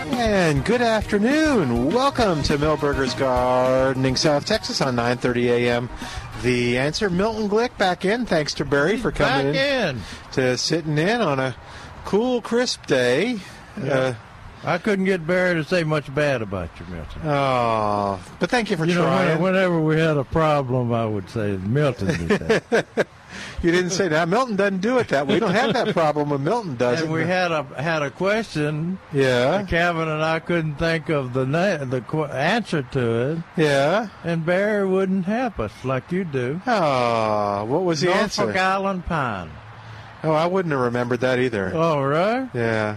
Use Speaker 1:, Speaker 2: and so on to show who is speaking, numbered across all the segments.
Speaker 1: And good afternoon. Welcome to Millburgers Gardening South Texas on 9:30 a.m. The answer, Milton Glick, back in. Thanks to Barry for coming
Speaker 2: Back in.
Speaker 1: to sitting in on a cool, crisp day. Uh,
Speaker 2: Yeah. I couldn't get Barry to say much bad about you, Milton.
Speaker 1: Uh, oh, but thank you for
Speaker 2: you know,
Speaker 1: trying.
Speaker 2: when- whenever we had a problem, I would say Milton did that.
Speaker 1: you didn't say that. Milton doesn't do it that way. We don't have that problem when Milton does
Speaker 2: and
Speaker 1: it.
Speaker 2: we had a had a question.
Speaker 1: yeah,
Speaker 2: Kevin and I couldn't think of the na- the qu- answer to it,
Speaker 1: yeah.
Speaker 2: and Barry wouldn't help us like you do.
Speaker 1: Oh, what was the
Speaker 2: Norfolk
Speaker 1: answer?
Speaker 2: Island pine.
Speaker 1: Oh, I wouldn't have remembered that either.
Speaker 2: All right.
Speaker 1: Yeah.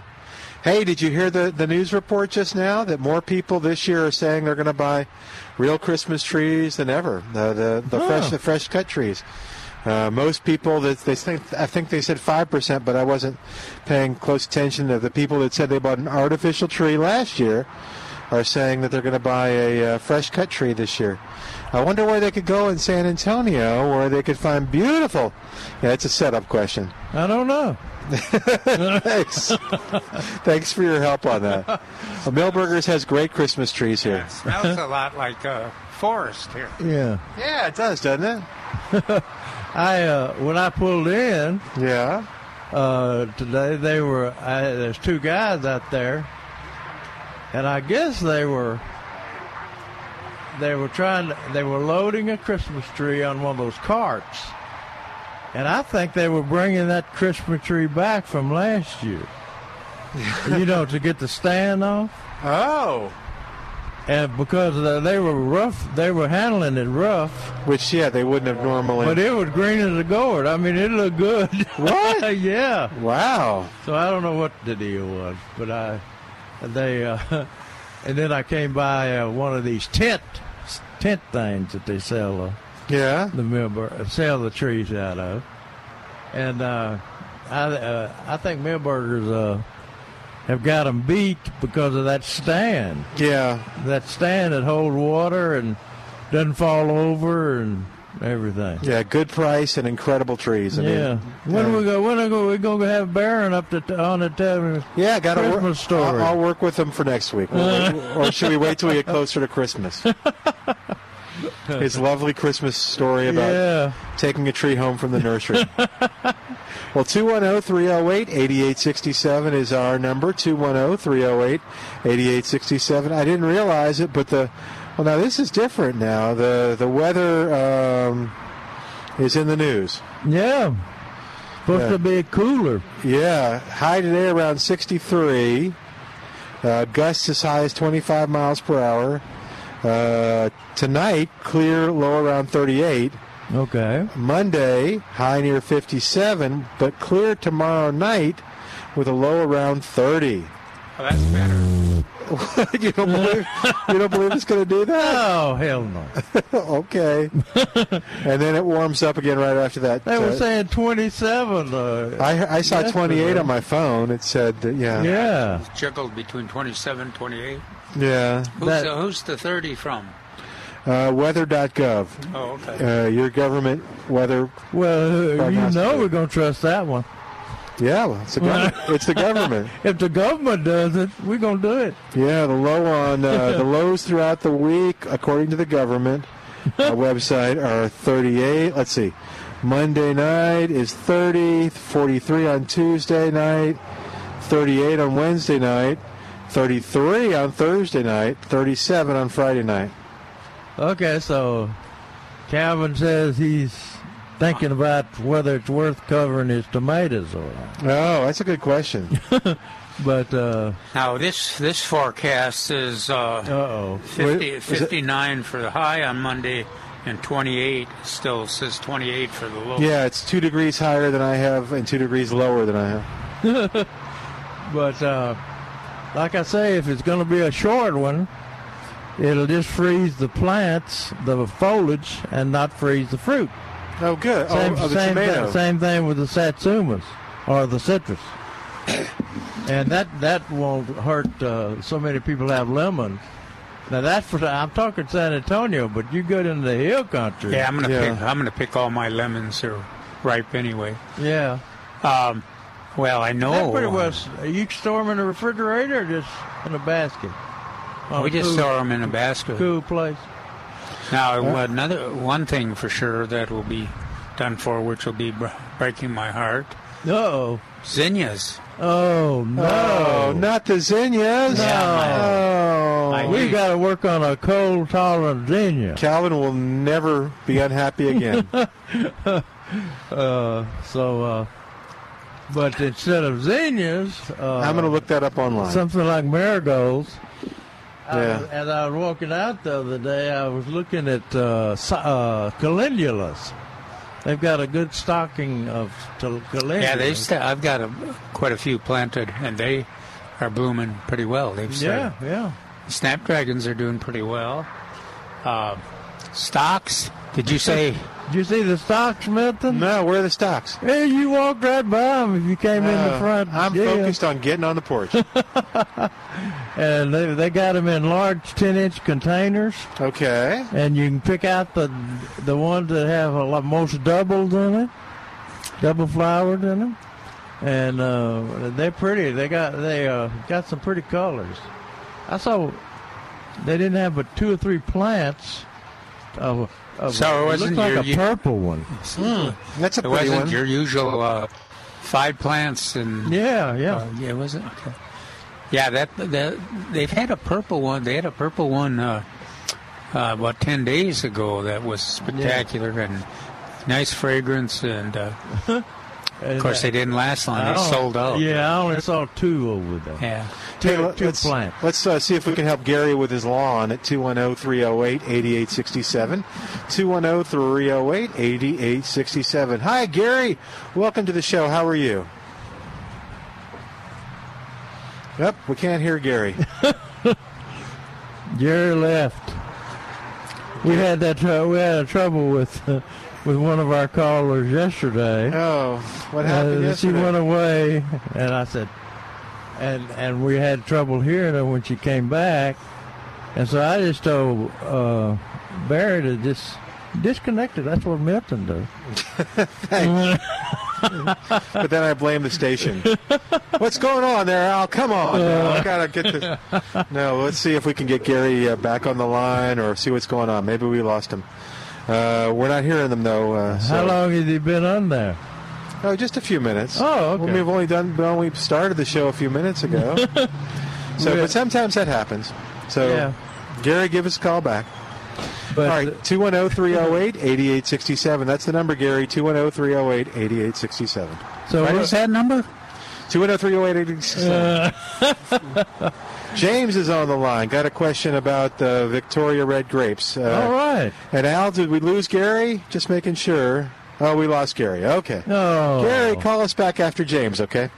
Speaker 1: Hey, did you hear the, the news report just now that more people this year are saying they're going to buy real Christmas trees than ever? The the, the
Speaker 2: Huh.
Speaker 1: fresh the fresh cut trees. Uh, most people that they think I think they said five percent, but I wasn't paying close attention to the people that said they bought an artificial tree last year are saying that they're going to buy a uh, fresh cut tree this year. I wonder where they could go in San Antonio where they could find beautiful. Yeah, it's a setup question.
Speaker 2: I don't know.
Speaker 1: Thanks. Thanks for your help on that. Uh, Millburgers has great Christmas trees here.
Speaker 3: Smells a lot like a forest here.
Speaker 2: Yeah.
Speaker 1: Yeah, it does, doesn't it?
Speaker 2: I uh, when I pulled in
Speaker 1: Yeah.
Speaker 2: uh, today, they were I, there's two guys out there, and I guess they were they were trying to, they were loading a Christmas tree on one of those carts, and I think they were bringing that Christmas tree back from last year. you know, to get the stand off,
Speaker 1: Oh.
Speaker 2: and because they- they were rough, they were handling it rough.
Speaker 1: Which, yeah, they wouldn't have normally.
Speaker 2: But it was green as a gourd. I mean, it looked good.
Speaker 1: What?
Speaker 2: yeah.
Speaker 1: wow.
Speaker 2: So I don't know what the deal was, but I, they, uh, and then I came by uh, one of these tent tent things that they sell uh,
Speaker 1: Yeah.
Speaker 2: the Millbur- sell the trees out of, and uh, I uh, I think Millburgers uh, have got them beat because of that stand,
Speaker 1: Yeah.
Speaker 2: that stand that holds water and doesn't fall over and everything.
Speaker 1: Yeah. Good price and incredible trees. I mean,
Speaker 2: Yeah. When
Speaker 1: yeah.
Speaker 2: we go, when are we going to have Baron up to, on the tavern?
Speaker 1: Yeah, got to work.
Speaker 2: Christmas story.
Speaker 1: I'll, I'll work with them for next week. We'll wait- or should we wait till we get closer to Christmas? His lovely Christmas story about
Speaker 2: Yeah.
Speaker 1: taking a tree home from the nursery. well, oh, 210 308 8867 is our number oh, 210 308 8867. I didn't realize it, but the. Well, now this is different now. The, the weather um, is in the news.
Speaker 2: Yeah. Supposed
Speaker 1: Yeah.
Speaker 2: to be cooler.
Speaker 1: Yeah, high today around 63. Uh, gusts as high as 25 miles per hour. Uh, tonight, clear, low around 38.
Speaker 2: Okay.
Speaker 1: Monday, high near 57, but clear tomorrow night with a low around 30.
Speaker 3: Well, Oh, that's better.
Speaker 1: you don't believe you don't believe it's going to do that?
Speaker 2: Oh hell no!
Speaker 1: okay. and then it warms up again right after that.
Speaker 2: They were
Speaker 1: Uh,
Speaker 2: saying twenty-seven. Uh,
Speaker 1: I, I saw
Speaker 2: yesterday.
Speaker 1: 28 on my phone. It said, that, yeah,
Speaker 2: yeah.
Speaker 3: Juggled between 27 28.
Speaker 1: yeah.
Speaker 3: Who's,
Speaker 2: That-
Speaker 3: the, who's the 30 from?
Speaker 1: Uh, weather.gov,
Speaker 3: Oh, okay.
Speaker 1: uh, your government weather.
Speaker 2: Well, uh, you
Speaker 1: Prognosticator.
Speaker 2: know we're gonna trust that one.
Speaker 1: Yeah, well, it's the government. it's the government.
Speaker 2: If the government does it, we're gonna do it.
Speaker 1: Yeah, the low on uh, the lows throughout the week, according to the government uh, website, are 38. Let's see, Monday night is 30, 43 on Tuesday night, 38 on Wednesday night, 33 on Thursday night, 37 on Friday night.
Speaker 2: Okay, so Calvin says he's thinking about whether it's worth covering his tomatoes or not.
Speaker 1: Oh, that's a good question.
Speaker 2: But uh
Speaker 3: Now, this, this forecast is uh,
Speaker 2: oh,
Speaker 3: 50,
Speaker 1: Is it-
Speaker 3: 59 for the high on Monday and 28 still says 28 for the low.
Speaker 1: Yeah, it's two degrees higher than I have and two degrees lower than I have.
Speaker 2: But uh, like I say, if it's going to be a short one, it'll just freeze the plants, the foliage, and not freeze the fruit.
Speaker 1: Oh, good.
Speaker 2: Same,
Speaker 1: oh, oh, the
Speaker 2: same,
Speaker 1: tomato.
Speaker 2: thing, same thing with the satsumas or the citrus. and that that won't hurt. Uh, so many people have lemons. Now that's for I'm talking San Antonio, but you get into the hill country.
Speaker 3: Yeah, I'm gonna
Speaker 1: Yeah.
Speaker 3: pick. I'm gonna pick all my lemons are ripe anyway.
Speaker 2: yeah.
Speaker 3: Um, Well, I know. uh,
Speaker 2: That pretty well, s- you can store them in a refrigerator or just in a basket. On
Speaker 3: we
Speaker 2: a
Speaker 3: just
Speaker 2: cool,
Speaker 3: store them in a basket.
Speaker 2: cool place.
Speaker 3: Now, another one thing for sure that will be done for, which will be br- breaking my heart,
Speaker 2: No.
Speaker 3: zinnias.
Speaker 2: Oh no.
Speaker 1: Oh, not the zinnias.
Speaker 3: Yeah, I-
Speaker 1: Oh.
Speaker 3: I-
Speaker 2: We got to work on a cold tolerant zinnia.
Speaker 1: Calvin will never be unhappy again.
Speaker 2: Uh, so, uh, but instead of zinnias, uh,
Speaker 1: I'm going to look that up online.
Speaker 2: something like marigolds. I-
Speaker 1: Yeah.
Speaker 2: and I was walking out the other day. I was looking at uh, si- uh, calendulas. They've got a good stocking of tel- calendulas.
Speaker 3: Yeah, they. St- I've got a, quite a few planted, and they are blooming pretty well. They've
Speaker 2: Yeah,
Speaker 3: started.
Speaker 2: yeah.
Speaker 3: Snapdragons are doing pretty well. Uh, stocks. Did you say?
Speaker 2: Did you see the stocks, Milton?
Speaker 1: no, where are the stocks?
Speaker 2: Hey, you walked right by them if you came in the
Speaker 1: Uh,
Speaker 2: front.
Speaker 1: I'm
Speaker 2: yeah.
Speaker 1: focused on getting on the porch.
Speaker 2: And they, they got them in large 10 inch containers.
Speaker 3: Eh?
Speaker 1: Okay.
Speaker 2: and you can pick out the the ones that have a lot most doubled in it, double flowered in them, and uh, they're pretty. They got they uh, got some pretty colors. I saw they didn't have but two or three plants of. of
Speaker 3: So it
Speaker 2: it
Speaker 3: wasn't
Speaker 2: looked like
Speaker 3: your-
Speaker 2: a
Speaker 3: you-
Speaker 2: purple one.
Speaker 3: Hmm.
Speaker 1: Hmm, That's a
Speaker 3: It
Speaker 1: pretty
Speaker 3: wasn't
Speaker 1: one.
Speaker 3: your usual uh, five plants and
Speaker 2: Yeah, yeah.
Speaker 3: uh, yeah, was it? Okay. Yeah, that, that they've had a purple one. They had a purple one uh, uh, about ten days ago. That was spectacular and nice fragrance. And uh,
Speaker 2: And
Speaker 3: of course, they didn't last long.
Speaker 2: I
Speaker 3: They
Speaker 2: don't-
Speaker 3: sold out.
Speaker 2: Oh, Yeah, I only saw two over there.
Speaker 3: Yeah.
Speaker 2: Two,
Speaker 1: Hey, let-
Speaker 2: two
Speaker 1: let's,
Speaker 2: plants.
Speaker 1: let's uh, see if we can help Gary with his lawn at 210-308-8867. oh, 210-308-8867. Hi, Gary. Welcome to the show. How are you? Yep, we can't hear Gary.
Speaker 2: Jerry left. We had that. Tr- we had a trouble with uh, with one of our callers yesterday.
Speaker 1: Oh, what
Speaker 2: Uh,
Speaker 1: happened
Speaker 2: she went
Speaker 1: yesterday?
Speaker 2: away, and I said, and and we had trouble hearing her when she came back, and so I just told uh, Barry to just disconnect it. That's what Milton does.
Speaker 1: But then I blame the station. What's going on there, Al? Come on. now.
Speaker 2: Uh.
Speaker 1: I gotta get this. No, let's see if we can get Gary uh, back on the line or see what's going on. Maybe we lost him. Uh, we're not hearing them though. Uh, so-
Speaker 2: How long has he been on there?
Speaker 1: Oh, just a few minutes.
Speaker 2: Oh, okay.
Speaker 1: Well, we've only done. Well, we started the show a few minutes ago. so, but sometimes that happens. So,
Speaker 2: Yeah.
Speaker 1: Gary, give us a call back.
Speaker 2: But
Speaker 1: All right, oh, 210 308 8867. That's the number, Gary, oh, 210 308 8867.
Speaker 2: so
Speaker 3: What
Speaker 2: we're-
Speaker 3: was that number?
Speaker 1: 210-308-8867. James is on the line. Got a question about the Victoria Red Grapes.
Speaker 2: all
Speaker 1: Uh,
Speaker 2: right.
Speaker 1: And Al, did we lose Gary? Just making sure. Oh, we lost Gary. Okay.
Speaker 2: Oh,
Speaker 1: Gary, call us back after James, okay?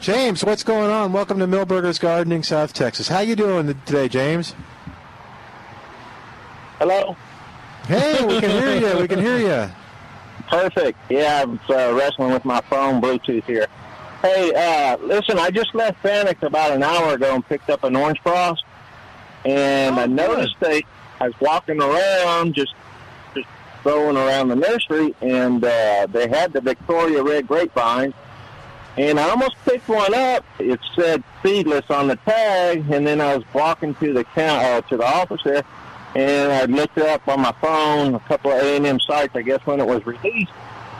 Speaker 1: James, what's going on? Welcome to Millburgers Gardening, South Texas. How you doing today, James?
Speaker 4: Hello.
Speaker 1: Hey, we can hear you. We can hear you.
Speaker 4: Perfect. Yeah, I'm uh, wrestling with my phone Bluetooth here. Hey, uh, listen, I just left Fanuc about an hour ago and picked up an orange frost, and
Speaker 1: Oh,
Speaker 4: I noticed they. I was walking around, just just going around the nursery, and uh, they had the Victoria red grapevine, and I almost picked one up. It said seedless on the tag, and then I was walking to the count uh, to the office there, and I looked up on my phone a couple of A&M sites. I guess when it was released,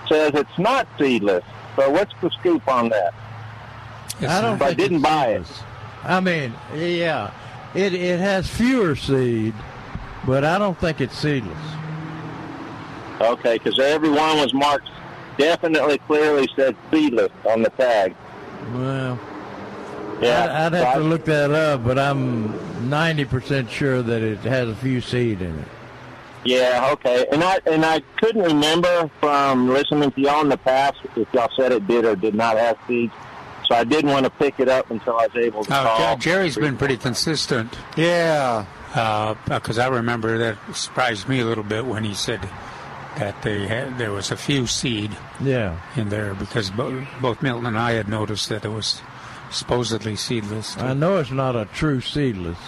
Speaker 4: says it's not seedless. So what's the scoop on that?
Speaker 2: I don't.
Speaker 4: I
Speaker 2: think
Speaker 4: didn't
Speaker 2: it's
Speaker 4: buy it.
Speaker 2: seedless. I mean, yeah, it it has fewer seed, but I don't think it's seedless.
Speaker 4: Okay, because everyone was marked definitely clearly said seedless on the tag.
Speaker 2: Well,
Speaker 4: Yeah,
Speaker 2: I'd, I'd have to look that up, but I'm 90% sure that it has a few seed in it.
Speaker 4: Yeah, okay. And I and I couldn't remember from listening to y'all in the past if y'all said it did or did not have seeds. So I didn't want to pick it up until I was able to
Speaker 3: Oh,
Speaker 4: call.
Speaker 3: Jer- Jerry's been pretty consistent
Speaker 1: Yeah.
Speaker 3: because I remember that surprised me a little bit when he said that they had there was a few seed
Speaker 2: Yeah.
Speaker 3: in there because bo- both Milton and I had noticed that it was supposedly seedless.
Speaker 2: I know it's not a true seedless.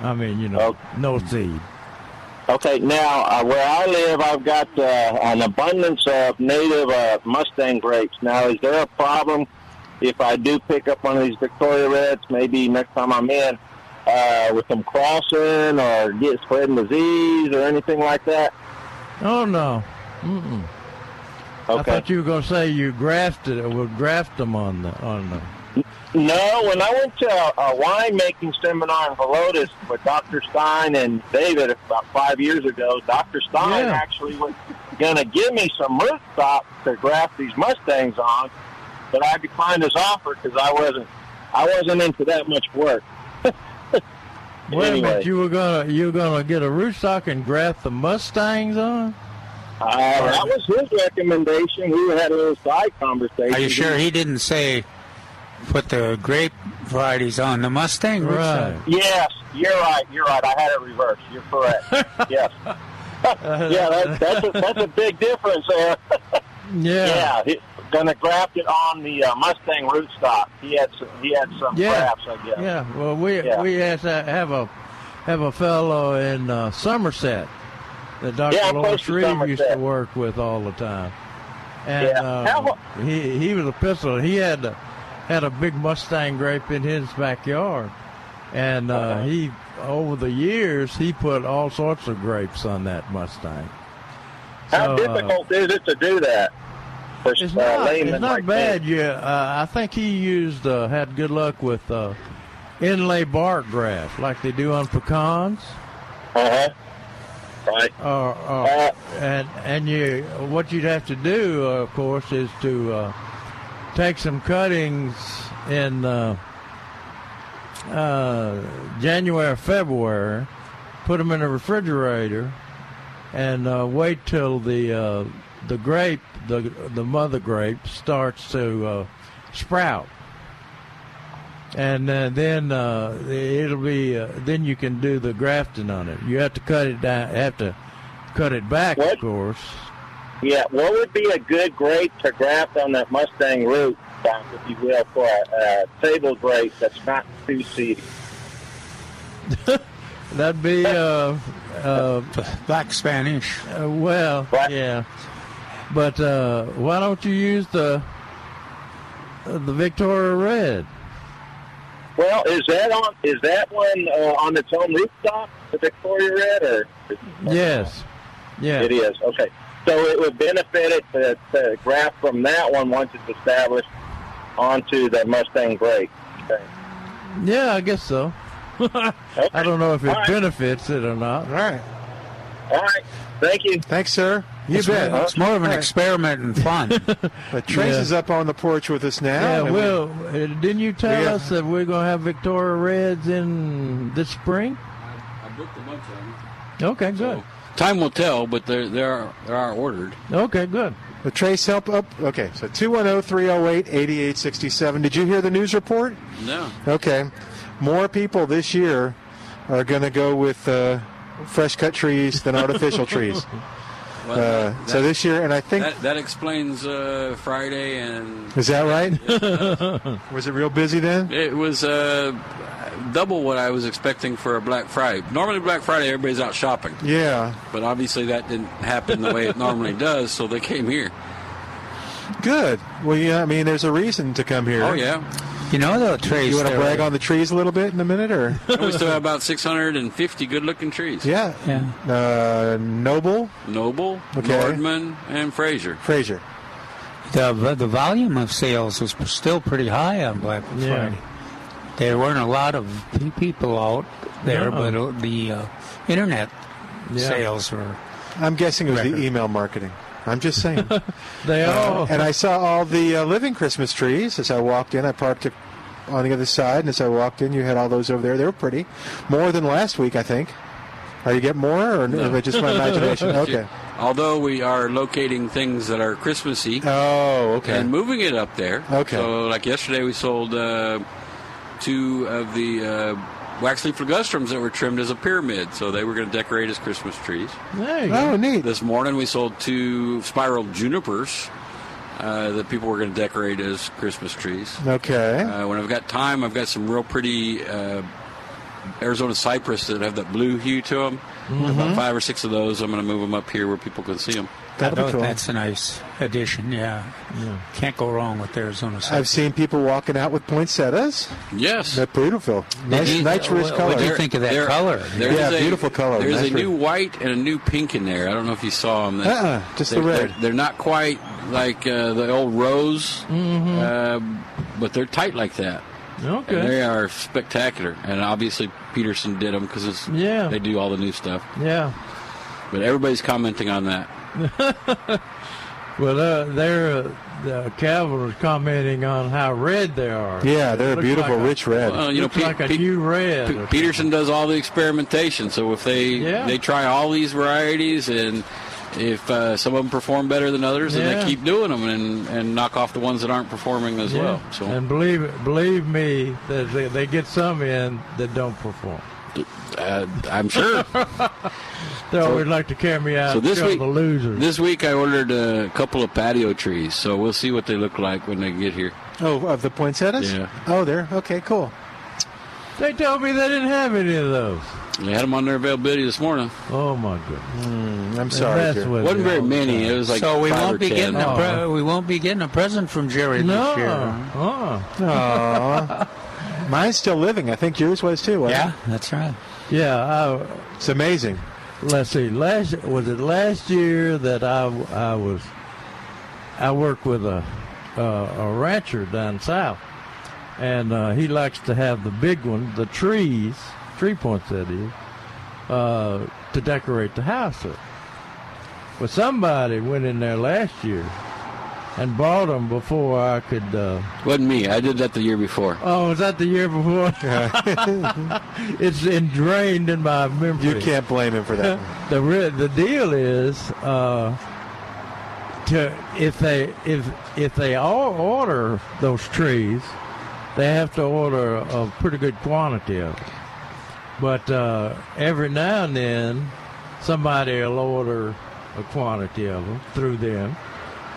Speaker 2: I mean, you know, no seed.
Speaker 4: Okay, now uh, where I live, I've got uh, an abundance of native uh, Mustang grapes. Now, is there a problem if I do pick up one of these Victoria Reds, maybe next time I'm in, uh, with some crossing or get spreading disease or anything like that?
Speaker 2: Oh no. Mm-mm. I
Speaker 4: Okay.
Speaker 2: thought you were going to say you grafted it. We'll graft them on the on the.
Speaker 4: No, when I went to a, a winemaking seminar in Helotes with Dr. Stein and David about five years ago, Dr. Stein
Speaker 2: Yeah.
Speaker 4: actually was going to give me some rootstock to graft these Mustangs on, but I declined his offer because I wasn't I wasn't into that much work.
Speaker 2: Wait a
Speaker 4: Anyway.
Speaker 2: minute, you were gonna you were gonna get a rootstock and graft the Mustangs on?
Speaker 4: Uh, that was his recommendation. We had a little side conversation.
Speaker 3: Are you sure he didn't say put the grape varieties on the Mustang?
Speaker 2: Right.
Speaker 3: Richard?
Speaker 4: Yes, you're right. You're right. I had it reversed. You're correct. yes. yeah, that, that's a, that's a big difference there.
Speaker 2: Yeah.
Speaker 4: Yeah, he, gonna graft it on the uh, Mustang rootstock. He had some, he had some
Speaker 2: Yeah.
Speaker 4: grafts, I guess.
Speaker 2: Yeah, Well, we
Speaker 4: Yeah.
Speaker 2: we had to have a have a fellow in uh, Somerset that Dr.
Speaker 4: Yeah, I'm close
Speaker 2: Lawrence
Speaker 4: to
Speaker 2: Reed used to
Speaker 4: Somerset.
Speaker 2: work with all the time, and
Speaker 4: Yeah.
Speaker 2: uh,
Speaker 4: How-
Speaker 2: he he was a pistol. He had a, had a big Mustang grape in his backyard, and uh,
Speaker 4: Uh-huh.
Speaker 2: he over the years he put all sorts of grapes on that Mustang.
Speaker 4: How
Speaker 2: So, uh,
Speaker 4: difficult is it to do that for uh,
Speaker 2: It's not,
Speaker 4: laymen
Speaker 2: it's not
Speaker 4: like
Speaker 2: bad.
Speaker 4: me?
Speaker 2: Yeah, uh, I think he used uh, had good luck with uh, inlay bark graft, like they do on pecans,
Speaker 4: Uh-huh. Right.
Speaker 2: or, or
Speaker 4: Uh,
Speaker 2: and and you what you'd have to do, uh, of course, is to uh, take some cuttings in uh, uh, January, or February, put them in the refrigerator, and uh, wait till the uh, the grape, the the mother grape, starts to uh, sprout, and uh, then uh, it'll be uh, then you can do the grafting on it. You have to cut it down, have to cut it back,
Speaker 4: What?
Speaker 2: of course.
Speaker 4: yeah. What would be a good grape to graft on that Mustang root, if you will, for a, a table grape that's not too seedy?
Speaker 2: That'd be uh, uh,
Speaker 3: Black Spanish.
Speaker 2: Uh, well,
Speaker 4: Right.
Speaker 2: yeah, but uh, why don't you use the uh, the Victoria Red?
Speaker 4: Well, is that on? Is that one uh, on its own rooftop, the Victoria Red, or Oh.
Speaker 2: Yes, yeah,
Speaker 4: It is okay. So it would benefit it to, to graft from that one once it's established onto the Mustang Great. Okay.
Speaker 2: yeah. I guess so. I don't know if it
Speaker 4: All right.
Speaker 2: benefits it or not.
Speaker 1: All right.
Speaker 4: All right. Thank you.
Speaker 1: Thanks, sir. You
Speaker 3: It's
Speaker 1: bet.
Speaker 3: more- It's more of an
Speaker 1: All right.
Speaker 3: experiment and fun.
Speaker 1: But Trace
Speaker 2: Yeah.
Speaker 1: is up on the porch with us now.
Speaker 2: Yeah,
Speaker 1: and we-
Speaker 2: well, uh, didn't you tell
Speaker 1: we have-
Speaker 2: us that we're gonna have Victoria Reds in this spring?
Speaker 5: I booked a bunch of them.
Speaker 2: Okay, good.
Speaker 5: So time will tell, but there there are there are ordered.
Speaker 2: Okay, good.
Speaker 1: The Trace help up. Okay, so oh, 210 308 8867. Did you hear the news report?
Speaker 5: No.
Speaker 1: Okay. More people this year are going to go with uh, fresh cut trees than artificial trees.
Speaker 5: Well,
Speaker 1: Uh,
Speaker 5: that,
Speaker 1: so this year, and I think,
Speaker 5: that that explains uh, Friday and
Speaker 1: is that right? Was it real busy then?
Speaker 5: it was uh, double what I was expecting for a Black Friday. Normally Black Friday everybody's out shopping,
Speaker 1: Yeah.
Speaker 5: but obviously that didn't happen the way it normally does, so they came here.
Speaker 1: Good. Well, yeah, I mean, there's a reason to come here.
Speaker 5: Oh yeah.
Speaker 3: You know, though, Trace.
Speaker 1: You want to
Speaker 3: there-
Speaker 1: brag on the trees a little bit in a minute, or?
Speaker 5: And we still have about 650 good-looking trees.
Speaker 1: Yeah.
Speaker 3: Yeah.
Speaker 1: Uh, Noble,
Speaker 5: Noble,
Speaker 1: Okay.
Speaker 5: Nordman, and Fraser.
Speaker 1: Fraser.
Speaker 3: The, the volume of sales was still pretty high on Black Friday.
Speaker 2: Yeah.
Speaker 3: There weren't a lot of pe- people out there,
Speaker 2: No.
Speaker 3: but uh, the uh, internet
Speaker 2: Yeah.
Speaker 3: sales were.
Speaker 1: I'm guessing it was
Speaker 3: Record.
Speaker 1: the email marketing. I'm just saying. Uh,
Speaker 2: They all.
Speaker 1: and I saw all the uh, living Christmas trees as I walked in. I parked it on the other side, and as I walked in, you had all those over there. They were pretty, more than last week, I think. Are you getting more, or is it just my imagination? Okay.
Speaker 5: Although we are locating things that are Christmassy.
Speaker 1: Oh, okay.
Speaker 5: and moving it up there.
Speaker 1: Okay.
Speaker 5: So, like yesterday, we sold uh, two of the uh, wax leaf ligustrums that were trimmed as a pyramid, so they were going to decorate as Christmas trees.
Speaker 2: there you go.
Speaker 1: Oh, neat.
Speaker 5: This morning, we sold two spiral junipers uh, that people were going to decorate as Christmas trees.
Speaker 1: Okay.
Speaker 5: Uh, when I've got time, I've got some real pretty uh, Arizona cypress that have that blue hue to them.
Speaker 3: Mm-hmm.
Speaker 2: Mm-hmm.
Speaker 5: About five or six of those. I'm going to move them up here where people can see them.
Speaker 1: That'd be
Speaker 3: Oh,
Speaker 1: cool.
Speaker 3: That's a nice addition. Yeah. can't go wrong with Arizona.
Speaker 1: I've seen people walking out with poinsettias.
Speaker 5: Yes.
Speaker 1: That's beautiful. Nice,
Speaker 3: you-
Speaker 1: nice rich
Speaker 3: what-
Speaker 1: color.
Speaker 3: what do you think of that
Speaker 5: There-
Speaker 3: color?
Speaker 5: there
Speaker 1: Yeah,
Speaker 5: is a-
Speaker 1: beautiful color.
Speaker 5: There's
Speaker 1: Nice
Speaker 5: a new white and a new pink in there. I don't know if you saw them.
Speaker 1: Uh-uh, just the
Speaker 5: they're-
Speaker 1: red.
Speaker 5: They're, they're not quite like uh, the old rose,
Speaker 3: Mm-hmm.
Speaker 5: uh, but they're tight like that.
Speaker 2: Okay.
Speaker 5: And they are spectacular. And obviously Peterson did them because
Speaker 2: Yeah.
Speaker 5: they do all the new stuff.
Speaker 2: Yeah.
Speaker 5: But everybody's commenting on that.
Speaker 2: Well, uh, there, uh, the Calvin was commenting on how red they are.
Speaker 1: Yeah, they're a
Speaker 2: Looks
Speaker 1: beautiful
Speaker 2: like a-
Speaker 1: rich red.
Speaker 5: Well,
Speaker 2: you
Speaker 5: you know,
Speaker 2: looks
Speaker 5: Pe-
Speaker 2: like a
Speaker 5: Pe-
Speaker 2: new red.
Speaker 5: P- Peterson does all the experimentation, so if they
Speaker 2: Yeah.
Speaker 5: they try all these varieties, and if uh, some of them perform better than others, then
Speaker 2: Yeah.
Speaker 5: they keep doing them and, and knock off the ones that aren't performing as
Speaker 2: Yeah.
Speaker 5: well. So
Speaker 2: And believe believe me, that they, they get some in that don't perform.
Speaker 5: uh, I'm sure.
Speaker 2: They always like to carry me out
Speaker 5: so
Speaker 2: and
Speaker 5: this
Speaker 2: show
Speaker 5: week,
Speaker 2: the losers.
Speaker 5: this week I ordered a couple of patio trees, so we'll see what they look like when they get here.
Speaker 1: oh, of the poinsettias?
Speaker 5: Yeah.
Speaker 1: Oh, there. Okay, cool.
Speaker 2: they told me they didn't have any of those.
Speaker 5: They had them on their availability this morning.
Speaker 2: Oh my goodness!
Speaker 1: I'm sorry.
Speaker 2: That's
Speaker 1: dear.
Speaker 2: what
Speaker 5: wasn't
Speaker 2: they
Speaker 5: very
Speaker 2: all-
Speaker 5: many. It was like
Speaker 3: so we
Speaker 5: five
Speaker 3: won't
Speaker 5: or
Speaker 3: be
Speaker 5: ten.
Speaker 3: getting a
Speaker 2: Oh.
Speaker 3: pre- we won't be getting a present from Jerry
Speaker 2: No.
Speaker 3: this year.
Speaker 2: Uh-uh.
Speaker 1: Aw. Mine's still living. I think yours was too. wasn't
Speaker 3: Yeah, that's right.
Speaker 2: Yeah. I,
Speaker 1: it? It's amazing.
Speaker 2: let's see last was it last year that i i was i worked with a a, a rancher down south and uh, he likes to have the big one the trees tree poinsettias uh to decorate the house with but somebody went in there last year and bought them before i could uh,
Speaker 5: Wasn't me. I did that the year before.
Speaker 2: oh was that the year before it's ingrained in my memory
Speaker 1: You can't blame him for that.
Speaker 2: the re- the deal is uh, to if they if if they all order those trees, they have to order a pretty good quantity of. Them. But uh, every now and then, somebody will order a quantity of them through them,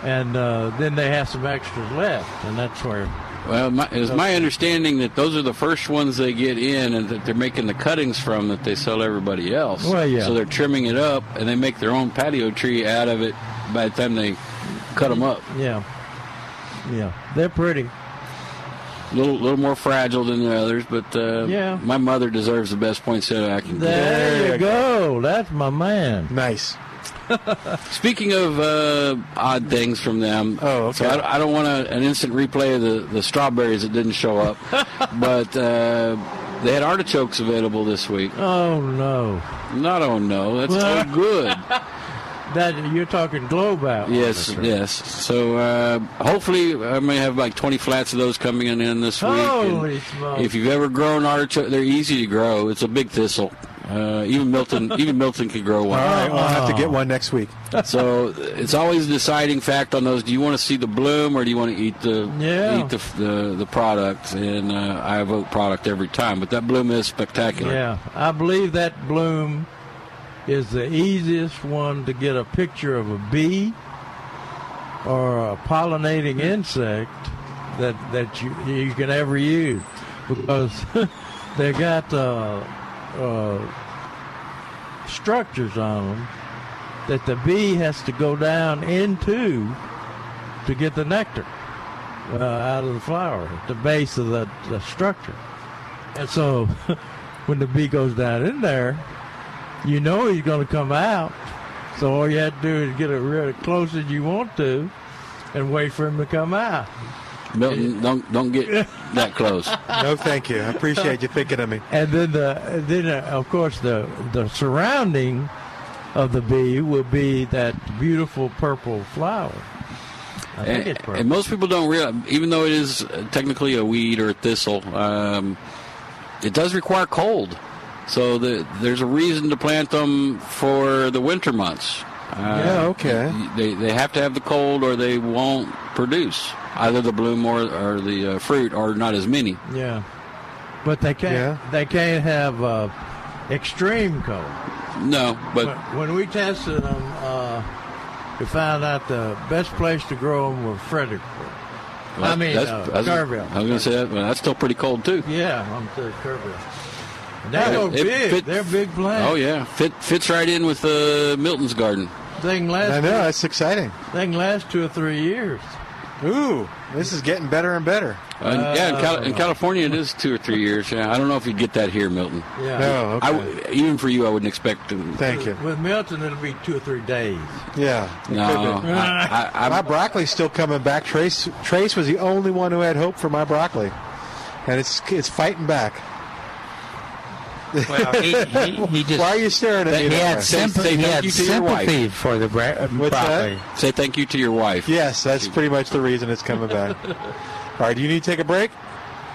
Speaker 2: and uh, then they have some extras left, and that's where.
Speaker 5: Well, my, it's my understanding that those are the first ones they get in, and that they're making the cuttings from that they sell everybody else.
Speaker 2: Well, yeah.
Speaker 5: So they're trimming it up, and they make their own patio tree out of it by the time they cut them up.
Speaker 2: Yeah, yeah, they're pretty.
Speaker 5: A little, little more fragile than the others, but uh,
Speaker 2: Yeah.
Speaker 5: my mother deserves the best poinsettia I can get.
Speaker 2: There,
Speaker 1: There
Speaker 2: you
Speaker 1: you
Speaker 2: go. That's my man.
Speaker 1: Nice.
Speaker 5: Speaking of uh, odd things from them,
Speaker 1: Oh, okay.
Speaker 5: so I, I don't want a, an instant replay of the, the strawberries that didn't show up, but uh, they had artichokes available this week.
Speaker 2: Oh no.
Speaker 5: Not oh no, that's so good.
Speaker 1: Oh,
Speaker 2: That you're talking globe out.
Speaker 5: Yes, yes. So uh, hopefully, I may have like 20 flats of those coming in, in this week. and
Speaker 2: Holy smokes.
Speaker 5: If you've ever grown artichoke, they're easy to grow. It's a big thistle. Uh, even Milton, even Milton could grow
Speaker 1: All
Speaker 5: one.
Speaker 1: right, we'll have to get one next week.
Speaker 5: So it's always a deciding fact on those. Do you want to see the bloom, or do you want to eat the
Speaker 2: Yeah.
Speaker 5: eat the the, the product? And uh, I vote product every time. But that bloom is spectacular.
Speaker 2: Yeah, I believe that bloom is the easiest one to get a picture of a bee or a pollinating insect that that you you can ever use because they got uh, uh, structures on them that the bee has to go down into to get the nectar uh, out of the flower at the base of the, the structure. And so when the bee goes down in there, you know he's going to come out. So all you have to do is get it real close as you want to and wait for him to come out.
Speaker 5: Milton, don't don't get that close.
Speaker 1: No, thank you. I appreciate you thinking of me.
Speaker 2: And then the then uh, of course the the surrounding of the bee will be that beautiful purple flower. I think
Speaker 5: And,
Speaker 2: it's
Speaker 5: and
Speaker 2: purple.
Speaker 5: most people don't realize, even though it is uh, technically a weed or a thistle, um, it does require cold. So the, there's a reason to plant them for the winter months. Uh,
Speaker 1: Yeah, okay.
Speaker 5: They, they have to have the cold or they won't produce either the bloom or, or the uh, fruit or not as many.
Speaker 2: Yeah, but they can't
Speaker 1: Yeah.
Speaker 2: they can't have uh, extreme color.
Speaker 5: No, but
Speaker 2: When- when we tested them, uh, we found out the best place to grow them were Fredericksburg. I mean, uh,
Speaker 5: that's-
Speaker 2: Kerrville.
Speaker 5: I was going to say that, but that's still pretty cold too.
Speaker 2: Yeah, I'm sure Kerrville. And they go
Speaker 5: It
Speaker 2: big.
Speaker 5: fit-
Speaker 2: They're big plants.
Speaker 5: Oh yeah, fit fits right in with uh, Milton's garden.
Speaker 2: They can last.
Speaker 1: I know that's exciting.
Speaker 2: They can last two or three years.
Speaker 1: Ooh, this is getting better and better.
Speaker 5: And, Uh, yeah,
Speaker 2: Uh,
Speaker 5: in, Cali- in California it is two or three years. Yeah, I don't know if you'd get that here, Milton.
Speaker 2: Yeah.
Speaker 1: No, okay.
Speaker 5: I w even for you, I wouldn't expect. To,
Speaker 1: Thank you.
Speaker 2: With Milton, it'll be two or three days.
Speaker 1: Yeah.
Speaker 5: no, I, I,
Speaker 1: My
Speaker 5: I'm-
Speaker 1: broccoli's still coming back. Trace Trace was the only one who had hope for my broccoli, and it's it's fighting back.
Speaker 3: Well, he, he, he just
Speaker 1: Why are you staring at me?
Speaker 3: he
Speaker 1: that
Speaker 3: had
Speaker 1: way?
Speaker 5: Say-
Speaker 3: sympathy,
Speaker 5: say
Speaker 3: he
Speaker 5: thank
Speaker 3: had
Speaker 5: you to your wife.
Speaker 3: sympathy for the bra- uh,
Speaker 1: What's that?
Speaker 3: broccoli.
Speaker 5: say thank you to your wife.
Speaker 1: Yes, that's pretty much the reason it's coming back. All right, do you need to take a break?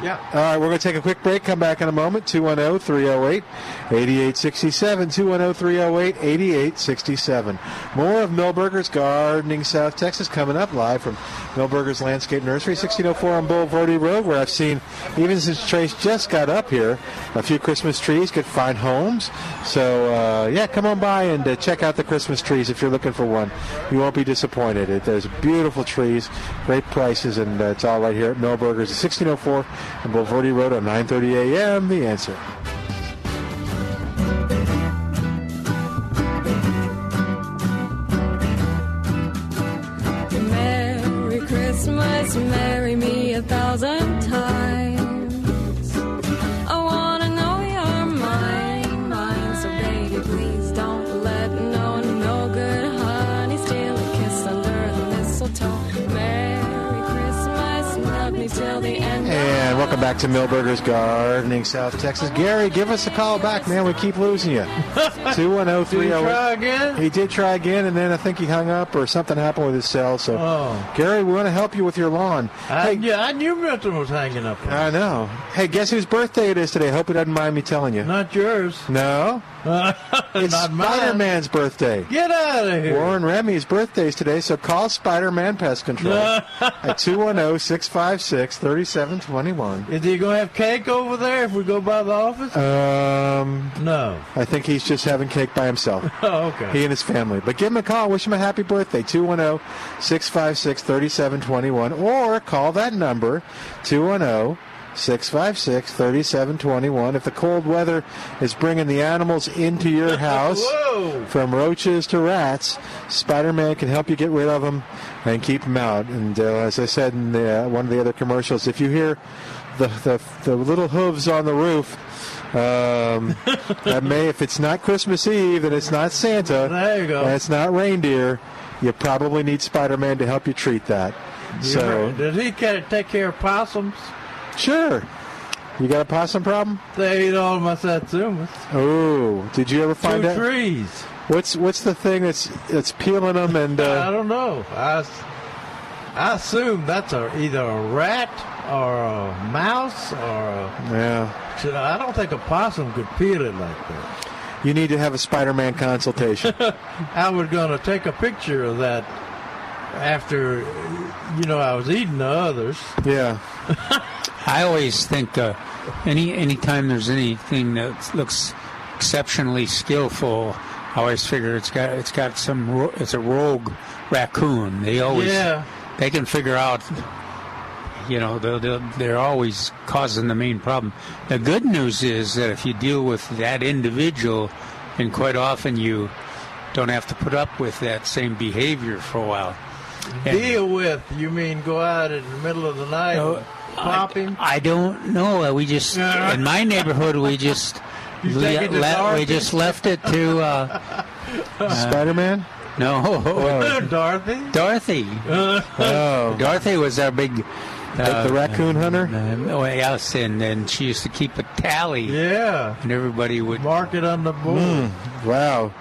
Speaker 2: Yeah.
Speaker 1: All right, we're going to take a quick break. Come back in a moment. oh, 210 308 8867. 210 308 8867. More of Millburgers Gardening South Texas coming up live from Millburgers Landscape Nursery, 1604 on Boulevardy Road, where I've seen, even since Trace just got up here, a few Christmas trees could find homes. So, uh, yeah, come on by and uh, check out the Christmas trees if you're looking for one. You won't be disappointed. It, there's beautiful trees, great prices, and uh, it's all right here at oh Millburgers, 1604 on Boulevardy Road at 9.30 a.m. The answer.
Speaker 6: Merry Christmas, marry me a thousand times. I wanna know you're mine, mine. So baby, please don't let no no good honey steal a kiss under the mistletoe. Merry Christmas, love me till the end.
Speaker 1: And welcome back to Millburgers Gardening, South Texas. Gary, give us a call back, man. We keep losing you. 210
Speaker 2: Do you try
Speaker 1: 308
Speaker 2: again?
Speaker 1: He did try again, and then I think he hung up or something happened with his cell. So,
Speaker 2: Oh.
Speaker 1: Gary, we want to help you with your lawn. hey,
Speaker 2: I, yeah, I knew Milton was hanging up.
Speaker 1: I know. Hey, guess whose birthday it is today? Hope he doesn't mind me telling you.
Speaker 2: Not yours.
Speaker 1: No, it's
Speaker 2: Not mine.
Speaker 1: Spider Man's birthday.
Speaker 2: Get out of here.
Speaker 1: Warren Remy's birthday is today, so call Spider Man Pest Control at 210 656 3721.
Speaker 2: Is he going to have cake over there if we go by the office?
Speaker 1: Um,
Speaker 2: no.
Speaker 1: I think he's just having cake by himself.
Speaker 2: Oh, okay.
Speaker 1: He and his family. But give him a call. Wish him a happy birthday. oh, 210 656 3721. Or call that number, oh, 210 656 3721. If the cold weather is bringing the animals into your house,
Speaker 2: Whoa.
Speaker 1: from roaches to rats, Spider Man can help you get rid of them and keep them out. And uh, as I said in the, uh, one of the other commercials, if you hear the, the, the little hooves on the roof, um, that may, if it's not Christmas Eve and it's not Santa,
Speaker 2: There you go.
Speaker 1: and it's not reindeer, you probably need Spider Man to help you treat that.
Speaker 2: You're
Speaker 1: So,
Speaker 2: right. Does he ca- take care of possums?
Speaker 1: sure. You got a possum problem?
Speaker 2: They eat all my satsumas.
Speaker 1: Oh, did you ever find
Speaker 2: Two
Speaker 1: out
Speaker 2: trees.
Speaker 1: what's what's the thing that's that's peeling them and
Speaker 2: I
Speaker 1: uh,
Speaker 2: don't know. I, s- I assume that's a, either a rat or a mouse or a.
Speaker 1: yeah.
Speaker 2: I don't think a possum could peel it like that.
Speaker 1: You need to have a Spider-Man consultation.
Speaker 2: I was going to take a picture of that after, you know, I was eating the others.
Speaker 1: yeah.
Speaker 3: I always think uh, any any time there's anything that looks exceptionally skillful, I always figure it's got it's got some ro- it's a rogue raccoon. They always
Speaker 2: Yeah.
Speaker 3: they can figure out. You know, they'll, they'll, they're always causing the main problem. The good news is that if you deal with that individual, and quite often you don't have to put up with that same behavior for a while. And-
Speaker 2: Deal with, you mean go out in the middle of the night and pop him?
Speaker 3: I don't know. Uh, We just in my neighborhood we just
Speaker 2: You take it
Speaker 3: le-
Speaker 2: to
Speaker 3: we
Speaker 2: Dorothy's?
Speaker 3: just left it to uh,
Speaker 1: Spider-Man?
Speaker 3: no
Speaker 2: Dorothy?
Speaker 3: Dorothy.
Speaker 1: Oh.
Speaker 3: Dorothy was our big uh,
Speaker 1: the raccoon hunter?
Speaker 3: um, oh, yes, and and she used to keep a tally,
Speaker 2: Yeah.
Speaker 3: and everybody would.
Speaker 2: Mark it on the board.
Speaker 1: Hmm. Wow.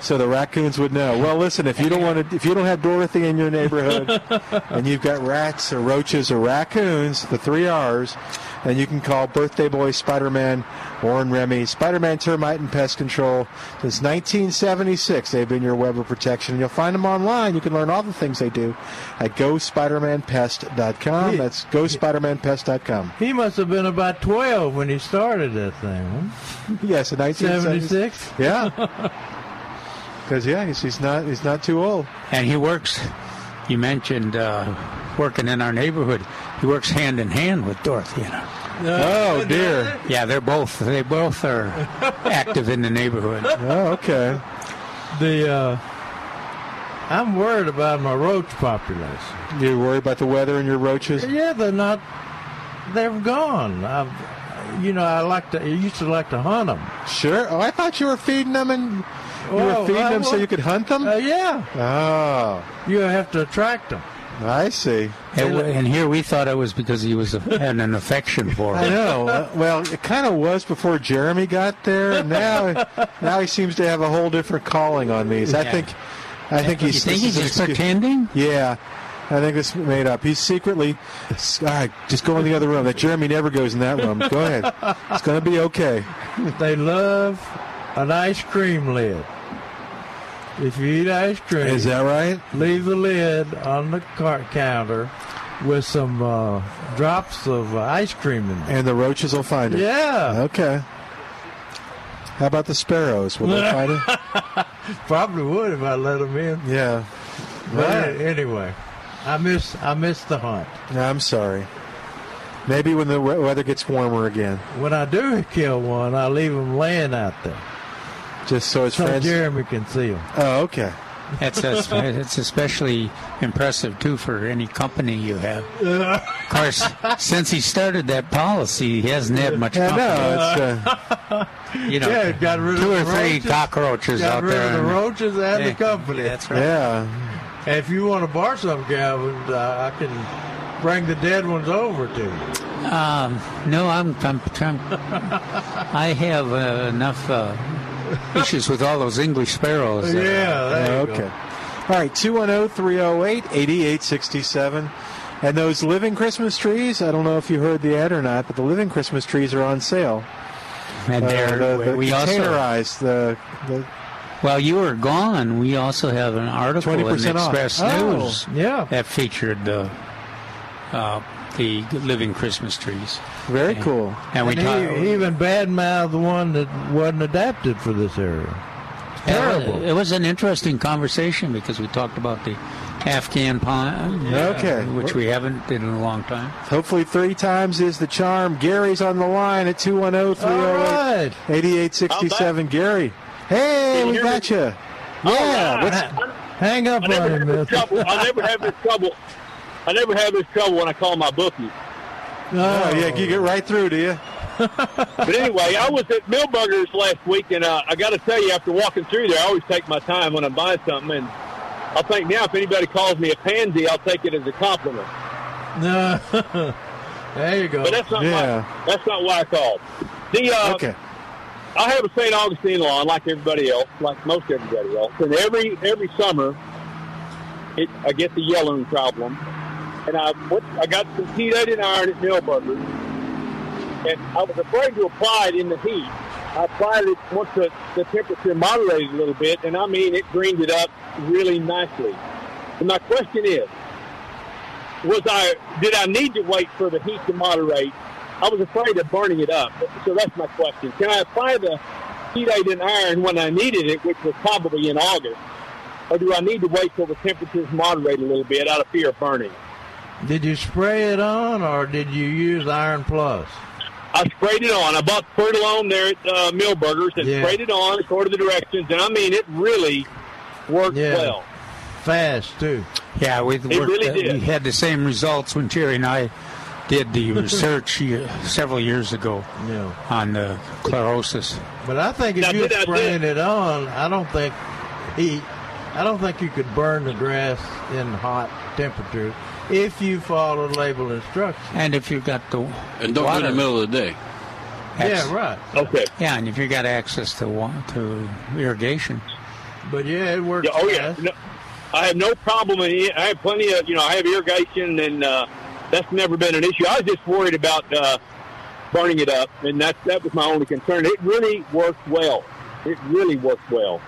Speaker 1: So the raccoons would know. Well, listen, if you don't want to if you don't have Dorothy in your neighborhood and you've got rats or roaches or raccoons, the 3 Rs, and you can call Birthday Boy Spider-Man Warren Remy, Spider-Man Termite and Pest Control. Since 1976, they've been your web of protection. And you'll find them online. You can learn all the things they do at gospidermanpest.com. That's gospidermanpest.com.
Speaker 2: He must have been about 12 when he started that thing. huh?
Speaker 1: Yes, in 1976.
Speaker 2: 76?
Speaker 1: Yeah. Because yeah, he's, he's not he's not too old.
Speaker 3: And he works. You mentioned uh, working in our neighborhood. He works hand in hand with Dorothy. You know.
Speaker 1: Oh dear.
Speaker 3: Yeah, they're both. They both are active in the neighborhood.
Speaker 1: Oh, okay.
Speaker 2: The uh, I'm worried about my roach population.
Speaker 1: You worry about the weather and your roaches?
Speaker 2: Yeah, they're not. They're gone. I've, you know, I like to. I used to like to hunt them.
Speaker 1: Sure. Oh, I thought you were feeding them and you
Speaker 2: Well,
Speaker 1: were feeding
Speaker 2: Oh, I
Speaker 1: them so
Speaker 2: would-
Speaker 1: you could hunt them.
Speaker 2: Uh, yeah,
Speaker 1: Oh,
Speaker 2: you have to attract them.
Speaker 1: I see.
Speaker 3: And, w- and here we thought it was because he was a, had an affection for
Speaker 1: I
Speaker 3: her.
Speaker 1: know. Uh, Well, it kind of was before Jeremy got there, and now now he seems to have a whole different calling on these. I
Speaker 3: Yeah.
Speaker 1: think I think
Speaker 3: You
Speaker 1: he's this
Speaker 3: think
Speaker 1: is
Speaker 3: he's
Speaker 1: an
Speaker 3: just
Speaker 1: excuse-
Speaker 3: pretending?
Speaker 1: Yeah. I think it's made up. He's secretly, all right, just go in the other room. That Jeremy never goes in that room. Go ahead. It's going to be okay.
Speaker 2: They love an ice cream lid. If you eat ice cream,
Speaker 1: Is that right?
Speaker 2: leave the lid on the cart counter with some uh, drops of uh, ice cream in there.
Speaker 1: And the roaches will find it.
Speaker 2: Yeah,
Speaker 1: Okay. How about the sparrows? Will they find it?
Speaker 2: probably would if I let them in.
Speaker 1: Yeah.
Speaker 2: But
Speaker 1: Right.
Speaker 2: anyway, I miss I miss the hunt.
Speaker 1: I'm sorry. Maybe when the we- weather gets warmer again,
Speaker 2: When I do kill one, I leave them laying out there
Speaker 1: just so his
Speaker 2: so
Speaker 1: friends.
Speaker 2: Jeremy can see them.
Speaker 1: Oh, okay.
Speaker 3: That's, that's it's especially impressive too for any company you have. Of course, since he started that policy, he hasn't had much
Speaker 1: Yeah,
Speaker 3: company.
Speaker 1: no, it's, uh,
Speaker 3: you know,
Speaker 2: Yeah, got rid of
Speaker 3: two
Speaker 2: the
Speaker 3: or three
Speaker 2: roaches.
Speaker 3: cockroaches
Speaker 2: Got
Speaker 3: out
Speaker 2: rid
Speaker 3: there.
Speaker 2: of the
Speaker 3: and-
Speaker 2: roaches and
Speaker 3: Yeah,
Speaker 2: the company.
Speaker 3: That's right.
Speaker 1: yeah.
Speaker 2: And if you want to bar some, Calvin, uh, I can bring the dead ones over to you.
Speaker 3: Um, no, I'm, I'm, I'm I have uh, enough uh, issues with all those English sparrows. uh, that-
Speaker 2: Yeah, there you
Speaker 1: Okay. All right, oh, 210 308 8867. And those living Christmas trees, I don't know if you heard the ad or not, but the living Christmas trees are on sale.
Speaker 3: and
Speaker 1: Uh,
Speaker 3: there
Speaker 1: the, the
Speaker 3: we also.
Speaker 1: containerized, the, the
Speaker 3: While you were gone, we also have an article in
Speaker 1: 20% off.
Speaker 3: Express
Speaker 1: Oh.
Speaker 3: News
Speaker 2: go. Yeah.
Speaker 3: that featured the uh, the living Christmas trees.
Speaker 1: very
Speaker 3: Yeah.
Speaker 1: cool.
Speaker 3: And we
Speaker 2: And
Speaker 3: talked.
Speaker 2: he, he even badmouthed the one that wasn't adapted for this area. terrible.
Speaker 3: It was an interesting conversation because we talked about the Afghan pine,
Speaker 1: Okay.
Speaker 3: which we haven't did in a long time.
Speaker 1: Hopefully, three times is the charm. Gary's on the line at oh, 210 308
Speaker 2: right.
Speaker 1: 8867. Gary. Hey,
Speaker 7: Can you
Speaker 1: we
Speaker 7: hear
Speaker 1: got
Speaker 7: me?
Speaker 1: you. Yeah.
Speaker 7: right.
Speaker 1: what's-
Speaker 2: Hang up
Speaker 7: I
Speaker 2: on
Speaker 7: never
Speaker 2: him.
Speaker 7: have this
Speaker 2: Milton.
Speaker 7: trouble. I never have this trouble. I never have this trouble when I call my bookie.
Speaker 1: Oh, yeah, you get right through, do you?
Speaker 7: But anyway, I was at Millburgers last week, and uh, I got to tell you, after walking through there, I always take my time when I'm buying something, and I think now if anybody calls me a pansy, I'll take it as a compliment.
Speaker 2: No. there you go.
Speaker 7: But that's not
Speaker 1: Yeah.
Speaker 7: why, that's not why I called. The uh,
Speaker 1: Okay.
Speaker 7: I have a St. Augustine lawn like everybody else, like most everybody else. And every every summer, it I get the yellowing problem. And I what, I got some heat and iron at Millburgers, and I was afraid to apply it in the heat. I applied it once the, the temperature moderated a little bit, and I mean it greened it up really nicely. And my question is, was I did I need to wait for the heat to moderate? I was afraid of burning it up, so that's my question. Can I apply the heat aid and iron when I needed it, which was probably in August, or do I need to wait till the temperatures moderate a little bit out of fear of burning?
Speaker 2: Did you spray it on or did you use Iron Plus?
Speaker 7: I sprayed it on. I bought Fertilone there at uh, Millburgers and
Speaker 2: Yeah.
Speaker 7: sprayed it on according to the directions, and I mean it really worked
Speaker 2: Yeah.
Speaker 7: well.
Speaker 2: Fast, too.
Speaker 3: Yeah, we worked,
Speaker 7: really
Speaker 3: uh,
Speaker 7: did.
Speaker 3: we had the same results when Jerry and I did the research ye- several years ago
Speaker 2: Yeah.
Speaker 3: on the chlorosis.
Speaker 2: But I think if
Speaker 7: Now,
Speaker 2: you're
Speaker 7: did I do-
Speaker 2: spraying it on, I don't think he, I don't think you could burn the grass in hot temperatures if you follow label instructions.
Speaker 3: And if you've got the
Speaker 5: And don't
Speaker 3: water,
Speaker 5: do it in the middle of the day.
Speaker 3: That's-
Speaker 2: Yeah, right.
Speaker 7: Okay.
Speaker 3: Yeah, and if you got access to wa- to irrigation,
Speaker 2: But yeah, it works.
Speaker 7: Yeah, oh yeah.
Speaker 2: fast.
Speaker 7: No, I have no problem in it. I have plenty of you know I have irrigation and uh, that's never been an issue. I was just worried about uh, burning it up, and that that was my only concern. It really worked well. It really worked well.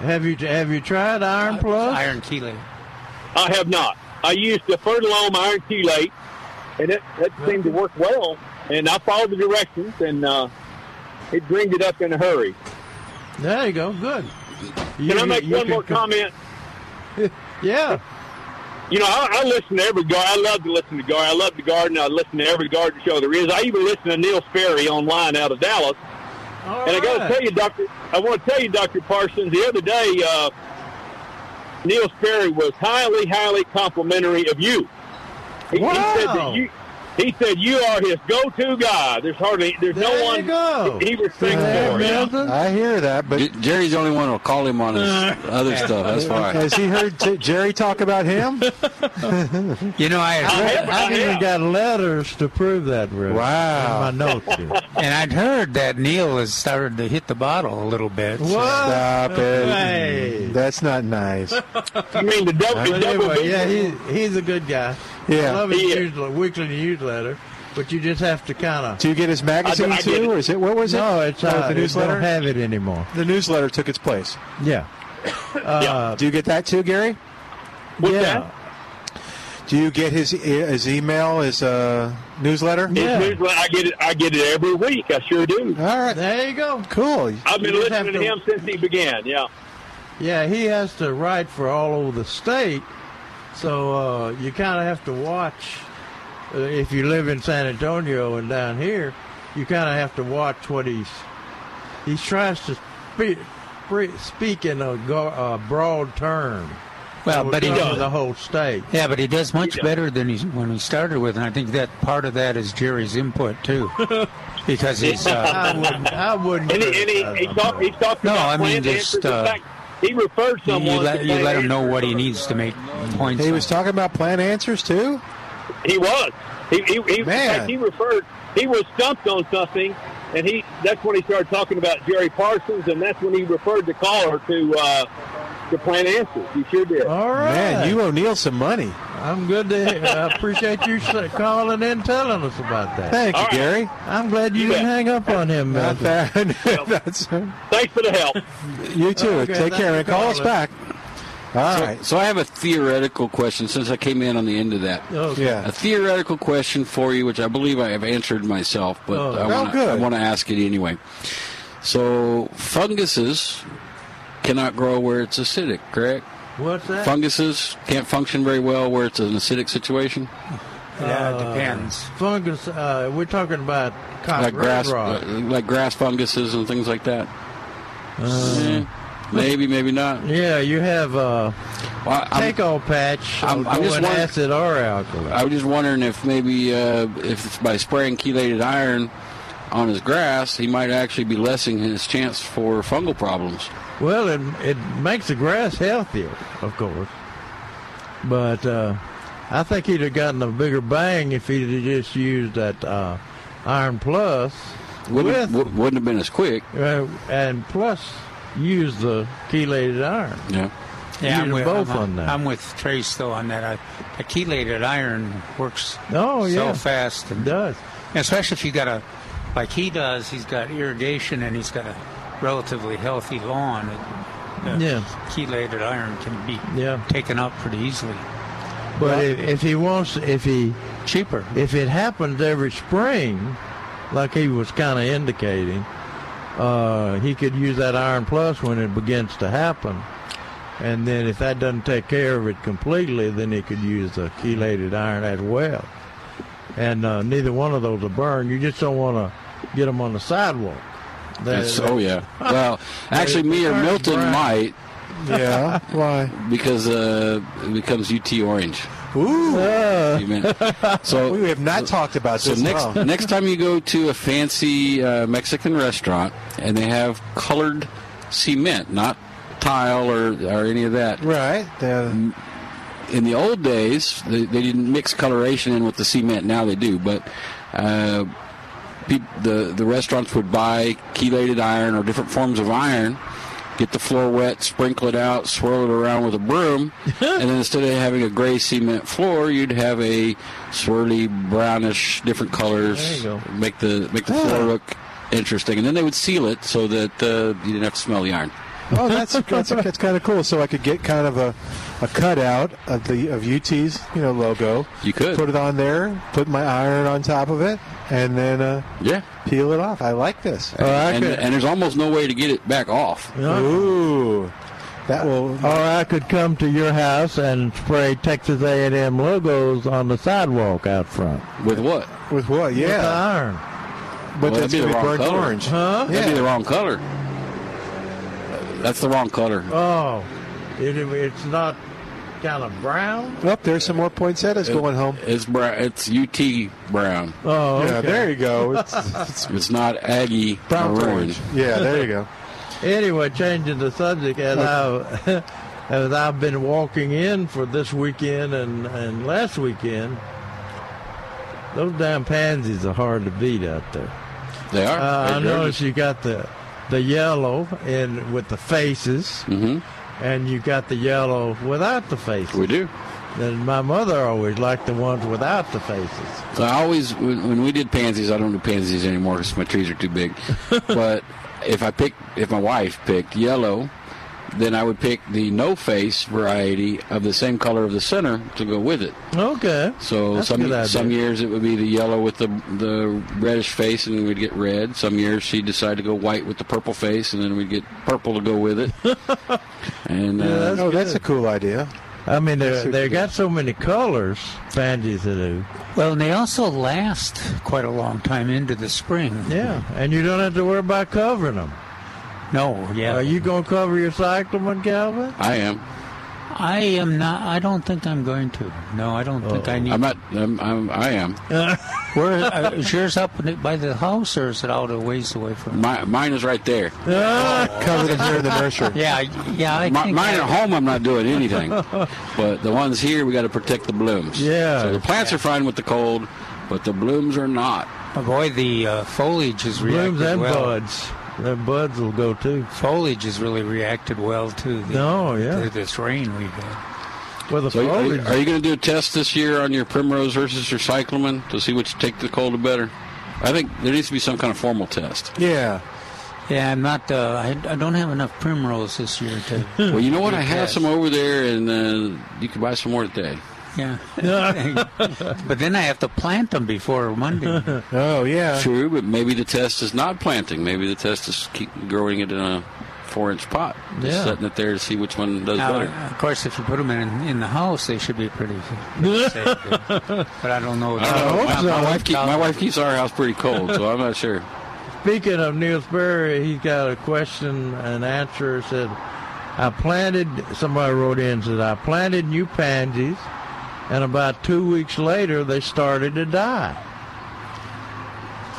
Speaker 2: Have you have you tried Iron Plus?
Speaker 3: iron chelate.
Speaker 7: I have not. I used the Fertilome iron chelate, and it that seemed to work well. And I followed the directions, and uh, it greened it up in a hurry.
Speaker 2: There you go. Good.
Speaker 7: Can I make
Speaker 2: you
Speaker 7: one more
Speaker 2: can-
Speaker 7: comment?
Speaker 2: Yeah.
Speaker 7: You know, I, I listen to every guard. I love to listen to guard. I love the garden. I listen to every garden show there is. I even listen to Neil Sperry online out of Dallas. and I got to tell you, Doctor, I want to tell you, Doctor Parsons. The other day, uh, Neil Sperry was highly, highly complimentary of you. He, he said that
Speaker 2: Wow.
Speaker 7: you. He said you are his go-to guy. There's hardly there's
Speaker 2: There
Speaker 7: no
Speaker 2: you
Speaker 7: one
Speaker 2: go.
Speaker 7: he respects
Speaker 2: There,
Speaker 7: more. Yeah.
Speaker 2: Milton.
Speaker 1: I hear that, but
Speaker 5: J- Jerry's the only one who'll call him on his other stuff. That's why.
Speaker 1: has he heard J- Jerry talk about him?
Speaker 3: You know, I
Speaker 7: have-
Speaker 2: I
Speaker 7: I
Speaker 2: even
Speaker 7: have.
Speaker 2: got letters to prove that, Rick.
Speaker 1: Wow.
Speaker 2: In my notes here.
Speaker 3: and I'd heard that Neil has started to hit the bottle a little bit. so-
Speaker 1: Stop it.
Speaker 2: Hey.
Speaker 1: That's not nice.
Speaker 7: I mean the double,
Speaker 2: But
Speaker 7: double
Speaker 2: anyway, yeah,
Speaker 7: he,
Speaker 2: he, he's a good guy. I
Speaker 1: Yeah.
Speaker 2: love his
Speaker 7: He is.
Speaker 2: newsle- weekly newsletter, but you just have to kind of.
Speaker 1: Do you get his magazine
Speaker 7: I- I get
Speaker 1: too,
Speaker 7: it.
Speaker 1: or is it what was it?
Speaker 2: No, it's
Speaker 1: Oh,
Speaker 2: uh,
Speaker 1: the
Speaker 2: they
Speaker 1: newsletter.
Speaker 2: Don't have it anymore.
Speaker 1: the newsletter took its place.
Speaker 2: Yeah. Uh,
Speaker 1: Do you get that too, Gary?
Speaker 7: What's
Speaker 2: yeah.
Speaker 7: that?
Speaker 1: Do you get his e, his email, his uh, newsletter?
Speaker 2: Yeah.
Speaker 7: I get it. I get it every week. I sure do.
Speaker 1: All right.
Speaker 2: There you go.
Speaker 1: Cool.
Speaker 7: I've been
Speaker 2: You just have
Speaker 7: listening to,
Speaker 2: to-
Speaker 7: him since he began. Yeah.
Speaker 2: Yeah, he has to write for all over the state, so uh, you kind of have to watch. Uh, if you live in San Antonio and down here, you kind of have to watch what he's he tries to speak, pre- speak in a, go, a broad term.
Speaker 3: Well, but he
Speaker 2: Cover
Speaker 3: does.
Speaker 2: the whole state.
Speaker 3: Yeah, but he does much better than he when he started with, and I think that part of that is Jerry's input too, because he's. Uh,
Speaker 2: I wouldn't. I wouldn't.
Speaker 7: And he, and he,
Speaker 2: criticize
Speaker 7: he
Speaker 2: him.
Speaker 7: talked. He talked
Speaker 3: No,
Speaker 7: about
Speaker 3: I mean,
Speaker 7: planned
Speaker 3: just,
Speaker 7: answers. In
Speaker 3: uh,
Speaker 7: fact, he referred
Speaker 3: you
Speaker 7: someone.
Speaker 3: let
Speaker 7: to
Speaker 3: you let
Speaker 7: planned
Speaker 3: him know
Speaker 7: answers.
Speaker 3: what he needs to make points.
Speaker 1: He was
Speaker 3: on.
Speaker 1: talking about plan answers too.
Speaker 7: He was. He, he, he, in
Speaker 1: Man.
Speaker 7: fact, he referred. He was stumped on something, and he. That's when he started talking about Jerry Parsons, and that's when he referred the caller to uh, to planned answers. He sure did.
Speaker 2: All right.
Speaker 1: Man, you owe Neil some money.
Speaker 2: I'm good to. hear- I appreciate you s- calling in, telling us about that.
Speaker 1: Thank you,
Speaker 7: All right.
Speaker 1: Gary.
Speaker 2: I'm glad you
Speaker 7: You
Speaker 2: didn't
Speaker 7: bet.
Speaker 2: hang up on him,
Speaker 1: Not
Speaker 2: Milton.
Speaker 1: bad. That's,
Speaker 7: Thanks for the help.
Speaker 1: you too.
Speaker 2: Okay,
Speaker 1: Take
Speaker 2: thank
Speaker 1: care
Speaker 2: you,
Speaker 1: and call us
Speaker 2: Colin.
Speaker 1: back. All
Speaker 5: So,
Speaker 1: right.
Speaker 5: so I have a theoretical question since I came in on the end of that.
Speaker 2: Okay.
Speaker 1: Yeah.
Speaker 5: A theoretical question for you, which I believe I have answered myself, but
Speaker 2: Oh.
Speaker 5: I
Speaker 1: Oh,
Speaker 5: wanna-
Speaker 1: good.
Speaker 5: I want to ask it anyway. So funguses cannot grow where it's acidic, correct?
Speaker 2: What's that?
Speaker 5: Funguses can't function very well where it's an acidic situation,
Speaker 3: Yeah, it depends.
Speaker 2: Uh, fungus. Uh, we're talking about cotton
Speaker 5: like grass,
Speaker 2: rod.
Speaker 5: uh, like grass funguses and things like that. Eh, maybe, maybe not.
Speaker 2: Uh. yeah, you have uh,
Speaker 5: Well, I- I'm,
Speaker 2: take-all patch
Speaker 5: I'm-
Speaker 2: I'm,
Speaker 5: I'm just wondering-
Speaker 2: acid or alkaline.
Speaker 5: I was just wondering if maybe uh, if by spraying chelated iron on his grass, he might actually be lessening his chance for fungal problems.
Speaker 2: well, it it makes the grass healthier, of course. But uh, I think he'd have gotten a bigger bang if he'd have just used that uh, Iron Plus
Speaker 5: Wouldn't,
Speaker 2: with
Speaker 5: wou- wouldn't have been as quick.
Speaker 2: uh, and plus use the chelated iron.
Speaker 5: Yeah.
Speaker 3: Yeah, I'm
Speaker 2: You're
Speaker 3: with,
Speaker 2: both
Speaker 3: I'm,
Speaker 2: on that.
Speaker 3: I'm with Trace though on that. I, a chelated iron works
Speaker 2: Oh yeah,
Speaker 3: so fast,
Speaker 2: it
Speaker 3: and
Speaker 2: does.
Speaker 3: especially if you got a like he does. He's got irrigation and he's got a relatively healthy lawn. It, the
Speaker 2: Yeah.
Speaker 3: Chelated iron can be
Speaker 2: Yeah.
Speaker 3: taken up pretty easily.
Speaker 2: But if, if he wants, if he
Speaker 3: Cheaper.
Speaker 2: if it happens every spring, like he was kind of indicating, uh, he could use that iron plus when it begins to happen. And then if that doesn't take care of it completely, then he could use the chelated iron as well. And uh, neither one of those will burn. You just don't want to get them on the sidewalk. They-
Speaker 5: That's- oh, yeah. Well, actually, me or
Speaker 2: Burn
Speaker 5: Milton
Speaker 2: brown.
Speaker 5: might
Speaker 1: yeah. Why?
Speaker 5: because uh, it becomes UT orange.
Speaker 1: Ooh.
Speaker 5: You meant- So
Speaker 1: we have not talked about
Speaker 5: So
Speaker 1: this.
Speaker 5: next
Speaker 1: huh?
Speaker 5: next time you go to a fancy uh, Mexican restaurant and they have colored cement, not tile or, or any of that.
Speaker 1: Right. The,
Speaker 5: In the old days, they, they didn't mix coloration in with the cement. Now they do, but. Uh, peop- the the restaurants would buy chelated iron or different forms of iron, get the floor wet, sprinkle it out, swirl it around with a broom, and then instead of having a gray cement floor, you'd have a swirly brownish, different colors.
Speaker 2: There you go.
Speaker 5: Make the make the floor look interesting, and then they would seal it so that uh, you didn't have to smell the iron.
Speaker 1: oh, that's that's, that's kind of cool. So I could get kind of a, a cutout of the of UT's you know logo.
Speaker 5: You could,
Speaker 1: Put it on there. Put my iron on top of it, and then uh,
Speaker 5: yeah.
Speaker 1: peel it off. I like this.
Speaker 2: Oh, I
Speaker 5: and,
Speaker 2: could-
Speaker 5: and there's almost no way to get it back off.
Speaker 2: Yeah.
Speaker 1: Ooh. That will.
Speaker 2: Or I could come to your house and spray Texas A&M logos on the sidewalk out front.
Speaker 5: With what?
Speaker 1: With what?
Speaker 2: With the
Speaker 1: Yeah,
Speaker 2: iron.
Speaker 5: Well,
Speaker 1: but
Speaker 5: that'd
Speaker 1: that's
Speaker 5: be the
Speaker 1: gonna be
Speaker 5: wrong
Speaker 1: burnt
Speaker 5: color.
Speaker 1: orange.
Speaker 2: Huh?
Speaker 5: That'd be
Speaker 1: Yeah.
Speaker 5: the wrong color. That's the wrong color.
Speaker 2: Oh, it, it's not kind of brown.
Speaker 1: Up Oh, there's some more poinsettias going home.
Speaker 5: It's brown. It's UT brown.
Speaker 2: Oh,
Speaker 1: Yeah,
Speaker 2: okay.
Speaker 1: there you go. It's, it's
Speaker 5: It's not Aggie
Speaker 1: brown to
Speaker 5: maroon.
Speaker 1: orange. Yeah, there you go.
Speaker 2: Anyway, changing the subject, as I as I've been walking in for this weekend and and last weekend, those damn pansies are hard to beat out there.
Speaker 5: They are.
Speaker 2: Uh, I
Speaker 5: They're
Speaker 2: noticed you got the the yellow in with the faces,
Speaker 5: gorgeous.
Speaker 2: and you got the yellow without the
Speaker 5: Mhm.
Speaker 2: faces.
Speaker 5: Mm-hmm. We do.
Speaker 2: And my mother always liked the ones without the faces.
Speaker 5: So I always, when, when we did pansies, I don't do pansies anymore because my trees are too big. but if I pick, if my wife picked yellow, then I would pick the no face variety of the same color of the center to go with it.
Speaker 2: Okay.
Speaker 5: So
Speaker 2: That's a good
Speaker 5: some
Speaker 2: idea.
Speaker 5: some years it would be the yellow with the the reddish face, and we'd get red. Some years she decided to go white with the purple face, and then we'd get purple to go with it. and uh,
Speaker 2: Yeah,
Speaker 1: Oh, that's a cool idea.
Speaker 2: I mean, they
Speaker 1: That's what
Speaker 2: they
Speaker 1: you do.
Speaker 2: got so many colors, pansies to do.
Speaker 3: Well, and they also last quite a long time into the spring.
Speaker 2: Yeah, and you don't have to worry about covering them.
Speaker 3: No, yeah.
Speaker 2: Are you going to cover your cyclamen, Calvin?
Speaker 5: I am.
Speaker 3: I am not. I don't think I'm going to. No, I don't think I need.
Speaker 5: Oh. I'm not. I'm. I'm I am.
Speaker 3: Where uh, is yours up in- by the house, or is it out a ways away from? Oh.
Speaker 5: My, mine is right there.
Speaker 1: Covered in here in the nursery.
Speaker 3: Yeah, I- yeah. I
Speaker 5: My,
Speaker 3: think
Speaker 5: mine
Speaker 3: I-
Speaker 5: at home, I'm not doing anything. but the ones here, we got to protect the blooms.
Speaker 2: Yeah.
Speaker 5: So the plants are fine with the cold, but the blooms are not.
Speaker 3: Oh, boy, the uh, foliage is reacted
Speaker 2: Blooms and
Speaker 3: well.
Speaker 2: buds. The buds will go too.
Speaker 3: Foliage has really reacted well to the,
Speaker 2: No, yeah.
Speaker 3: to this rain we've had.
Speaker 2: Well, the
Speaker 5: So are you,
Speaker 2: foliage.
Speaker 5: are you going to do a test this year on your primrose versus your cyclamen to see which take the cold better? I think there needs to be some kind of formal test.
Speaker 1: Yeah.
Speaker 3: Yeah, I'm not. Uh, I, I don't have enough primrose this year to.
Speaker 5: Well, you know what? I have
Speaker 3: Yes.
Speaker 5: some over there, and uh, you can buy some more today.
Speaker 3: Yeah. but then I have to plant them before Monday.
Speaker 1: Oh, yeah.
Speaker 5: True, but maybe the test is not planting. Maybe the test is keep growing it in a four-inch pot, just
Speaker 2: Yeah.
Speaker 5: setting it there to see which one does
Speaker 3: Now,
Speaker 5: better.
Speaker 3: of course, if you put them in in the house, they should be pretty, pretty safe. But I don't know.
Speaker 5: I don't know.
Speaker 2: hope
Speaker 5: My,
Speaker 2: so.
Speaker 5: my wife keep, my wife keeps our house pretty cold, so I'm not sure.
Speaker 2: Speaking of Neil Sperry, he's got a question and answer. It Said, I planted, somebody wrote in, said, I planted new pansies, and about two weeks later, they started to die.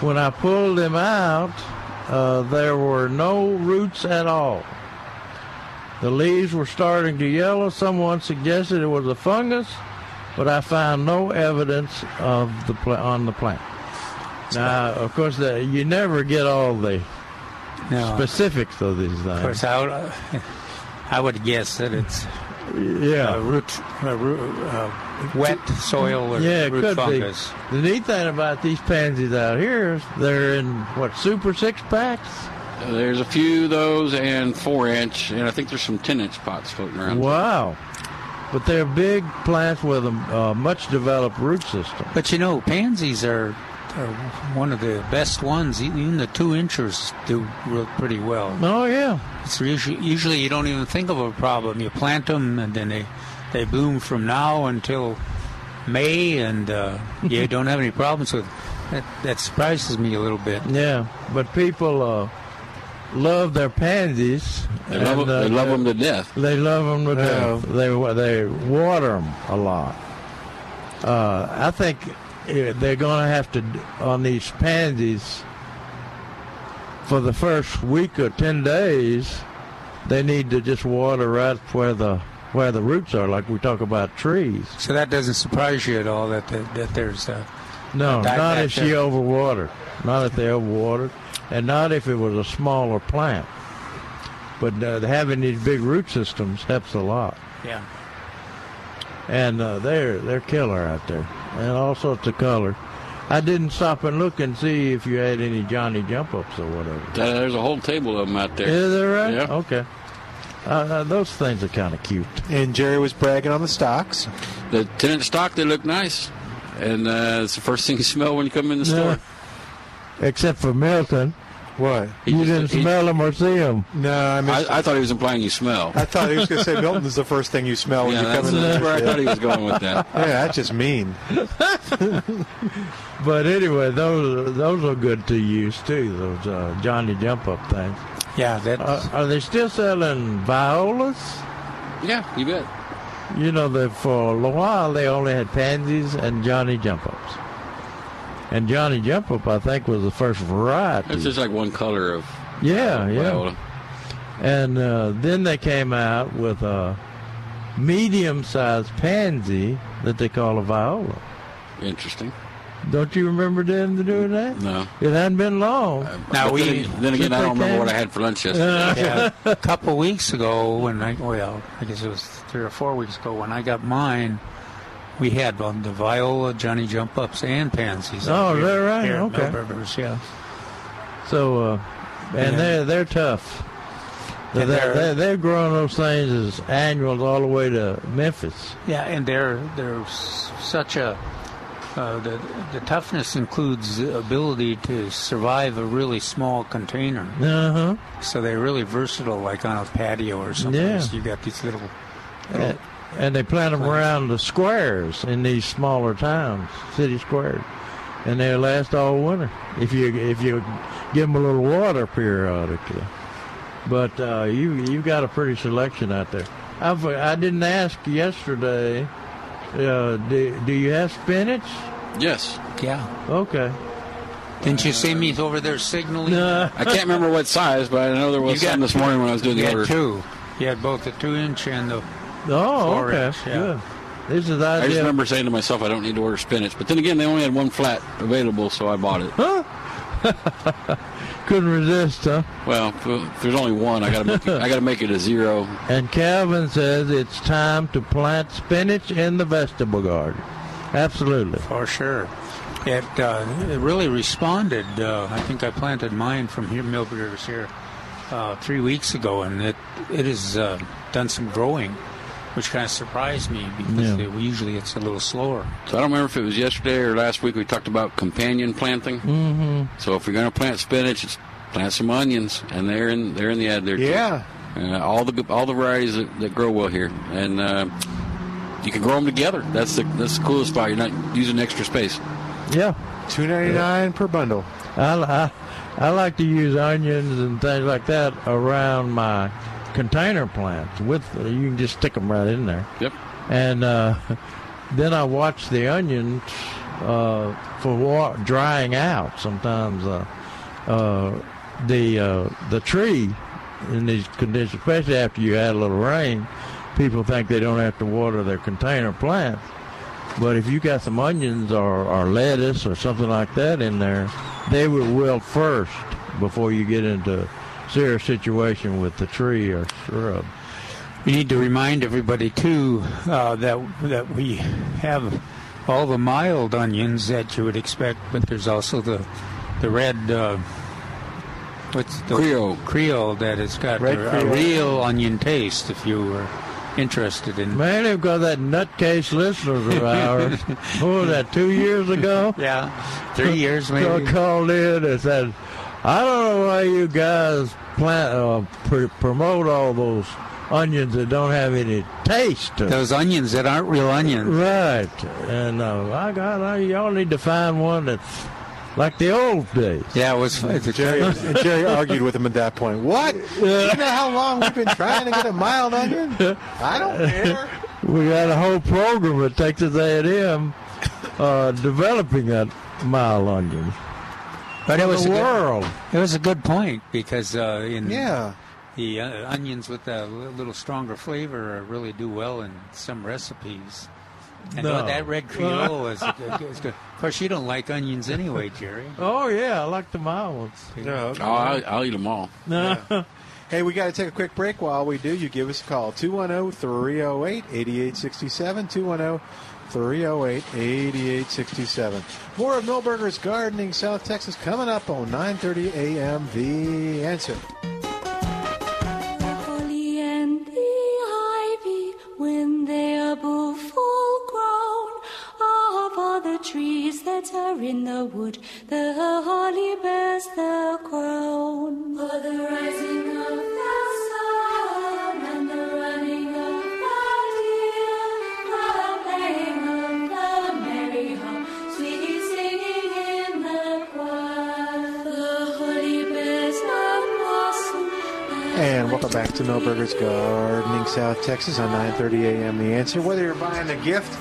Speaker 2: When I pulled them out, uh, there were no roots at all. The leaves were starting to yellow. Someone suggested it was a fungus, but I found no evidence of the pla- on the plant. Now, of course, the, you never get all the
Speaker 3: No, of
Speaker 2: specifics of these things.
Speaker 3: course, I would, I would guess that it's a
Speaker 2: yeah.
Speaker 3: root, a root uh, wet soil or
Speaker 2: Yeah, it
Speaker 3: root
Speaker 2: could
Speaker 3: fungus.
Speaker 2: be. The neat thing about these pansies out here is they're in, what, super six packs?
Speaker 5: There's a few of those and four-inch, and I think there's some ten-inch pots floating around.
Speaker 2: Wow. But they're big plants with a uh, much developed root system.
Speaker 3: But you know, pansies are, are one of the best ones. E, Even the two inchers do real pretty well.
Speaker 2: Oh, yeah.
Speaker 3: It's usually, usually you don't even think of a problem. You plant them and then they, they bloom from now until May, and uh, you don't have any problems with. That, that surprises me a little bit.
Speaker 2: Yeah. But people uh, love their pansies.
Speaker 5: They love, 'em-
Speaker 2: and, uh,
Speaker 5: they love 'em to death.
Speaker 2: They love them to death. They they water them a lot. Uh, I think eh, they're going to have to d- on these pansies for the first week or ten days. They need to just water right where the where the roots are, like we talk about trees.
Speaker 3: So that doesn't surprise you at all that the, that there's uh,
Speaker 2: No,
Speaker 3: Back-
Speaker 2: not
Speaker 3: back
Speaker 2: if
Speaker 3: there.
Speaker 2: she overwatered. Not if they overwatered, and not if it was a smaller plant. But uh, having these big root systems helps a lot.
Speaker 3: yeah.
Speaker 2: and uh, they're they're killer out there, and all sorts of color. I didn't stop and look and see if you had any Johnny jump ups or whatever.
Speaker 5: Uh, There's a whole table of them out there.
Speaker 2: Is that right?
Speaker 5: Yeah.
Speaker 2: Okay. Uh, uh, those things are kind of cute.
Speaker 1: And Jerry was bragging on the stocks.
Speaker 5: The ten-inch stock, they look nice, and uh, it's the first thing you smell when you come in the
Speaker 2: Yeah.
Speaker 5: store.
Speaker 2: Except for Milton.
Speaker 1: What?
Speaker 5: He
Speaker 2: you
Speaker 5: just-
Speaker 2: didn't
Speaker 5: he-
Speaker 2: smell them or see them.
Speaker 1: No, I missed
Speaker 5: I, I thought he was implying you smell.
Speaker 1: I thought he was going to say Milton's the first thing you smell when
Speaker 5: yeah,
Speaker 1: you come
Speaker 5: that's,
Speaker 1: in.
Speaker 5: that's where I
Speaker 1: yeah.
Speaker 5: thought he was going with that.
Speaker 1: yeah, that's just mean.
Speaker 2: But anyway, those those are good to use too. Those uh, Johnny Jump Up things.
Speaker 3: Yeah, that.
Speaker 2: Uh, are they still selling violas?
Speaker 5: Yeah, you bet.
Speaker 2: You know that for a while they only had pansies and Johnny Jump Ups. And Johnny Jump Up, I think, was the first variety.
Speaker 5: It's just like one color of
Speaker 2: Uh, yeah, yeah.
Speaker 5: viola.
Speaker 2: And uh, then they came out with a medium-sized pansy that they call a viola.
Speaker 5: Interesting.
Speaker 2: Don't you remember them doing that?
Speaker 5: No. Uh,
Speaker 2: It hadn't been long.
Speaker 3: Now
Speaker 5: But
Speaker 3: we-
Speaker 5: Then, then again, I don't remember what I had for lunch yesterday.
Speaker 3: yeah, a couple weeks ago when I well, I guess it was three or four weeks ago when I got mine. We had um, the viola, Johnny Jump Ups, and pansies.
Speaker 2: Oh,
Speaker 3: out
Speaker 2: is that right?
Speaker 3: here at
Speaker 2: Okay.
Speaker 3: Mill Rivers, yeah.
Speaker 2: So, uh, and
Speaker 3: Yeah.
Speaker 2: they're they're tough. They're,
Speaker 3: And they're-
Speaker 2: they're, they're growing those things as annuals all the way to Memphis.
Speaker 3: Yeah, and they're they're s- such a uh, the the toughness includes the ability to survive a really small container. Uh-huh.
Speaker 2: Uh huh.
Speaker 3: So they're really versatile, like on a patio or something.
Speaker 2: Yeah.
Speaker 3: You got these little.
Speaker 2: And, and they plant them around the squares in these smaller towns, city squares, and they'll last all winter if you if you give them a little water periodically. But uh, you you've got a pretty selection out there. I've, I didn't ask yesterday. Uh, do, do you have spinach?
Speaker 5: Yes.
Speaker 3: Yeah.
Speaker 2: Okay.
Speaker 3: Didn't you see me over there signaling?
Speaker 2: No.
Speaker 5: I can't remember what size, but I know there was
Speaker 3: You got-
Speaker 5: some this morning when I was doing
Speaker 3: You
Speaker 5: the
Speaker 3: had
Speaker 5: order.
Speaker 3: two. You had both the two inch and the.
Speaker 2: Oh,
Speaker 3: Four
Speaker 2: okay.
Speaker 3: inch, yeah.
Speaker 2: Good. This is the
Speaker 5: I just
Speaker 2: idea.
Speaker 5: remember saying to myself, I don't need to order spinach. But then again, they only had one flat available, so I bought it.
Speaker 2: Couldn't resist, huh?
Speaker 5: Well, if- if there's only one, I gotta make it, I gotta make it a zero.
Speaker 2: And Calvin says it's time to plant spinach in the vegetable garden. Absolutely.
Speaker 3: For sure. It, uh, it really responded. Uh, I think I planted mine from here, Millburgers here, uh, three weeks ago, and it it has uh, done some growing, which kind of surprised me because
Speaker 2: Yeah.
Speaker 3: it- usually it's a little slower.
Speaker 5: So I don't remember if it was yesterday or last week we talked about companion planting.
Speaker 6: Mm.
Speaker 5: Mm-hmm. So if you're gonna plant spinach, it's plant some onions, and they're in they're in the ad there. too.
Speaker 1: Yeah.
Speaker 5: Uh, all the all the varieties that, that grow well here, and uh, you can grow them together. That's the that's the coolest part. You're not using extra space.
Speaker 2: Yeah.
Speaker 1: Two ninety nine per bundle.
Speaker 2: I, I, I like to use onions and things like that around my container plants. With You can just stick them right in there.
Speaker 5: Yep.
Speaker 2: And uh, then I watch the onions uh, for wa- drying out. Sometimes uh, uh, the uh, the tree in these conditions, especially after you had a little rain, people think they don't have to water their container plants. But if you got some onions or, or lettuce or something like that in there, they will wilt first before you get into serious situation with the tree or shrub.
Speaker 3: We need to remind everybody too uh, that that we have all the mild onions that you would expect, but there's also the the red. Uh, what's the
Speaker 5: Creole.
Speaker 3: Creole that has got
Speaker 2: Red
Speaker 3: a,
Speaker 2: Creole.
Speaker 3: a real onion taste. If you were interested in.
Speaker 2: Man, they've got that nutcase listeners of ours. what was that, two years ago?
Speaker 3: Yeah, three years
Speaker 2: They
Speaker 3: maybe.
Speaker 2: called in and said, I don't know why you guys plant, uh, pr- promote all those onions that don't have any taste. to 'em."
Speaker 3: Those onions that aren't real onions.
Speaker 2: Right. And uh, I got, I, y'all need to find one that's like the old days.
Speaker 3: Yeah, it was. It's a
Speaker 1: Jerry, and Jerry argued with him at that point. What? You know how long we've been trying to get a mild onion? I don't care.
Speaker 2: We got a whole program at Texas A&M uh, developing that mild onion.
Speaker 3: but it was
Speaker 2: the
Speaker 3: a good-
Speaker 2: world.
Speaker 3: it was a good point because uh, in
Speaker 1: Yeah.
Speaker 3: The uh, onions with a li- little stronger flavor really do well in some recipes. And
Speaker 2: No.
Speaker 3: uh, that red Creole is, is good. Of course, you don't like onions anyway, Jerry.
Speaker 2: Oh, yeah, I like the mild ones.
Speaker 1: No.
Speaker 5: Oh, I, I'll eat them all.
Speaker 1: Hey, we got to take a quick break. While we do, you give us a call oh, 210 308 8867. 210 308 8867. More of Millburgers Gardening South Texas coming up on 9.30 a.m. The Answer.
Speaker 6: The holly and the ivy, when they are both full grown, of all the trees that are in the wood, the holly bears the crown.
Speaker 1: And welcome back to No Burgers Gardening South Texas on 9:30 a.m. The answer: Whether you're buying a gift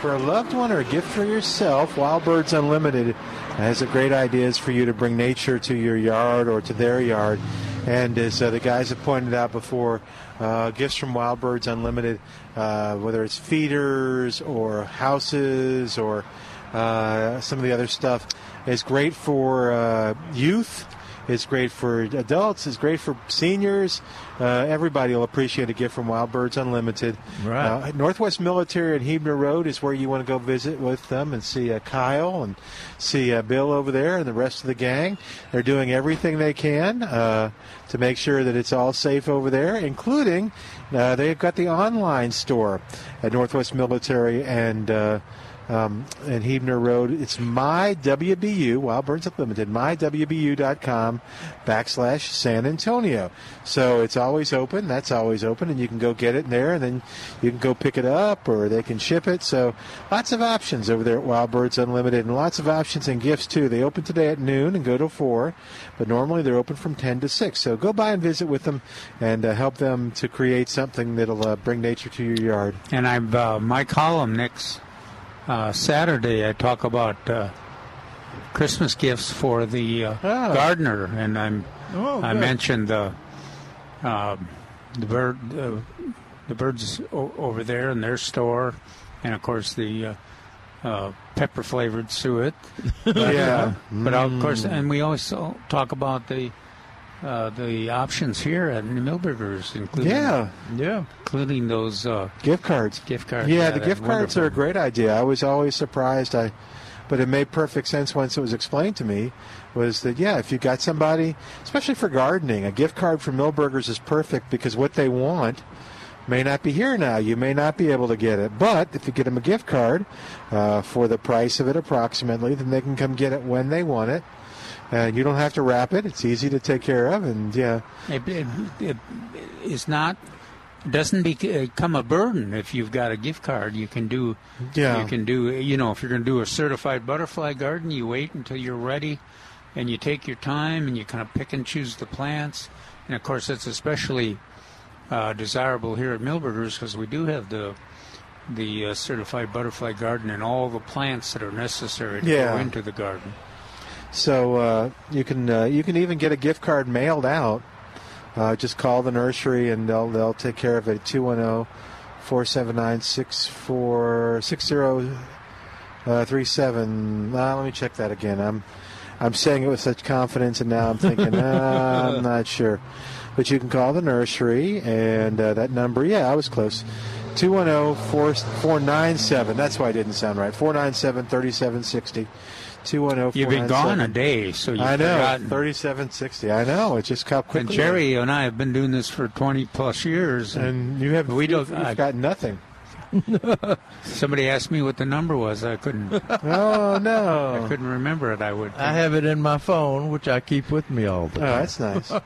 Speaker 1: for a loved one or a gift for yourself, Wild Birds Unlimited has a great ideas for you to bring nature to your yard or to their yard. And as uh, the guys have pointed out before, uh, gifts from Wild Birds Unlimited, uh, whether it's feeders or houses or uh, some of the other stuff, is great for uh, youth. It's great for adults. It's great for seniors. Uh, everybody will appreciate a gift from Wild Birds Unlimited.
Speaker 2: Right.
Speaker 1: Uh, Northwest Military at Hebner Road is where you want to go visit with them and see uh, Kyle and see uh, Bill over there and the rest of the gang. They're doing everything they can uh, to make sure that it's all safe over there, including uh, they've got the online store at Northwest Military and. Uh, um, and Hebner Road. It's my WBU, Wild Burns Unlimited, mywbu.com backslash San Antonio. So it's always open. That's always open. And you can go get it there and then you can go pick it up or they can ship it. So lots of options over there at Wild Birds Unlimited and lots of options and gifts too. They open today at noon and go till 4, but normally they're open from 10 to 6. So go by and visit with them and uh, help them to create something that'll uh, bring nature to your yard.
Speaker 3: And I've uh, my column next uh, Saturday. I talk about uh, Christmas gifts for the uh, gardener, and I'm
Speaker 2: Ah. Oh,
Speaker 3: I
Speaker 2: good.
Speaker 3: mentioned the um the bird uh, the birds o- over there in their store, and of course the. Uh, uh, pepper flavored suet, but, uh,
Speaker 1: Yeah.
Speaker 3: but of course, and we also talk about the uh, the options here at Millburgers, including
Speaker 1: Yeah.
Speaker 2: Yeah.
Speaker 3: including those uh,
Speaker 1: Gift cards.
Speaker 3: gift cards.
Speaker 1: Yeah, the
Speaker 3: that's
Speaker 1: gift cards are a
Speaker 3: wonderful.
Speaker 1: great idea. I was always surprised. I, but it made perfect sense once it was explained to me. Was that yeah? If you got somebody, especially for gardening, a gift card from Millburgers is perfect because what they want may not be here now. You may not be able to get it, but if you get them a gift card uh, for the price of it approximately, then they can come get it when they want it. And you don't have to wrap it. It's easy to take care of, and yeah,
Speaker 3: It, it, it is not doesn't become a burden if you've got a gift card. You can do
Speaker 1: Yeah.
Speaker 3: you can do you know if you're going to do a certified butterfly garden, you wait until you're ready, and you take your time and you kind of pick and choose the plants. And of course, that's especially uh, desirable here at Millburgers because we do have the the uh, certified butterfly garden and all the plants that are necessary to
Speaker 1: Yeah.
Speaker 3: go into the garden.
Speaker 1: So uh, you can uh, you can even get a gift card mailed out. Uh, just call the nursery and they'll they'll take care of it. 210 479 uh, 6037. Uh, Let me check that again. I'm I'm saying it with such confidence and now I'm thinking uh, I'm not sure. But you can call the nursery and uh, that number, yeah, I was close. oh, 210-497. That's why I didn't sound right. 497-3760. 210
Speaker 3: You've been gone a day, so you've
Speaker 1: I know,
Speaker 3: forgotten.
Speaker 1: thirty-seven sixty. I know. It just got
Speaker 3: And
Speaker 1: quickly.
Speaker 3: Jerry and I have been doing this for 20 plus years. And
Speaker 1: and you have
Speaker 3: We don't-
Speaker 1: You've
Speaker 3: I-
Speaker 1: got nothing.
Speaker 3: somebody asked me what the number was. I couldn't.
Speaker 1: Oh
Speaker 3: I
Speaker 1: no.
Speaker 3: couldn't remember it. I would.
Speaker 2: I have it in my phone, which I keep with me all the
Speaker 1: Oh,
Speaker 2: time.
Speaker 1: that's nice. All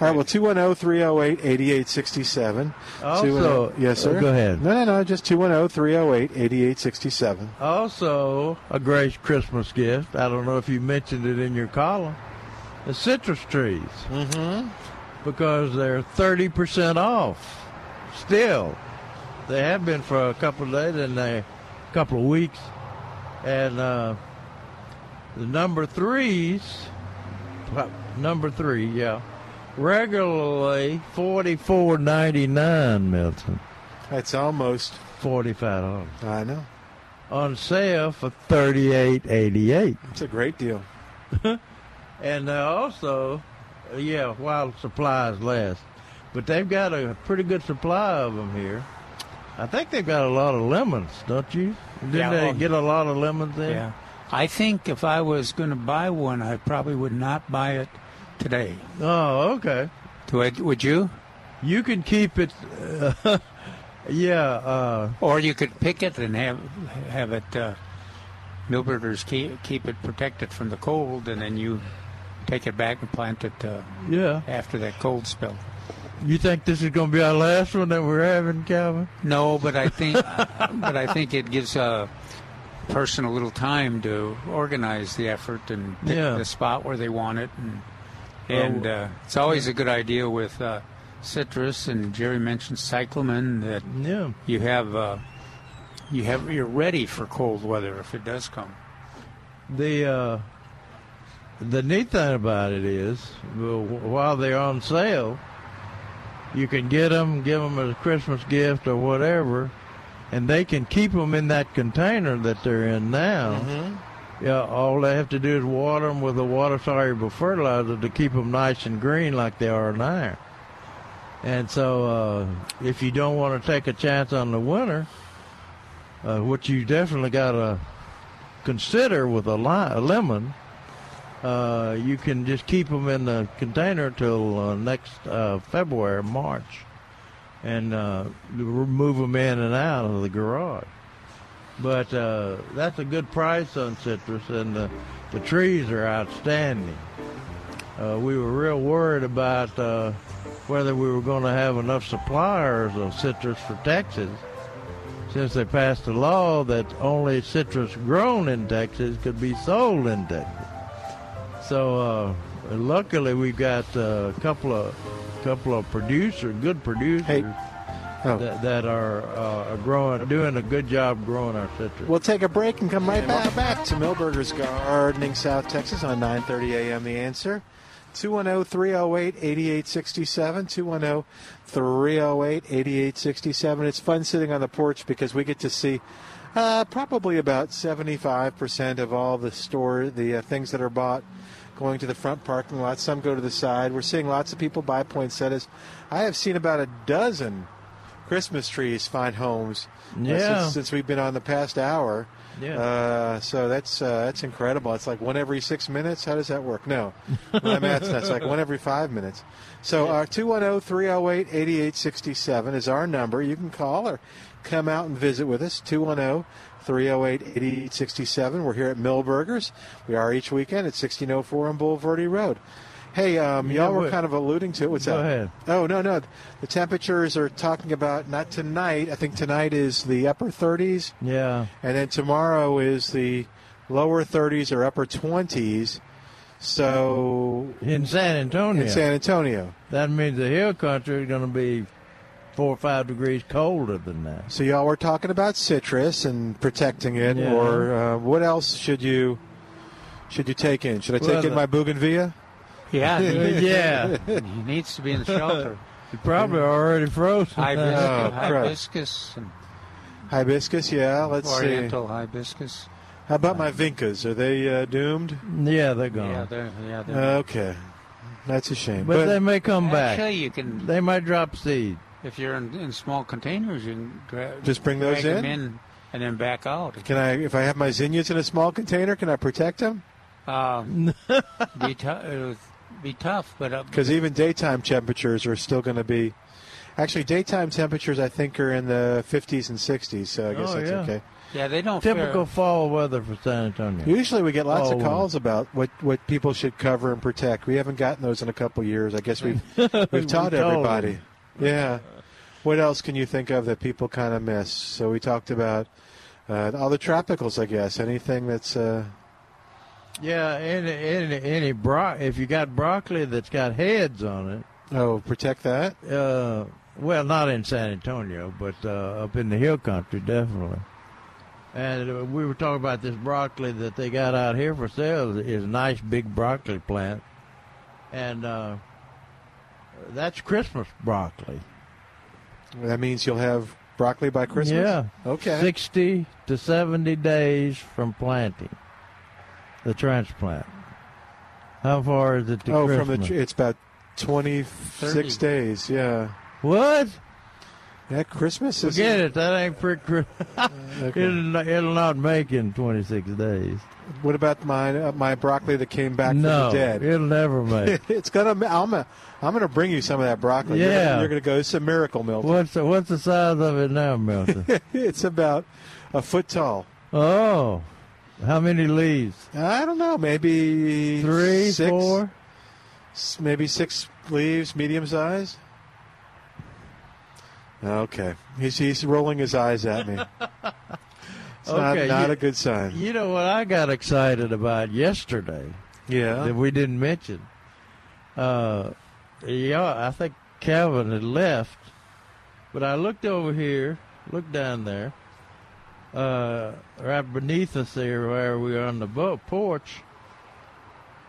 Speaker 1: right, well, oh, 210 308 8867.
Speaker 2: Also-
Speaker 1: yes, sir.
Speaker 2: oh, go ahead.
Speaker 1: No, no, no, just oh, 210 308 8867.
Speaker 2: Also, a great Christmas gift. I don't know if you mentioned it in your column. The citrus trees. Mm-hmm. Because they're 30% off. Still. They have been for a couple of days and they, a couple of weeks. And uh, the number threes, well, number three, yeah, regularly forty four ninety nine, Milton,
Speaker 1: That's almost,
Speaker 2: forty five dollars
Speaker 1: I know.
Speaker 2: on sale for thirty eight eighty eight.
Speaker 1: It's a great deal.
Speaker 2: And uh, also, uh, yeah, while supplies last, but they've got a pretty good supply of them here. I think they've got a lot of lemons, don't you? Didn't
Speaker 3: Yeah,
Speaker 2: they
Speaker 3: well-
Speaker 2: get a lot of lemons in?
Speaker 3: Yeah. I think if I was going to buy one, I probably would not buy it today.
Speaker 2: Oh, okay.
Speaker 3: Do I, would you?
Speaker 2: You can keep it. Uh, yeah. Uh,
Speaker 3: Or you could pick it and have have it. Uh, Milburgers keep, keep it protected from the cold, and then you take it back and plant it uh,
Speaker 2: yeah.
Speaker 3: after that cold spell.
Speaker 2: You think this is going to be our last one that we're having, Calvin?
Speaker 3: No, but I think, but I think it gives a person a little time to organize the effort and pick
Speaker 2: Yeah.
Speaker 3: the spot where they want it and And uh, it's always a good idea with uh, citrus, and Jerry mentioned cyclamen that
Speaker 2: Yeah.
Speaker 3: you have uh, you have you're ready for cold weather if it does come.
Speaker 2: The uh, the neat thing about it is, well, while they're on sale, you can get them, give them as a Christmas gift or whatever, and they can keep them in that container that they're in now.
Speaker 4: Mm-hmm.
Speaker 2: Yeah, all they have to do is water them with a water soluble fertilizer to keep them nice and green like they are now. And so, uh, if you don't want to take a chance on the winter, uh, which you definitely got to consider with a, li- a lemon, uh, you can just keep them in the container till uh, next uh, February, March, and uh, remove them in and out of the garage. But uh, that's a good price on citrus, and the, the trees are outstanding. Uh, we were real worried about uh, whether we were going to have enough suppliers of citrus for Texas since they passed a law that only citrus grown in Texas could be sold in Texas. So uh, luckily, we've got uh, a couple of couple of producers, good producers
Speaker 1: Hey. Oh.
Speaker 2: that, that are uh, are growing, doing a good job growing our citrus.
Speaker 1: We'll take a break and come right back, back to Milberger's Gardening, South Texas on 9:30 a.m. The answer oh, 210-308-8867 210-308-8867. It's fun sitting on the porch because we get to see uh, probably about 75% of all the store the uh, things that are bought going to the front parking lot. Some go to the side. We're seeing lots of people buy poinsettias. I have seen about a dozen Christmas trees find homes uh,
Speaker 2: Yeah.
Speaker 1: since, since we've been on the past hour.
Speaker 2: Yeah.
Speaker 1: Uh, so that's uh, that's incredible. It's like one every six minutes. How does that work? No, my math's not. It's like one every five minutes. So uh, our oh, 210-308-8867 is our number. You can call or come out and visit with us. oh, 210-308-8867. We're here at Millburgers. We are each weekend at 1604 on Boulevardy Road. Hey, um,
Speaker 2: Yeah,
Speaker 1: y'all were
Speaker 2: what-
Speaker 1: kind of alluding to it. What's
Speaker 2: Go
Speaker 1: up?
Speaker 2: ahead.
Speaker 1: Oh no no, the temperatures are talking about not tonight. I think tonight is the upper 30s,
Speaker 2: Yeah,
Speaker 1: and then tomorrow is the lower 30s or upper 20s. So
Speaker 2: in San Antonio,
Speaker 1: in San Antonio,
Speaker 2: that means the hill country is going to be four or five degrees colder than that.
Speaker 1: so y'all were talking about citrus and protecting it,
Speaker 2: Yeah.
Speaker 1: or uh, what else should you should you take in? Should I take
Speaker 2: Well,
Speaker 1: in
Speaker 2: the-
Speaker 1: my bougainvillea?
Speaker 3: Yeah, it
Speaker 2: yeah, Oh,
Speaker 3: needs to be in the shelter.
Speaker 2: you probably already frozen.
Speaker 3: Hibiscus,
Speaker 1: Oh, crap.
Speaker 3: hibiscus and
Speaker 1: Hibiscus, yeah. Let's
Speaker 3: oriental hibiscus.
Speaker 1: see. How about my vincas? Are they uh, doomed? Uh,
Speaker 2: yeah, they're gone,
Speaker 3: Yeah, they're, yeah. They're,
Speaker 1: Okay, that's a shame.
Speaker 2: but, they may come back.
Speaker 3: actually, you can
Speaker 2: They might drop seed.
Speaker 3: if you're in, in small containers, you can gra-
Speaker 1: Just bring those
Speaker 3: drag them
Speaker 1: in?
Speaker 3: in and then back out.
Speaker 1: Can I, if I have my zinnias in a small container, can I protect them?
Speaker 3: Um, be tough. It'll be tough, but uh,
Speaker 1: Because even daytime temperatures are still going to be. Actually, daytime temperatures I think are in the 50s and 60s, so I guess
Speaker 2: Oh,
Speaker 1: that's
Speaker 2: yeah.
Speaker 1: okay.
Speaker 3: yeah, they don't. Fare,
Speaker 2: Typical fall weather for San Antonio.
Speaker 1: Usually we get lots
Speaker 2: Oh,
Speaker 1: of calls about what, what people should cover and protect. We haven't gotten those in a couple years. I guess we've we've taught
Speaker 2: told
Speaker 1: everybody. Yeah. What else can you think of that people kind of miss? So we talked about uh, all the tropicals, I guess. Anything that's uh,
Speaker 2: Yeah, any any any bro- if you got broccoli that's got heads on
Speaker 1: oh, protect that.
Speaker 2: it, uh, well, not in San Antonio, but uh, up in the hill country, definitely. And uh, we were talking about this broccoli that they got out here for sale is a nice big broccoli plant, and uh, that's Christmas broccoli.
Speaker 1: That means you'll have broccoli by Christmas.
Speaker 2: Yeah.
Speaker 1: Okay.
Speaker 2: Sixty to seventy days from planting, the transplant. How far is it to
Speaker 1: oh,
Speaker 2: Christmas?
Speaker 1: from the tr- it's about twenty six days. Yeah,
Speaker 2: What?
Speaker 1: yeah. Christmas is
Speaker 2: Forget it. That ain't for Christmas.
Speaker 1: Okay.
Speaker 2: It'll, not- it'll not make in 26 days.
Speaker 1: What about mine? Uh, my broccoli that came back
Speaker 2: no,
Speaker 1: from the
Speaker 2: it'll never make.
Speaker 1: dead. it's gonna. I'm gonna, I'm gonna bring you some of that broccoli. You're
Speaker 2: Yeah.
Speaker 1: gonna- you're gonna go. It's a miracle, Milton.
Speaker 2: what's the, what's the size of it now, Milton?
Speaker 1: It's about a foot tall.
Speaker 2: oh, how many leaves?
Speaker 1: I don't know. Maybe
Speaker 2: Three,
Speaker 1: six,
Speaker 2: four.
Speaker 1: s- maybe six leaves, medium size. Okay, he's he's rolling his eyes at me. It's not,
Speaker 2: Okay,
Speaker 1: not
Speaker 2: you-
Speaker 1: a good sign.
Speaker 2: You know what I got excited about yesterday
Speaker 1: yeah.
Speaker 2: that we didn't mention? uh, yeah, I think Calvin had left, but I looked over here, looked down there, uh, right beneath us there where we were on the boat porch,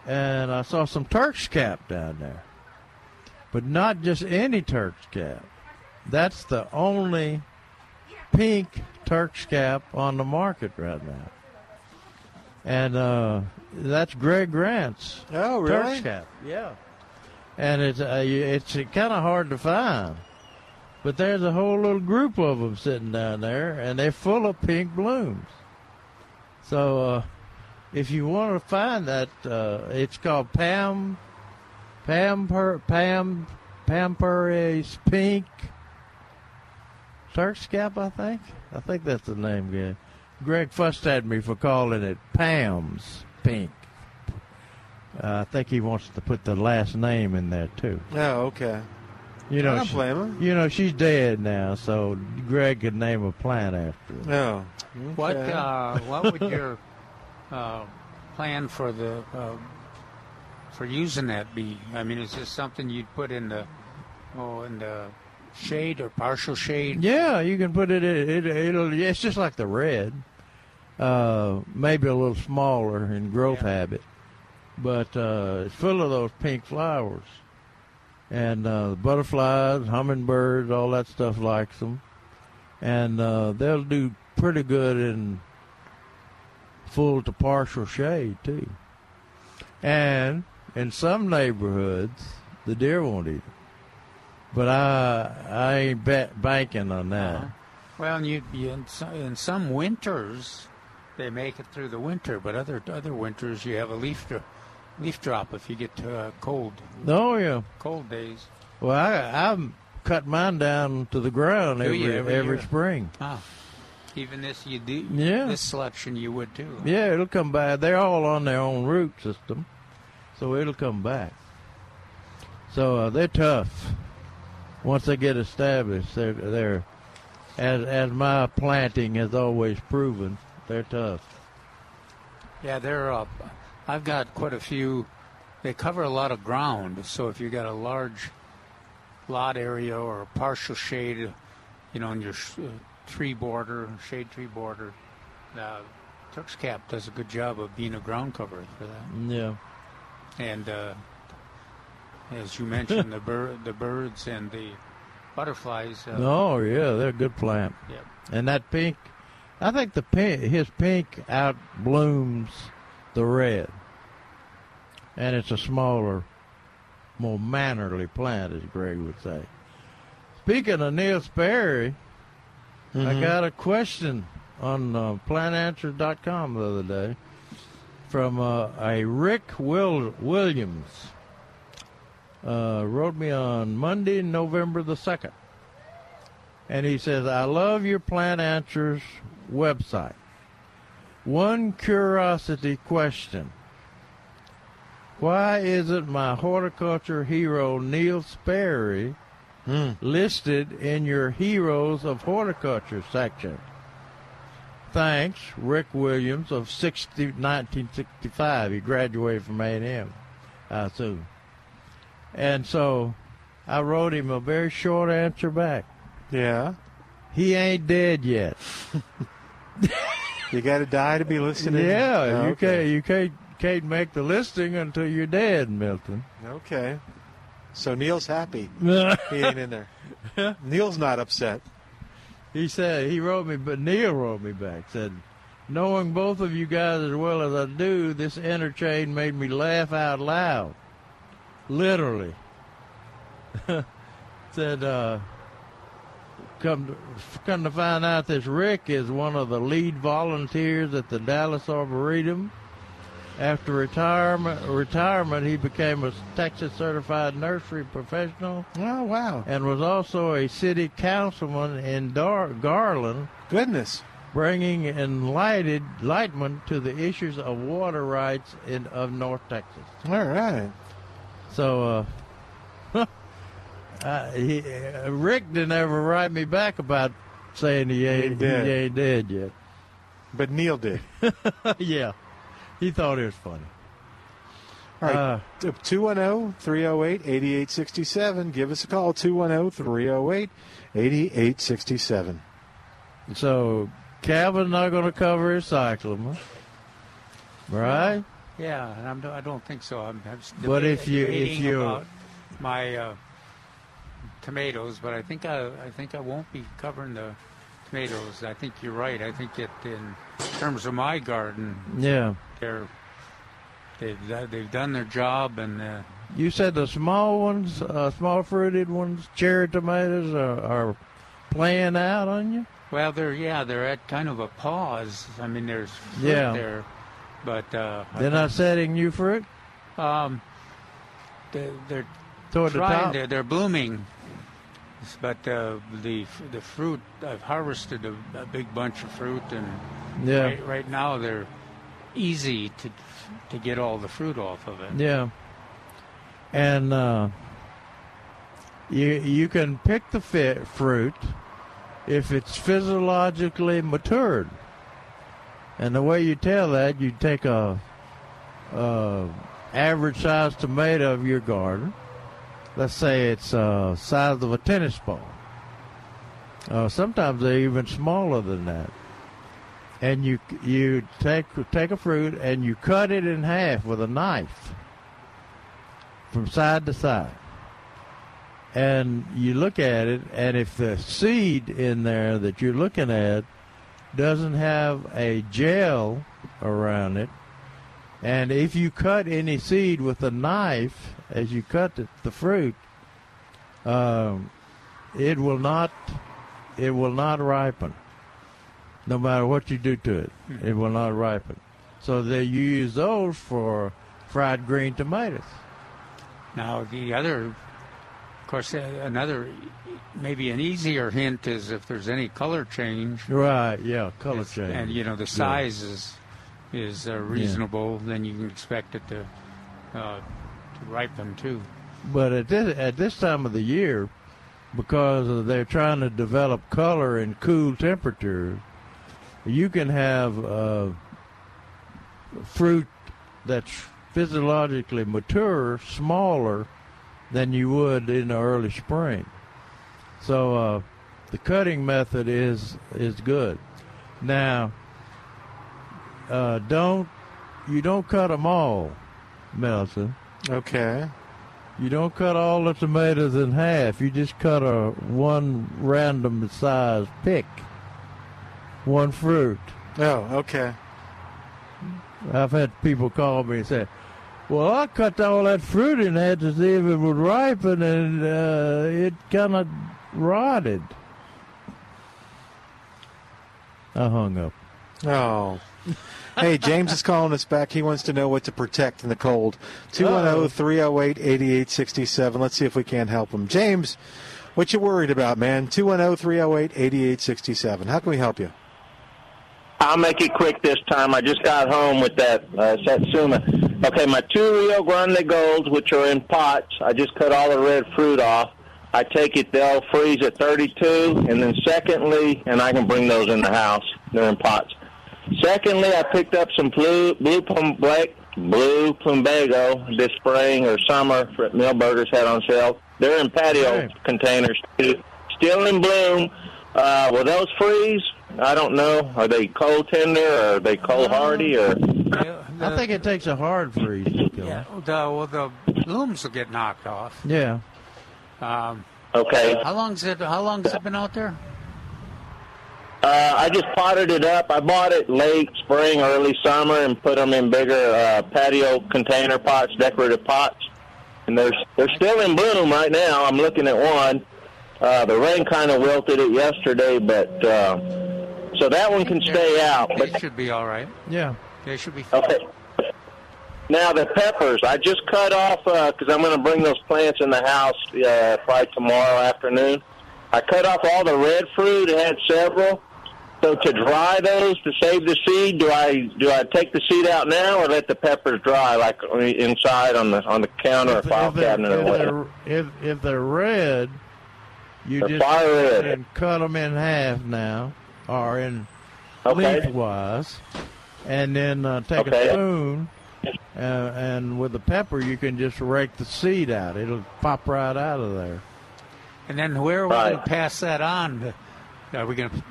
Speaker 2: and I saw some Turk's cap down there, but not just any Turk's cap. That's the only pink Turk's cap on the market right now. And uh, that's Greg Grant's
Speaker 1: Oh, really?
Speaker 2: Turk's cap. Yeah. And it's uh, you- it's kind of hard to find. But there's a whole little group of them sitting down there, and they're full of pink blooms. So uh, if you want to find that, uh, it's called Pam, Pam, Pam, Pamperes Pink Turk's Cap, I think. I think that's the name. Greg. Greg fussed at me for calling it Pam's Pink. Uh, I think he wants to put the last name in there too.
Speaker 1: Oh, okay.
Speaker 2: You know,
Speaker 1: I don't
Speaker 2: she-
Speaker 1: blame him.
Speaker 2: You know, she's dead now, so Greg could name a plant after her.
Speaker 1: No.
Speaker 3: What
Speaker 1: Okay.
Speaker 3: uh, what would your uh, plan for the uh, for using that be? I mean, is this something you'd put in the oh in the shade or partial shade?
Speaker 2: Yeah, you can put it. in- It, it'll. It's just like the red, uh, maybe a little smaller in growth habit, but uh, it's full of those pink flowers, and uh, butterflies, hummingbirds, all that stuff likes them, and uh, they'll do pretty good in full to partial shade too. And in some neighborhoods, the deer won't eat it. But I I ain't bet banking on that.
Speaker 3: Uh-huh. Well, and you, you in, some, in some winters they make it through the winter, but other other winters you have a leaf dro- leaf drop if you get to uh, cold
Speaker 2: Oh yeah.
Speaker 3: cold days.
Speaker 2: Well, I I cut mine down to the ground
Speaker 3: Do
Speaker 2: every
Speaker 3: you? Every
Speaker 2: every,
Speaker 3: year.
Speaker 2: spring.
Speaker 3: Ah, even this you do.
Speaker 2: Yeah.
Speaker 3: this selection you would too.
Speaker 2: Yeah, it'll come back. They're all on their own root system, so it'll come back. So uh, they're tough. Once they get established, they're they're as as my planting has always proven, they're tough.
Speaker 3: Yeah, they're up. I've got quite a few. They cover a lot of ground, so if you got a large lot area or a partial shade, you know, in your sh- uh, tree border, shade tree border, uh, Turk's Cap does a good job of being a ground cover for that.
Speaker 2: Yeah.
Speaker 3: And uh, as you mentioned, the bird, the birds, and the butterflies. Uh,
Speaker 2: Oh yeah, they're a good plant.
Speaker 3: Yep.
Speaker 2: And that pink, I think the pink, his pink out blooms the red, and it's a smaller, more mannerly plant, as Greg would say. Speaking of Neil Sperry, I got a question on uh, PlantAnswer.com the other day from uh, a Rick Will- Williams. Uh, wrote me on Monday, November the second and he says, I love your Plant Answers website. One curiosity question. Why isn't my horticulture hero Neil Sperry listed in your Heroes of Horticulture section? Thanks, Rick Williams of 60, 1965. He graduated from A&M, I assume. And so I wrote him a very short answer back.
Speaker 1: Yeah.
Speaker 2: He ain't dead yet.
Speaker 1: You got to die to be listed. in-
Speaker 2: yeah,
Speaker 1: Oh,
Speaker 2: you
Speaker 1: okay.
Speaker 2: can't you can't can't make the listing until you're dead, Milton.
Speaker 1: Okay. So Neil's happy. He ain't in there. Neil's not upset.
Speaker 2: he said he wrote me, but Neil wrote me back said, knowing both of you guys as well as I do, this interchange made me laugh out loud, literally. said, uh, come to, come to find out, this Rick is one of the lead volunteers at the Dallas Arboretum. After retirement, retirement, he became a Texas certified nursery professional
Speaker 1: Oh wow!
Speaker 2: and was also a city councilman in Dar- Garland,
Speaker 1: Goodness.
Speaker 2: bringing enlighted enlightenment to the issues of water rights in of North Texas.
Speaker 1: All right.
Speaker 2: So, uh, uh, he, uh, Rick didn't ever write me back about saying he ain't, he
Speaker 1: did.
Speaker 2: ain't dead yet.
Speaker 1: But Neil did.
Speaker 2: yeah, he thought it was funny.
Speaker 1: All
Speaker 2: Uh,
Speaker 1: right. oh, 210 308 8867. Give us a call. oh, 210 308 8867.
Speaker 2: So Calvin's not going to cover his cyclamen, right?
Speaker 3: Yeah, and I'm, I don't think so. I'm, I'm s-
Speaker 2: But if you- if
Speaker 3: debating
Speaker 2: you-
Speaker 3: about my uh, tomatoes, but I think uh, I, I think I won't be covering the tomatoes. I think you're right. I think it in terms of my garden,
Speaker 2: Yeah.
Speaker 3: they're they've do- they've done their job, and uh,
Speaker 2: You said the small ones, uh, small fruited ones, cherry tomatoes are, are playing out on you.
Speaker 3: well, they're yeah, they're at kind of a pause. I mean, there's fruit
Speaker 2: Yeah.
Speaker 3: there, but uh,
Speaker 2: They're not setting you fruit
Speaker 3: um, they're, they're
Speaker 2: toward the
Speaker 3: trying.
Speaker 2: top.
Speaker 3: They're, they're blooming, but uh, the the fruit I've harvested a, a big bunch of fruit, and
Speaker 2: Yeah,
Speaker 3: right, right now they're easy to to get all the fruit off of it.
Speaker 2: yeah. And uh, you you can pick the fit fruit if it's physiologically matured. And the way you tell that, you take a, a average size tomato of your garden. Let's say it's uh, size of a tennis ball. Uh, sometimes they're even smaller than that. And you you take take a fruit and you cut it in half with a knife from side to side. And you look at it, and if the seed in there that you're looking at doesn't have a gel around it, and if you cut any seed with a knife as you cut the, the fruit, um, it will not it will not ripen. No matter what you do to it,
Speaker 3: Hmm.
Speaker 2: it will not ripen. So they you use those for fried green tomatoes.
Speaker 3: Now the other, of course, uh, another maybe an easier hint is if there's any color change.
Speaker 2: Right, yeah, color
Speaker 3: It's-
Speaker 2: change.
Speaker 3: And you know the size is is uh, reasonable. Then you can expect it to uh, to ripen too.
Speaker 2: But at this at this time of the year, because they're trying to develop color in cool temperatures, you can have uh, fruit that's physiologically mature, smaller than you would in the early spring. So uh, the cutting method is is good. Now, uh, don't you don't cut them all, Melson.
Speaker 1: Okay.
Speaker 2: You don't cut all the tomatoes in half. You just cut a one random size pick, one fruit.
Speaker 1: Oh, okay.
Speaker 2: I've had people call me and say, "Well, I cut all that fruit in half to see if it would ripen, and uh, it kind of rotted." I hung up.
Speaker 1: Oh. hey, James is calling us back. He wants to know what to protect in the cold. oh, 210 308 8867. Let's see if we can help him. James, what you worried about, man? oh, 210 308 8867. How can we help you?
Speaker 4: I'll make it quick this time. I just got home with that uh, Satsuma. Okay, my two Rio Grande Golds, which are in pots, I just cut all the red fruit off. I take it they'll freeze at 32, and then secondly, and I can bring those in the house. They're in pots. Secondly, I picked up some blue blue plum black blue plumbago this spring or summer for Millburgers had on sale. They're in patio
Speaker 2: Okay.
Speaker 4: containers too, still in bloom. Uh, will those freeze? I don't know. Are they cold tender or are they cold hardy or?
Speaker 3: Yeah,
Speaker 2: I
Speaker 3: the-
Speaker 2: think it takes a hard freeze to kill
Speaker 3: Yeah,
Speaker 2: 'em.
Speaker 3: the, well, the blooms will get knocked off.
Speaker 2: Yeah.
Speaker 3: Um,
Speaker 4: Okay.
Speaker 3: how long's it? How long's it been out there?
Speaker 4: Uh, I just potted it up. I bought it late spring, early summer, and put them in bigger uh, patio container pots, decorative pots. And they're they're still in bloom right now. I'm looking at one. Uh, the rain kind of wilted it yesterday, but uh, so that one can stay out.
Speaker 3: They
Speaker 4: But
Speaker 3: should be all right.
Speaker 2: Yeah.
Speaker 3: They should be. fine.
Speaker 4: okay. Now the peppers, I just cut off uhbecause I'm going to bring those plants in the house uh, probably tomorrow afternoon. I cut off all the red fruit. I had several. So to dry those to save the seed, do I do I take the seed out now or let the peppers dry like I mean, inside on the on the counter or file
Speaker 2: they're,
Speaker 4: cabinet or
Speaker 2: if,
Speaker 4: whatever?
Speaker 2: they're, if, if they're red, you
Speaker 4: They're
Speaker 2: just
Speaker 4: fire red.
Speaker 2: and cut them in half now, or in
Speaker 4: Okay.
Speaker 2: lengthwise, and then uh, take
Speaker 4: Okay.
Speaker 2: a spoon uh, and with the pepper, you can just rake the seed out. It'll pop right out of there.
Speaker 3: And then where are we
Speaker 2: Right.
Speaker 3: going to pass that on? Are we going to,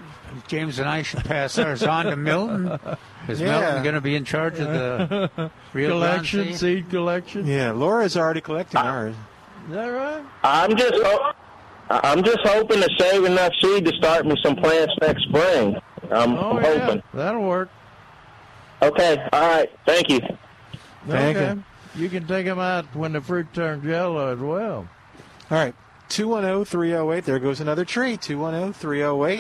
Speaker 3: James and I should pass ours on to Milton? Is
Speaker 1: Yeah.
Speaker 3: Milton going to be in charge of the Rio Grande
Speaker 2: collection, seed collection.
Speaker 1: Yeah, Laura's already collecting ours.
Speaker 2: Is that right?
Speaker 4: I'm just ho- I'm just hoping to save enough seed to start me some plants next spring. I'm
Speaker 2: Oh,
Speaker 4: I'm
Speaker 2: yeah.
Speaker 4: hoping.
Speaker 2: That'll work.
Speaker 4: Okay. All right. Thank you.
Speaker 1: Thank you.
Speaker 2: You can take them out when the fruit turns yellow as well.
Speaker 1: All right. oh, 210 308. There goes another tree. oh, 210 308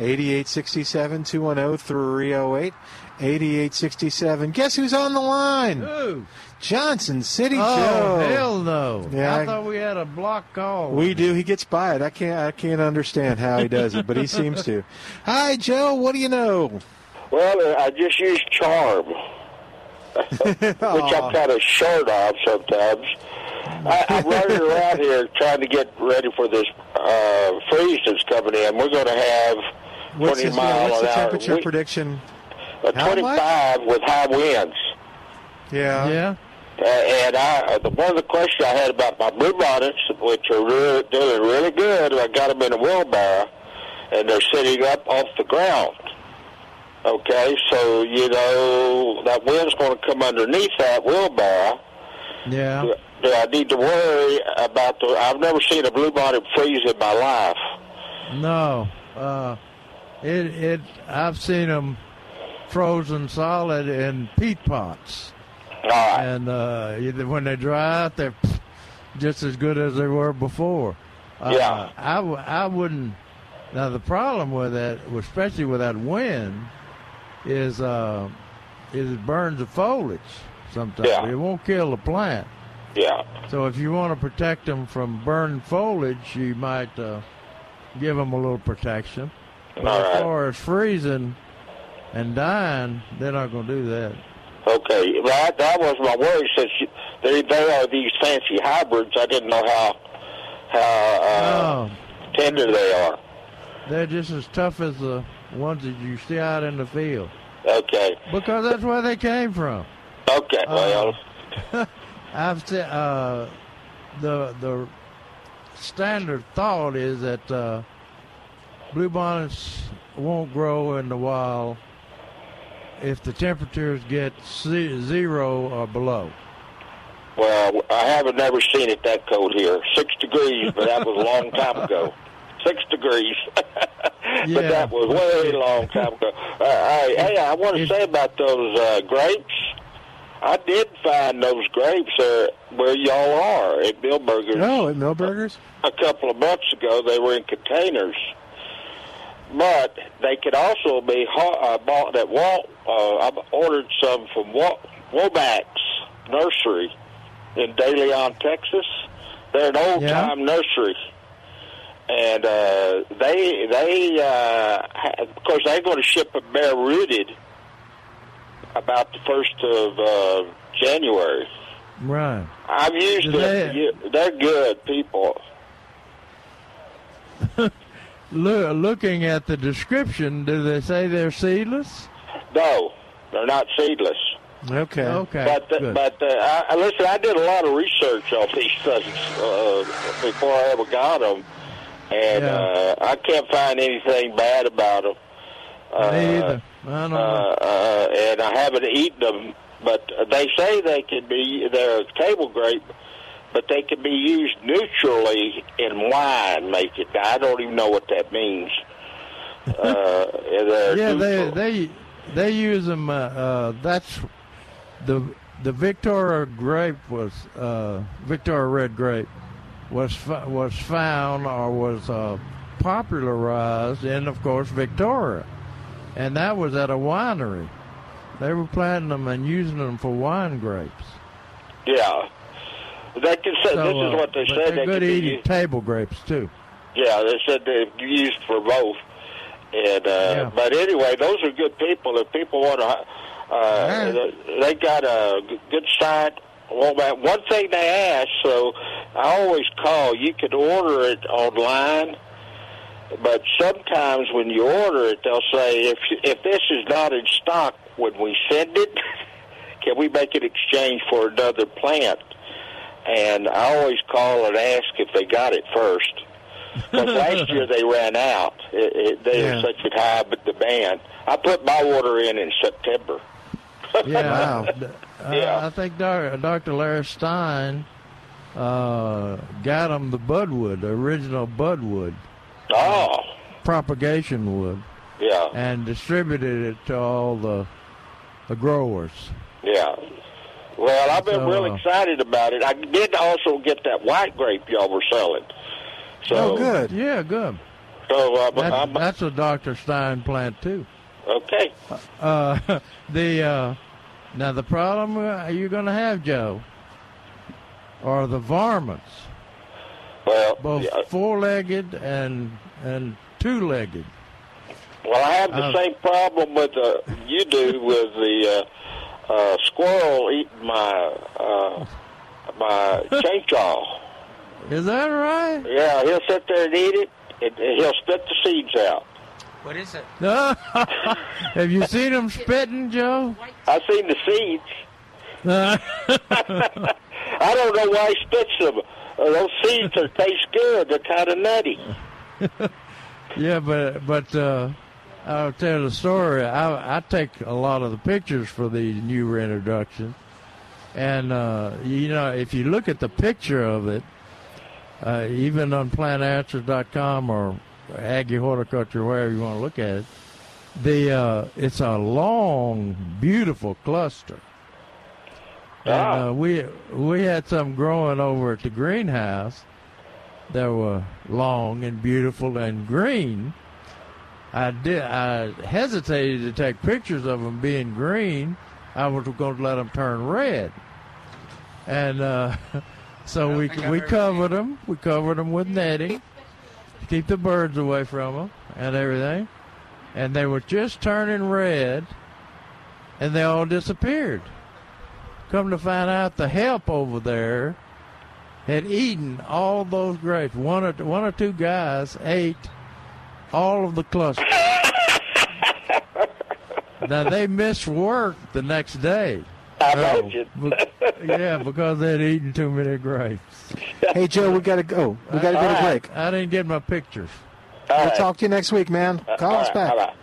Speaker 1: 8867. 210 308 8867. Guess who's on the line?
Speaker 2: Ooh.
Speaker 1: Johnson City
Speaker 2: Oh,
Speaker 1: Joe.
Speaker 2: hell no.
Speaker 1: Yeah,
Speaker 2: I,
Speaker 1: I-
Speaker 2: thought we had a block call.
Speaker 1: We do. He gets by it. I can't. I can't understand how he does it, but he seems to. Hi, Joe. What do you know?
Speaker 8: Well, uh, I just use charm, which I'm kind of short of sometimes. I, I'm running around here trying to get ready for this uh, freeze that's coming in. We're going to have 20
Speaker 1: What's, his, yeah,
Speaker 8: mile
Speaker 1: what's
Speaker 8: an
Speaker 1: the
Speaker 8: hour,
Speaker 1: temperature
Speaker 8: wi-
Speaker 1: prediction?
Speaker 8: uh,
Speaker 1: How much?
Speaker 8: 25 with high winds.
Speaker 1: Yeah.
Speaker 2: Yeah.
Speaker 8: Uh, and I, uh, the one of the questions I had about my bluebonnets, which are really, doing really good, I got them in a wheelbarrow, and they're sitting up off the ground. Okay, so you know that wind's going to come underneath that wheelbarrow.
Speaker 2: Yeah.
Speaker 8: Do- Do I need to worry about the? I've never seen a bluebonnet freeze in my life.
Speaker 2: No. Uh, it it I've seen them frozen solid in peat pots,
Speaker 8: All right,
Speaker 2: and uh, either when they dry out, they're just as good as they were before. Uh,
Speaker 8: Yeah.
Speaker 2: I, w- I wouldn't. Now the problem with that, especially with that wind, is uh, is it burns the foliage. Sometimes
Speaker 8: Yeah.
Speaker 2: it won't kill the plant.
Speaker 8: yeah,
Speaker 2: So if you want to protect them from burning foliage, you might uh, give them a little protection. But
Speaker 8: All
Speaker 2: as
Speaker 8: right.
Speaker 2: far as freezing and dying, they're not going to do that.
Speaker 8: okay. That that was my worry since you, they they are these fancy hybrids. I didn't know how how uh,
Speaker 2: No,
Speaker 8: tender they are.
Speaker 2: they're just as tough as the ones that you see out in the field
Speaker 8: Okay.
Speaker 2: because that's where they came from. Uh,
Speaker 8: Okay. well,
Speaker 2: I've said uh, the the standard thought is that uh, bluebonnets won't grow in the wild if the temperatures get ze- zero or below.
Speaker 8: well, I haven't never seen it that cold here. Six degrees, but that was a long time ago. Six degrees,
Speaker 2: Yeah.
Speaker 8: but that was way long time ago. Uh, I, hey, I want to say about those uh, grapes. I did find those grapes uh, where y'all are at Billburgers.
Speaker 1: No, at Millburgers.
Speaker 8: a couple of months ago, they were in containers. But they could also be ho- uh, bought at Walt. Uh, I ordered some from Wa Womack's Nursery in De Leon, Texas. They're an old time nursery, and uh, they they uh, ha- of course they're going to ship them bare rooted about the first of uh, January.
Speaker 2: Right.
Speaker 8: I've used
Speaker 2: Do
Speaker 8: them.
Speaker 2: they-
Speaker 8: You- They're good people.
Speaker 2: Loo- looking at the description, do they say they're seedless?
Speaker 8: No, they're not seedless.
Speaker 1: Okay.
Speaker 2: Okay.
Speaker 8: but the,
Speaker 2: good.
Speaker 8: but uh, I, I- listen, I did a lot of research on these things uh, before I ever got them, and
Speaker 2: Yeah.
Speaker 8: uh, I can't find anything bad about them. Uh,
Speaker 2: Me either. I don't
Speaker 8: Uh,
Speaker 2: know.
Speaker 8: uh, and I haven't eaten them, but they say they can be they're a table grape, but they can be used neutrally in wine making. Now, I don't even know what that means. Uh, they're
Speaker 2: yeah, they
Speaker 8: neutral.
Speaker 2: they they use them. Uh, uh, that's the the Victoria grape was uh, Victoria red grape was fo- was found or was uh, popularized in, of course, Victoria, and that was at a winery. They were planting them and using them for wine grapes.
Speaker 8: Yeah. They can say,
Speaker 2: So,
Speaker 8: this is
Speaker 2: uh,
Speaker 8: what they
Speaker 2: but
Speaker 8: said
Speaker 2: They're
Speaker 8: they
Speaker 2: good
Speaker 8: could be
Speaker 2: eating
Speaker 8: used.
Speaker 2: table grapes too.
Speaker 8: Yeah, they said they're used for both. And uh,
Speaker 2: Yeah.
Speaker 8: but anyway, those are good people. If people want to, uh, they- they got a g- good site. Well, man, one thing they ask, so I always call. You can order it online, but sometimes when you order it, they'll say if if this is not in stock when we send it, can we make an exchange for another plant? And I always call and ask if they got it first. Because last year they ran out. It, it, they
Speaker 1: Yeah.
Speaker 8: were such a high demand. I put my water in in September.
Speaker 2: Yeah.
Speaker 1: Wow.
Speaker 2: D-
Speaker 8: Yeah.
Speaker 2: I, I think Dar- Dr. Larry Stein uh, got him the budwood, the original budwood,
Speaker 8: Oh,
Speaker 2: propagation wood,
Speaker 8: yeah,
Speaker 2: and distributed it to all the the growers.
Speaker 8: yeah. Well, I've been
Speaker 2: So,
Speaker 8: real
Speaker 2: uh,
Speaker 8: excited about it. I did also get that white grape y'all were selling. So,
Speaker 1: Oh, good.
Speaker 2: Yeah, good.
Speaker 8: So, uh,
Speaker 2: That,
Speaker 8: I'm,
Speaker 2: that's a Dr. Stein plant too.
Speaker 8: okay.
Speaker 2: Uh, the uh, now the problem uh, you're going to have, Joe, are the varmints,
Speaker 8: Well,
Speaker 2: both
Speaker 8: yeah.
Speaker 2: four-legged and and two-legged.
Speaker 8: Well, I have the
Speaker 2: Uh,
Speaker 8: same problem with uh, you do with the uh, uh, squirrel eating my uh, my chainsaw.
Speaker 2: Is that right?
Speaker 8: Yeah, he'll sit there and eat it, and and he'll spit the seeds out.
Speaker 3: What is it?
Speaker 2: Have you seen him spitting, Joe?
Speaker 8: I've seen the seeds.
Speaker 2: Uh,
Speaker 8: I don't know why he spits them. Uh, those seeds are, taste good. They're kind of nutty.
Speaker 2: yeah, but but uh, I'll tell the story. I, I take a lot of the pictures for these new reintroduction, and uh, you know if you look at the picture of it, uh, even on plantanswers.com or Aggie Horticulture, wherever you want to look at it, the uh, it's a long, beautiful cluster. And
Speaker 8: Ah.
Speaker 2: uh, we we had some growing over at the greenhouse that were long and beautiful and green. I did. I hesitated to take pictures of them being green. I was going to let them turn red, and uh, so
Speaker 3: don't
Speaker 2: we
Speaker 3: think I've
Speaker 2: we
Speaker 3: ever
Speaker 2: covered them. We covered them with netting to keep the birds away from them and everything. And they were just turning red, and they all disappeared. Come to find out, the help over there had eaten all those grapes. One or one or two guys ate all of the clusters. now they missed work the next day.
Speaker 8: I imagine.
Speaker 2: Bec- yeah, because they'd eaten too many grapes.
Speaker 1: Hey, Joe, we got to go. We got to go to break.
Speaker 2: I didn't get my pictures.
Speaker 8: All
Speaker 1: We'll
Speaker 8: right. Uh,
Speaker 1: talk to you next week, man. Call
Speaker 8: All
Speaker 1: us
Speaker 8: right,
Speaker 1: back.
Speaker 8: all right.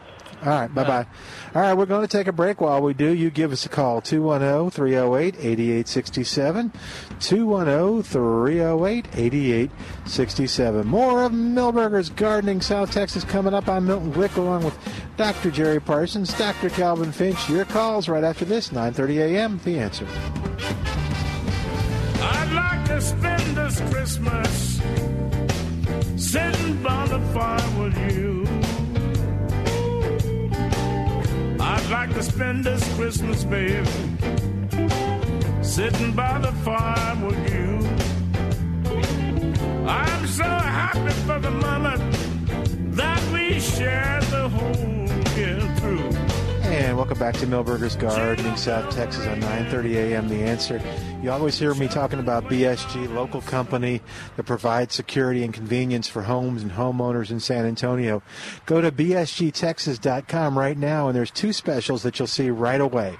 Speaker 1: All right, bye bye. All right, we're going to take a break. While we do, you give us a call oh, 210 308 8867. 210 308 8867. More of Millburgers Gardening South Texas coming up. I'm Milton Glick along with Dr. Jerry Parsons, Dr. Calvin Finch. Your calls right after this, 9.30 a.m. The answer.
Speaker 9: I'd like to spend this Christmas sitting by the fire with you. I'd like to spend this Christmas, babe, sitting by the fire with you. I'm so happy for the moment that we shared the whole year through.
Speaker 1: And welcome back to Millburgers Gardening, South Texas on 9:30 a.m. The Answer. You always hear me talking about BSG, local company that provides security and convenience for homes and homeowners in San Antonio. Go to bsgtexas.com right now, and there's two specials that you'll see right away.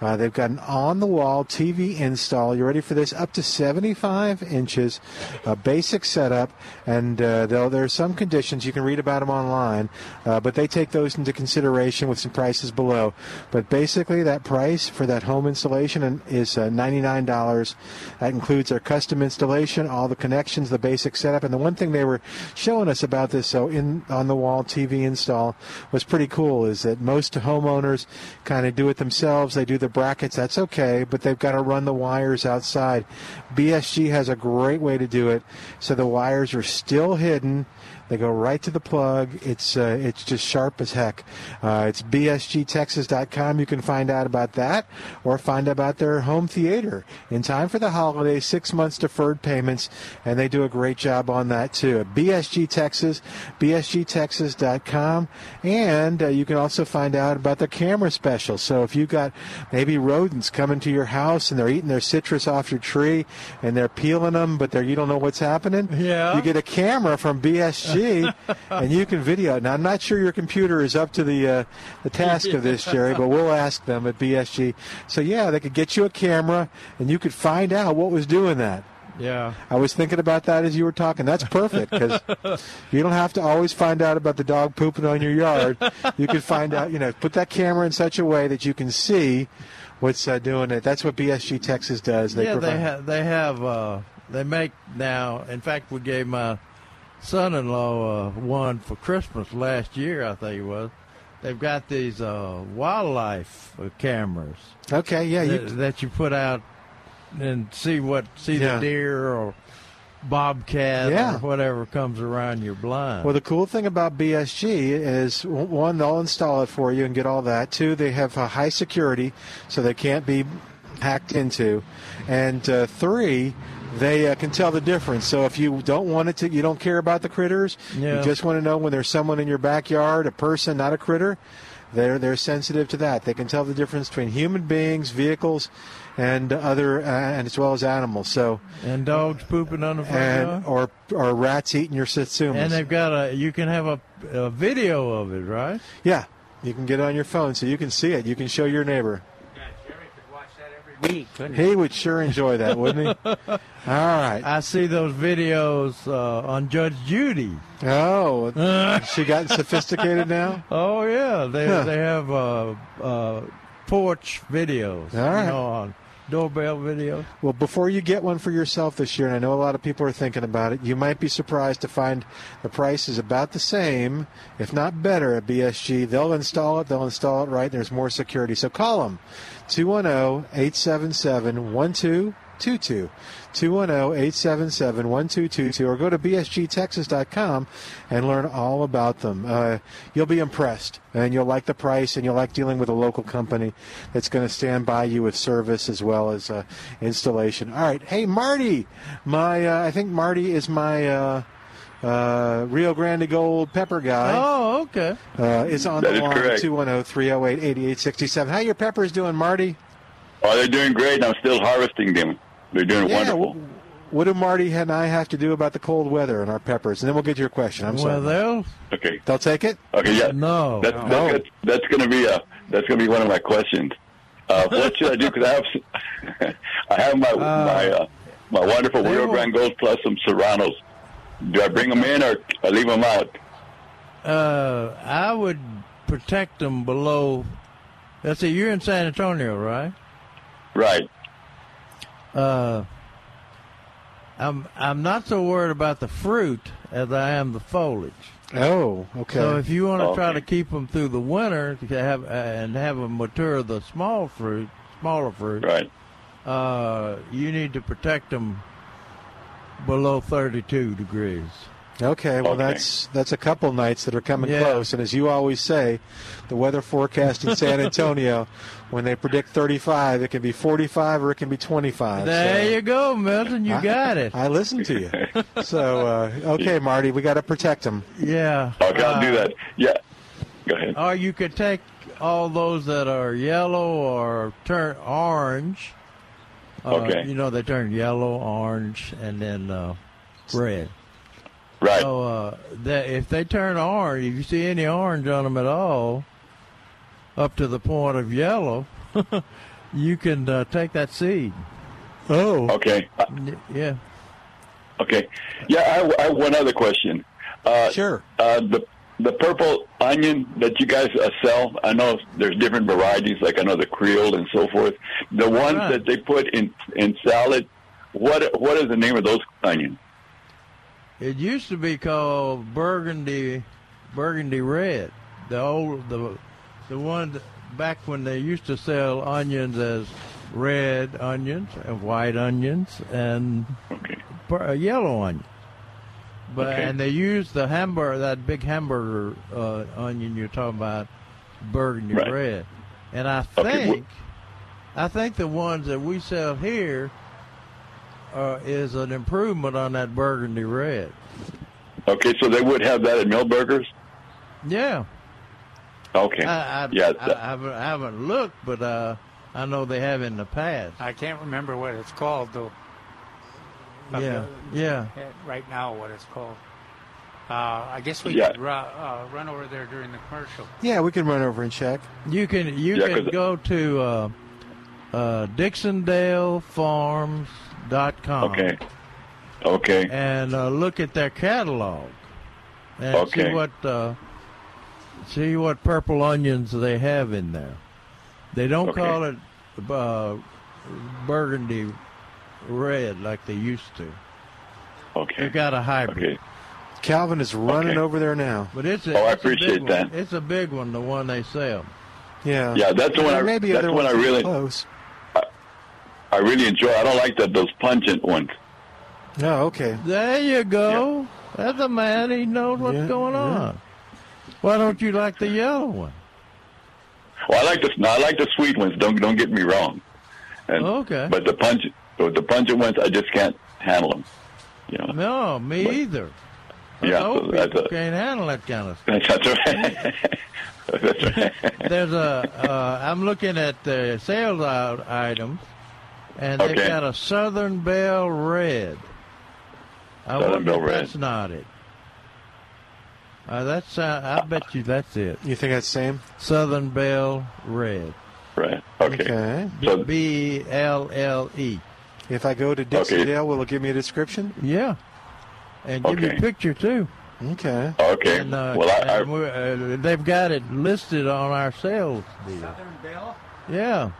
Speaker 1: Uh, they've got an on-the-wall TV install. You ready for this? Up to 75 inches, a basic setup, and uh, though there are some conditions you can read about them online, uh, but they take those into consideration with some prices below. But basically, that price for that home installation and- is uh, $99. That includes our custom installation, all the connections, the basic setup, and the one thing they were showing us about this so in on-the-wall TV install was pretty cool. Is that most homeowners kind of do it themselves? They do the brackets. That's okay, but they've got to run the wires outside. BSG has a great way to do it. So the wires are still hidden. They go right to the plug. It's uh, it's just sharp as heck. Uh, it's bsgtexas.com. You can find out about that or find out about their home theater in time for the holidays. Six months deferred payments, and they do a great job on that too. BSG Texas, bsgtexas.com, and uh, you can also find out about their camera special. So if you've got maybe rodents coming to your house and they're eating their citrus off your tree and they're peeling them, but they're, you don't know what's happening,
Speaker 2: Yeah.
Speaker 1: you get a camera from BSG 5G, and you can video it. Now, I'm not sure your computer is up to the uh, the task of this, Jerry, but we'll ask them at BSG. So, yeah, they could get you a camera, and you could find out what was doing that.
Speaker 2: Yeah.
Speaker 1: I was thinking about that as you were talking. That's perfect because you don't have to always find out about the dog pooping on your yard. You can find out, you know, put that camera in such a way that you can see what's uh, doing it. That's what BSG Texas does. They
Speaker 2: yeah,
Speaker 1: provide.
Speaker 2: they have. They have. Uh, they make now. In fact, we gave my son-in-law uh, one for Christmas last year. I think it was. They've got these uh, wildlife uh, cameras
Speaker 1: okay, yeah, you,
Speaker 2: that, that you put out and see what see
Speaker 1: Yeah.
Speaker 2: the deer or bobcat
Speaker 1: Yeah.
Speaker 2: or whatever comes around your blind.
Speaker 1: Well, the cool thing about BSG is w- one, they'll install it for you and get all that. Two, they have a high security, so they can't be hacked into. And uh, three, they uh, can tell the difference. So if you don't want it to, you don't care about the critters.
Speaker 2: Yeah.
Speaker 1: You just want to know when there's someone in your backyard, a person, not a critter. They're they're sensitive to that. They can tell the difference between human beings, vehicles, and other, uh, and as well as animals. So
Speaker 2: and dogs pooping on the front
Speaker 1: and
Speaker 2: yard.
Speaker 1: or or rats eating your satsumas.
Speaker 2: And they've got a. You can have a, a video of it, right?
Speaker 1: Yeah, you can get it on your phone so you can see it. You can show your neighbor.
Speaker 3: Week, couldn't he?
Speaker 1: He would sure enjoy that, wouldn't he? All right.
Speaker 2: I see those videos uh, on Judge Judy.
Speaker 1: Oh, she got sophisticated now.
Speaker 2: Oh yeah, they
Speaker 1: Huh.
Speaker 2: they have uh, uh, porch videos.
Speaker 1: All right.
Speaker 2: You know, on doorbell videos.
Speaker 1: Well, before you get one for yourself this year, and I know a lot of people are thinking about it, you might be surprised to find the price is about the same, if not better, at BSG. They'll install it. They'll install it right. And there's more security. So call them, 210-877-1222. 210-877-1222 or go to bsgtexas.com and learn all about them. Uh, you'll be impressed and you'll like the price and you'll like dealing with a local company that's going to stand by you with service as well as uh, installation. All right. Hey, Marty. My uh, I think Marty is my uh, uh, Rio Grande Gold pepper guy.
Speaker 2: Oh okay.
Speaker 1: Uh, is on
Speaker 10: That
Speaker 1: the
Speaker 10: is
Speaker 1: line
Speaker 10: correct.
Speaker 1: 210-308-8867. How your peppers doing, Marty?
Speaker 10: Oh, they're doing great. and I'm still harvesting them. They're doing wonderful.
Speaker 1: w- What do Marty and I have to do about the cold weather and our peppers? And then we'll get to your question. I'm sorry.
Speaker 2: well, they'll
Speaker 10: Okay.
Speaker 1: They'll take it?
Speaker 10: Okay. Yeah.
Speaker 2: no.
Speaker 10: That's that's,
Speaker 1: No.
Speaker 10: good. that's going to be a that's going to be one of my questions. Uh, what should I do? Because I have s- I have my my uh, my wonderful
Speaker 2: they
Speaker 10: Rio
Speaker 2: will-
Speaker 10: Grande Gold plus some Serranos. Do I bring them in or I leave them out?
Speaker 2: Uh, I would protect them below. Let's see, you're in San Antonio, right?
Speaker 10: Right.
Speaker 2: Uh, I'm I'm not so worried about the fruit as I am the foliage.
Speaker 1: Oh, okay.
Speaker 2: So if you want to
Speaker 10: Okay.
Speaker 2: try to keep them through the winter to have uh, and have them mature the small fruit, smaller fruit,
Speaker 10: Right.
Speaker 2: uh, you need to protect them below 32 degrees.
Speaker 1: okay, well
Speaker 10: Okay.
Speaker 1: that's that's a couple nights that are coming
Speaker 2: Yeah.
Speaker 1: close. And as you always say, the weather forecast in San Antonio, when they predict 35, it can be 45 or it can be 25.
Speaker 2: There
Speaker 1: So
Speaker 2: you go, Milton. You
Speaker 1: I-
Speaker 2: got it.
Speaker 1: I listen to you. So uh, okay, Marty, we got to protect them.
Speaker 2: yeah.
Speaker 10: Okay, I'll
Speaker 2: Uh,
Speaker 10: Oh, do that. Yeah. Go ahead.
Speaker 2: Or you could take all those that are yellow or turn orange. Uh,
Speaker 10: Okay.
Speaker 2: You know, they turn yellow, orange, and then uh, red.
Speaker 10: Right.
Speaker 2: So uh, that if they turn orange, if you see any orange on them at all, up to the point of yellow, you can uh, take that seed.
Speaker 1: Oh,
Speaker 10: Okay. Uh,
Speaker 2: N- Yeah.
Speaker 10: okay. Yeah. I, I have one other question. Uh,
Speaker 1: sure.
Speaker 10: Uh, the the purple onion that you guys uh, sell, I know there's different varieties, like I know the Creole and so forth. The ones
Speaker 2: Right.
Speaker 10: that they put in in salad, what what is the name of those onions?
Speaker 2: It used to be called Burgundy, Burgundy Red. The old, the, the one that- back when they used to sell onions as red onions and white onions and
Speaker 10: Okay,
Speaker 2: pur- uh, yellow onions. But
Speaker 10: Okay.
Speaker 2: and they used the hamburger, that big hamburger uh, onion you're talking about, Burgundy
Speaker 10: Right.
Speaker 2: Red. And I think,
Speaker 10: Okay, wh-
Speaker 2: I think the ones that we sell here. Uh, is an improvement on that burgundy red.
Speaker 10: okay, so they would have that at Millburgers.
Speaker 2: Yeah,
Speaker 10: Okay,
Speaker 1: Uh,
Speaker 2: I, I,
Speaker 10: yeah,
Speaker 2: I,
Speaker 10: that-
Speaker 2: I haven't, I haven't looked, but uh, I know they have in the past.
Speaker 3: I can't remember what it's called though.
Speaker 2: yeah, yeah.
Speaker 3: Right now, what it's called. Uh, I guess we
Speaker 1: Yeah.
Speaker 3: could ru- uh, run over there during the commercial.
Speaker 1: Yeah, we can run over and check.
Speaker 2: You can you
Speaker 1: Yeah,
Speaker 2: can
Speaker 1: 'cause-
Speaker 2: go to uh, uh, DixondaleFarms.com.
Speaker 10: Okay. Okay.
Speaker 2: And uh, look at their catalog. And see
Speaker 10: Okay.
Speaker 2: what uh, see what purple onions they have in there. They don't
Speaker 10: Okay.
Speaker 2: call it uh, burgundy red like they used to.
Speaker 10: Okay.
Speaker 2: They've got a hybrid.
Speaker 1: Calvin is running
Speaker 2: Okay.
Speaker 1: over there now.
Speaker 2: But it's a,
Speaker 1: Oh, I
Speaker 2: it's a big
Speaker 1: appreciate
Speaker 2: one.
Speaker 1: that.
Speaker 2: It's a big one, the one they sell.
Speaker 1: Yeah.
Speaker 10: Yeah, that's the one I-
Speaker 1: Maybe
Speaker 10: that's
Speaker 1: other
Speaker 10: the one I
Speaker 1: ones are
Speaker 10: really-
Speaker 1: close.
Speaker 10: I really enjoy. I don't like that those pungent ones.
Speaker 1: No, okay.
Speaker 2: There you go. That's a man. He knows what's going on. Why don't you like the yellow one?
Speaker 10: Well, I like the no, I like the sweet ones. Don't don't get me wrong. And,
Speaker 1: Oh,
Speaker 2: Okay.
Speaker 10: But the pungent, but the pungent ones, I just can't handle them.
Speaker 2: No, me either.
Speaker 10: yeah,
Speaker 2: Those
Speaker 10: so
Speaker 2: old
Speaker 10: that's
Speaker 2: people
Speaker 10: a,
Speaker 2: can't handle that kind of stuff.
Speaker 10: that's right. that's right.
Speaker 2: There's a. Uh, I'm looking at the sales out items, and they've
Speaker 10: Okay.
Speaker 2: got a Southern Belle Red. I
Speaker 10: Southern
Speaker 2: wonder
Speaker 10: Belle
Speaker 2: if
Speaker 10: Red.
Speaker 2: That's not it. Uh, that's. Uh, I bet you that's it.
Speaker 1: You think that's same?
Speaker 2: Southern Belle Red.
Speaker 10: Right. Okay.
Speaker 1: So-
Speaker 2: B L L E.
Speaker 1: If I go to Dixie Dale, will it give me a description?
Speaker 2: Yeah. And give you a
Speaker 1: Okay.
Speaker 2: picture too.
Speaker 1: Okay.
Speaker 10: Okay.
Speaker 2: And, uh,
Speaker 1: Well, I- I-
Speaker 2: and we're- uh, they've got it listed on our sales deal. Southern
Speaker 3: Belle.
Speaker 2: Yeah.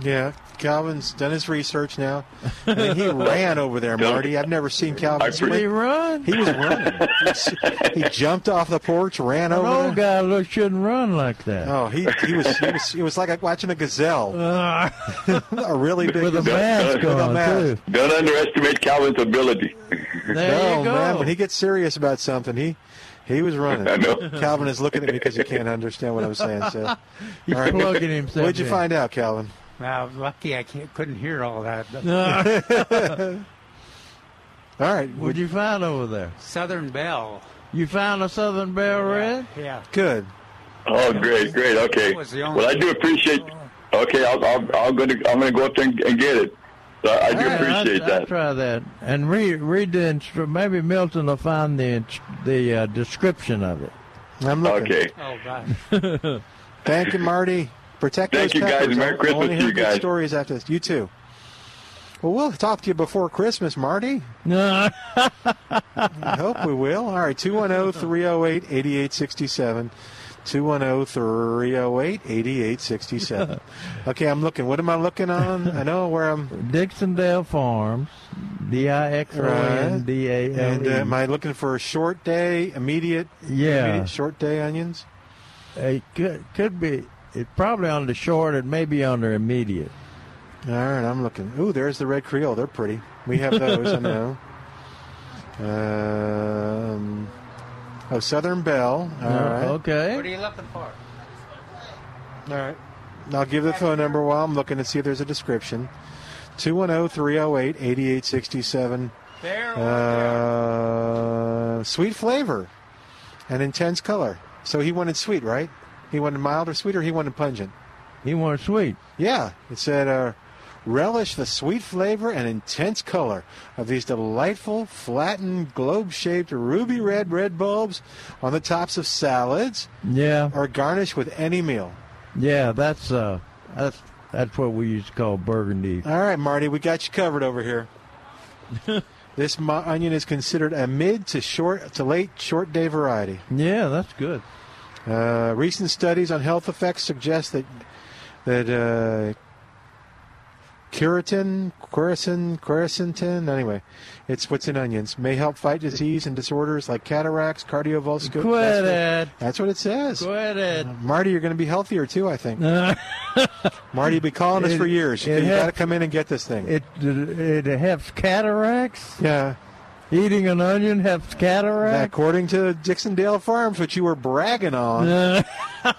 Speaker 1: Yeah, Calvin's done his research now. I mean, he ran over there, Marty. I've never seen Calvin.
Speaker 2: I pre-
Speaker 1: sprint.
Speaker 2: He run?
Speaker 1: He was running. He s- he jumped off the porch, ran
Speaker 2: An
Speaker 1: over.
Speaker 2: old
Speaker 1: there.
Speaker 2: guy look shouldn't run like that.
Speaker 1: Oh, he he was he was he was like watching a gazelle.
Speaker 2: Uh.
Speaker 1: a really big
Speaker 10: With a mask
Speaker 1: With a
Speaker 10: on,
Speaker 1: mask.
Speaker 10: Don't underestimate Calvin's ability.
Speaker 1: no, man, when he gets serious about something, he he was running.
Speaker 10: I know.
Speaker 1: Calvin is looking at me because he can't understand what I'm saying. So,
Speaker 2: He's
Speaker 1: All right.
Speaker 2: plugging himself
Speaker 1: What'd you
Speaker 2: in.
Speaker 1: find out, Calvin?
Speaker 3: Now, lucky I can't, couldn't hear all that.
Speaker 1: All right.
Speaker 2: What'd you find over there?
Speaker 3: Southern Belle.
Speaker 2: You found a Southern Belle Red?
Speaker 3: Yeah.
Speaker 1: Good.
Speaker 10: Oh, great, great. Okay.
Speaker 3: That was the only-
Speaker 10: Well, I do appreciate. Okay, I'll, I'll, I'm going to I'm going to go up there and, and get it. So I do appreciate
Speaker 2: I'll, I'll
Speaker 10: that.
Speaker 2: try that. And read, read the instru- Maybe Milton will find the, ins- the uh, description of it.
Speaker 1: I'm looking.
Speaker 10: Okay.
Speaker 3: Oh, gosh.
Speaker 1: Thank you, Marty. Protect
Speaker 10: Thank
Speaker 1: those
Speaker 10: you, guys.
Speaker 1: peppers.
Speaker 10: Merry
Speaker 1: I- I
Speaker 10: Christmas
Speaker 1: wanna
Speaker 10: to
Speaker 1: hear
Speaker 10: you
Speaker 1: good
Speaker 10: guys.
Speaker 1: Stories after this. You too. Well, we'll talk to you before Christmas, Marty.
Speaker 2: No.
Speaker 1: I hope we will. All right, oh, 210-308-8867. oh, 210-308-8867. Okay, I'm looking. What am I looking on? I know where I'm.
Speaker 2: Dixondale Farms, D I X O N D A L E.
Speaker 1: And uh, am I looking for a short day, immediate?
Speaker 2: Yeah.
Speaker 1: immediate short day onions?
Speaker 2: It could, could be. It's probably on the short. It may be under immediate.
Speaker 1: All right, I'm looking. Ooh, there's the red Creole. They're pretty. We have those, I know. Um, oh, Southern Bell. All
Speaker 2: Yeah,
Speaker 1: right.
Speaker 2: okay.
Speaker 3: What are you looking for?
Speaker 1: All right. I'll give the phone number while I'm looking and see if there's a description. oh, 210-308-8867.
Speaker 3: There
Speaker 1: Uh, sweet flavor and intense color. So he wanted sweet, right? He wanted mild or sweet, or he wanted pungent?
Speaker 2: He wanted sweet.
Speaker 1: Yeah. It said, uh, relish the sweet flavor and intense color of these delightful, flattened, globe-shaped, ruby red red bulbs on the tops of salads
Speaker 2: Yeah,
Speaker 1: or garnished with any meal.
Speaker 2: yeah. That's uh, that's that's what we used to call burgundy.
Speaker 1: All right, Marty, we got you covered over here. this mo- onion is considered a mid to short to late short day variety.
Speaker 2: Yeah, that's good.
Speaker 1: Uh, recent studies on health effects suggest that that uh, Keratin, quercetin, quercetin, anyway, it's what's in onions, may help fight disease and disorders like cataracts, cardiovascular.
Speaker 2: Quit it.
Speaker 1: That's what it says.
Speaker 2: Quit it.
Speaker 1: Marty, you're going to be healthier too, I think. Marty, be calling us
Speaker 2: It-
Speaker 1: for years.
Speaker 2: it
Speaker 1: You've
Speaker 2: had-
Speaker 1: got to come in and get this thing.
Speaker 2: It it helps cataracts.
Speaker 1: Yeah.
Speaker 2: Eating an onion helps cataracts.
Speaker 1: According to Dixondale Farms, which you were bragging on,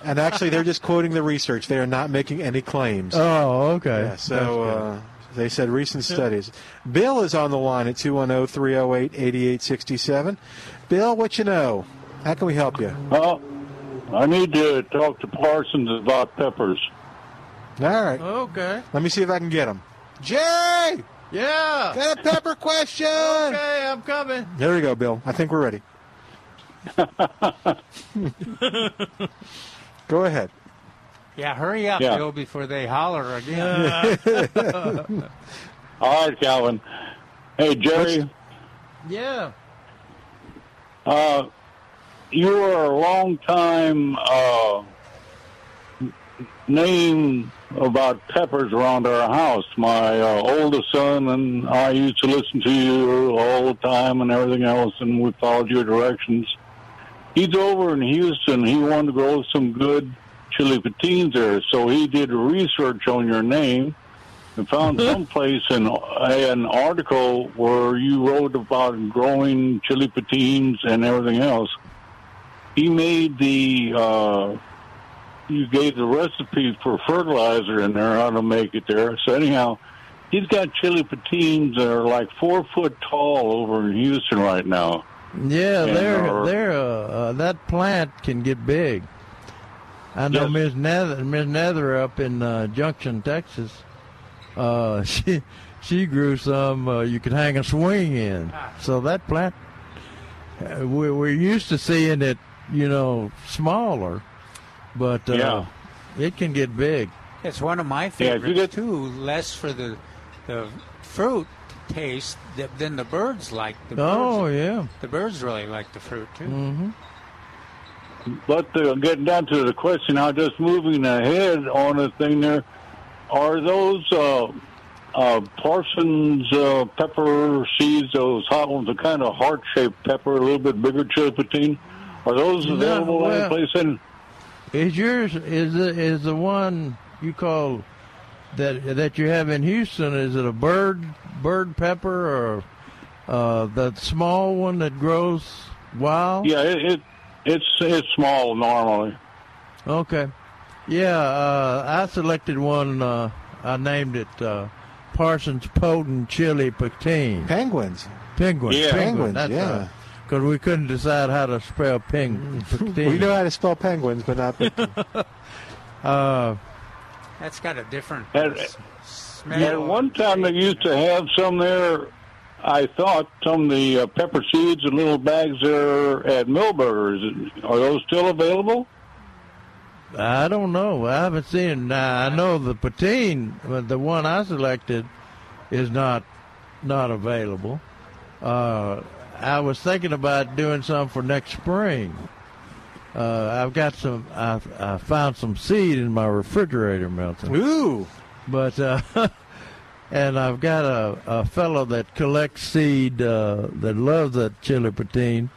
Speaker 1: and actually they're just quoting the research. They are not making any claims.
Speaker 2: Oh, okay.
Speaker 1: Yeah, so uh, they said recent studies. Bill is on the line at oh, 210-308-8867. Bill, what you know? How can we help you?
Speaker 11: Well, I need to talk to Parsons about peppers.
Speaker 1: All right.
Speaker 2: Uh-huh. Okay.
Speaker 1: Let me see if I can get him. Jerry!
Speaker 2: Yeah.
Speaker 1: Got a pepper question!
Speaker 2: Okay, I'm coming.
Speaker 1: There we go, Bill. I think we're ready. Go ahead.
Speaker 3: Yeah, hurry up,
Speaker 1: Yeah.
Speaker 3: Bill, before they holler again.
Speaker 11: Yeah. All right, Calvin. Hey, Jerry.
Speaker 2: Yeah.
Speaker 11: Uh, you were a long time uh, name about peppers around our house. My uh, oldest son and I used to listen to you all the time and everything else, and we followed your directions. He's over in Houston. He wanted to grow some good chili patines there, so he did research on your name and found someplace in uh, an article where you wrote about growing chili patines and everything else. He made the uh, you gave the recipe for fertilizer in there how to make it there. So anyhow, he's got chili patines that are like four foot tall over in Houston right now.
Speaker 2: Yeah,
Speaker 11: And
Speaker 2: they're,
Speaker 11: our-
Speaker 2: they're, uh, uh, that plant can get big. I know Ms. Nether, Ms. Nether up in uh, Junction, Texas. Uh, she she grew some uh, you could hang a swing in. So that plant, uh, we, we're used to seeing it, you know, smaller, but uh,
Speaker 3: Yeah.
Speaker 2: it can get big.
Speaker 3: It's one of my
Speaker 2: Yeah, if
Speaker 3: favorites
Speaker 2: you get-
Speaker 3: too. Less for the the fruit taste th- than the birds like. The
Speaker 2: Oh,
Speaker 3: birds,
Speaker 2: yeah.
Speaker 3: The birds really like the fruit too.
Speaker 2: Mm-hmm.
Speaker 11: But uh, getting down to the question, now just moving ahead on the thing there, are those uh, uh, Parsons uh, pepper seeds, those hot ones, the kind of heart shaped pepper, a little bit bigger chili patine, are those
Speaker 2: No,
Speaker 11: available
Speaker 2: well-
Speaker 11: anyplace in?
Speaker 2: Is yours is the, is the one you call that that you have in Houston? Is it a bird bird pepper or uh, that small one that grows wild?
Speaker 11: Yeah, it, it it's it's small normally.
Speaker 2: Okay. Yeah, uh, I selected one. Uh, I named it uh, Parsons Potent Chili Poutine.
Speaker 1: Penguins.
Speaker 2: Penguins.
Speaker 1: Yeah.
Speaker 2: Penguins.
Speaker 1: Penguins,
Speaker 2: That's
Speaker 1: yeah. Mm.
Speaker 2: Because we couldn't decide how to spell ping.
Speaker 1: We know how to spell penguins, but not.
Speaker 2: uh,
Speaker 3: That's got a different
Speaker 11: At,
Speaker 3: s- smell.
Speaker 11: at one time, they used to have some there. I thought some of the uh, pepper seeds in little bags there at Millburgers. Are those still available?
Speaker 2: I don't know. I haven't seen it. Now, I know the patine, but the one I selected is not not available. Uh, I was thinking about doing some for next spring. Uh, I've got some. I, I found some seed in my refrigerator, Milton.
Speaker 1: Ooh!
Speaker 2: But uh, and I've got a, a fellow that collects seed uh, that loves that chili patine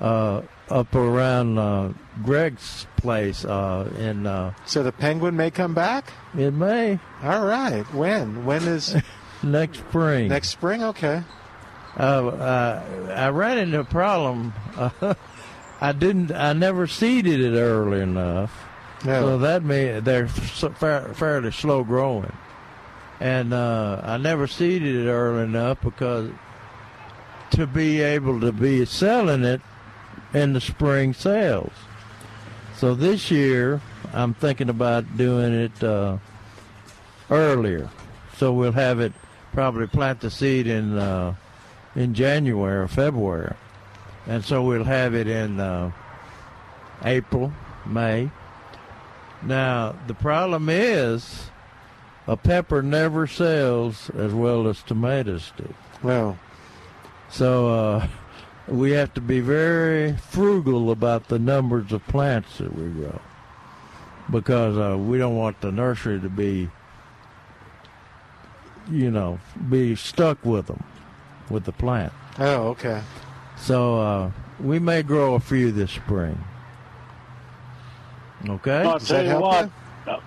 Speaker 2: uh, up around uh, Greg's place uh, in. Uh,
Speaker 1: So the penguin may come back.
Speaker 2: It may.
Speaker 1: All right. When? When is
Speaker 2: next spring?
Speaker 1: Next spring. Okay.
Speaker 2: uh, uh, I ran into a problem. I didn't. I never seeded it early enough, so that means they're s- fair- fairly slow growing. And uh, I never seeded it early enough because to be able to be selling it in the spring sales. So this year, I'm thinking about doing it uh, earlier. So we'll have it probably plant the seed in uh, in January or February, and so we'll have it in uh, April, May. Now the problem is, a pepper never sells as well as tomatoes do.
Speaker 1: Well,
Speaker 2: so uh, we have to be very frugal about the numbers of plants that we grow because uh, we don't want the nursery to be, you know, be stuck with them, with the plant.
Speaker 1: Oh, okay.
Speaker 2: So uh, we may grow a few this spring. Okay.
Speaker 11: I'll tell you what. uh,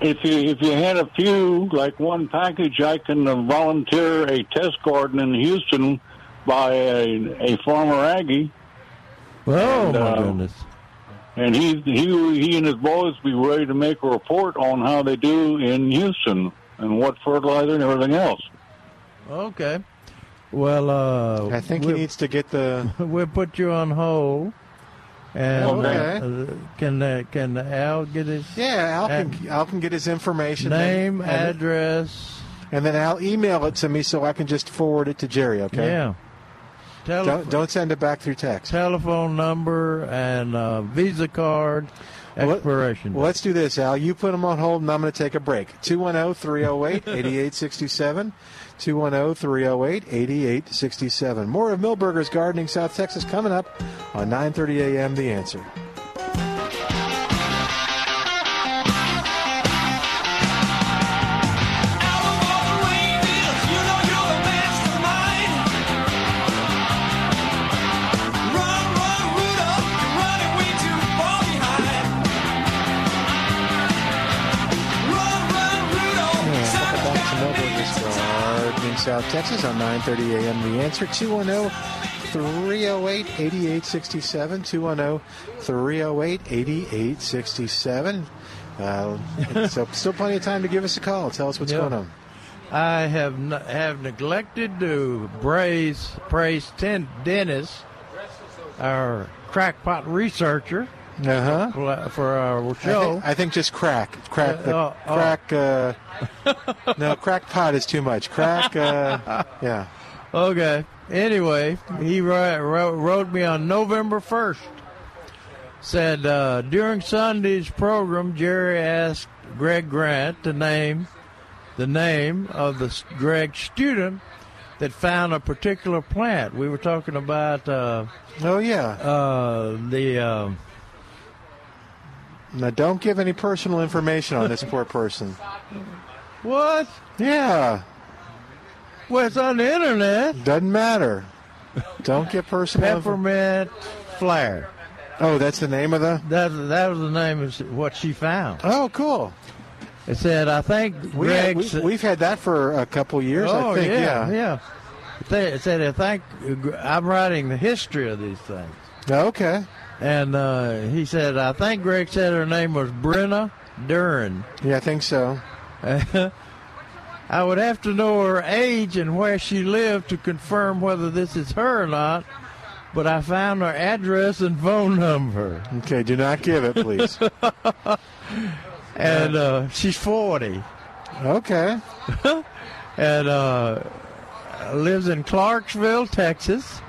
Speaker 11: If you if you had a few, like one package, I can uh, volunteer a test garden in Houston by a, a farmer Aggie.
Speaker 2: Oh
Speaker 11: And,
Speaker 2: my
Speaker 11: uh,
Speaker 2: goodness.
Speaker 11: and he he he and his boys be ready to make a report on how they do in Houston and what fertilizer and everything else.
Speaker 2: Okay. Well, uh,
Speaker 1: I think he
Speaker 2: we'll-
Speaker 1: needs to get the.
Speaker 2: we'll put you on hold. And
Speaker 1: Okay.
Speaker 2: uh, can uh, can Al get his
Speaker 1: Yeah, Al can, Al can get his information.
Speaker 2: Name,
Speaker 1: address. And then Al email it to me so I can just forward it to Jerry, okay?
Speaker 2: Yeah. telephone.
Speaker 1: Don't, don't send it back through text.
Speaker 2: Telephone number and uh, Visa card expiration.
Speaker 1: Well, let's do this, Al. You put them on hold, and I'm going to take a break. oh, 210-308-8867. oh, 210-308-8867. More of Milburger's Gardening South Texas coming up on 9:30 a.m. The Answer. Gardening South Texas on 9:30 a.m. The answer oh, 210 308 8867 210 308 8867. Uh, So still plenty of time to give us a call. Tell us what's
Speaker 2: Yeah.
Speaker 1: going on.
Speaker 2: I have n- have neglected to praise praise ten, Dennis, our crackpot researcher,
Speaker 1: Uh
Speaker 2: huh. For our
Speaker 1: I
Speaker 2: show.
Speaker 1: think, I think just crack, crack, the,
Speaker 2: Uh, oh, oh.
Speaker 1: crack. Uh, no, crack pot is too much. Crack. Uh, yeah.
Speaker 2: Okay. Anyway, he wrote, wrote, wrote me on November 1st. Said, uh, during Sunday's program, Jerry asked Greg Grant to name the name of the s- Greg student that found a particular plant. We were talking about. Uh,
Speaker 1: oh, yeah.
Speaker 2: Uh, the. Uh,
Speaker 1: Now, don't give any personal information on this poor person.
Speaker 2: uh, what?
Speaker 1: Yeah.
Speaker 2: Well, it's on the internet.
Speaker 1: Doesn't matter. Don't get personal.
Speaker 2: Peppermint Flare.
Speaker 1: Oh, that's the name of the.
Speaker 2: That that was the name of what she found.
Speaker 1: Oh, cool.
Speaker 2: It said, I think
Speaker 1: We,
Speaker 2: Greg.
Speaker 1: we,
Speaker 2: said-
Speaker 1: we've had that for a couple years,
Speaker 2: oh,
Speaker 1: I think.
Speaker 2: yeah,
Speaker 1: Yeah.
Speaker 2: yeah. They it said, I think I'm writing the history of these things.
Speaker 1: Okay.
Speaker 2: And uh, he said, I think Greg said her name was Brenna Duran.
Speaker 1: Yeah, I think so.
Speaker 2: I would have to know her age and where she lived to confirm whether this is her or not, but I found her address and phone number.
Speaker 1: Okay, do not give it, please.
Speaker 2: and uh, she's 40.
Speaker 1: Okay.
Speaker 2: and uh, lives in Clarksville, Texas.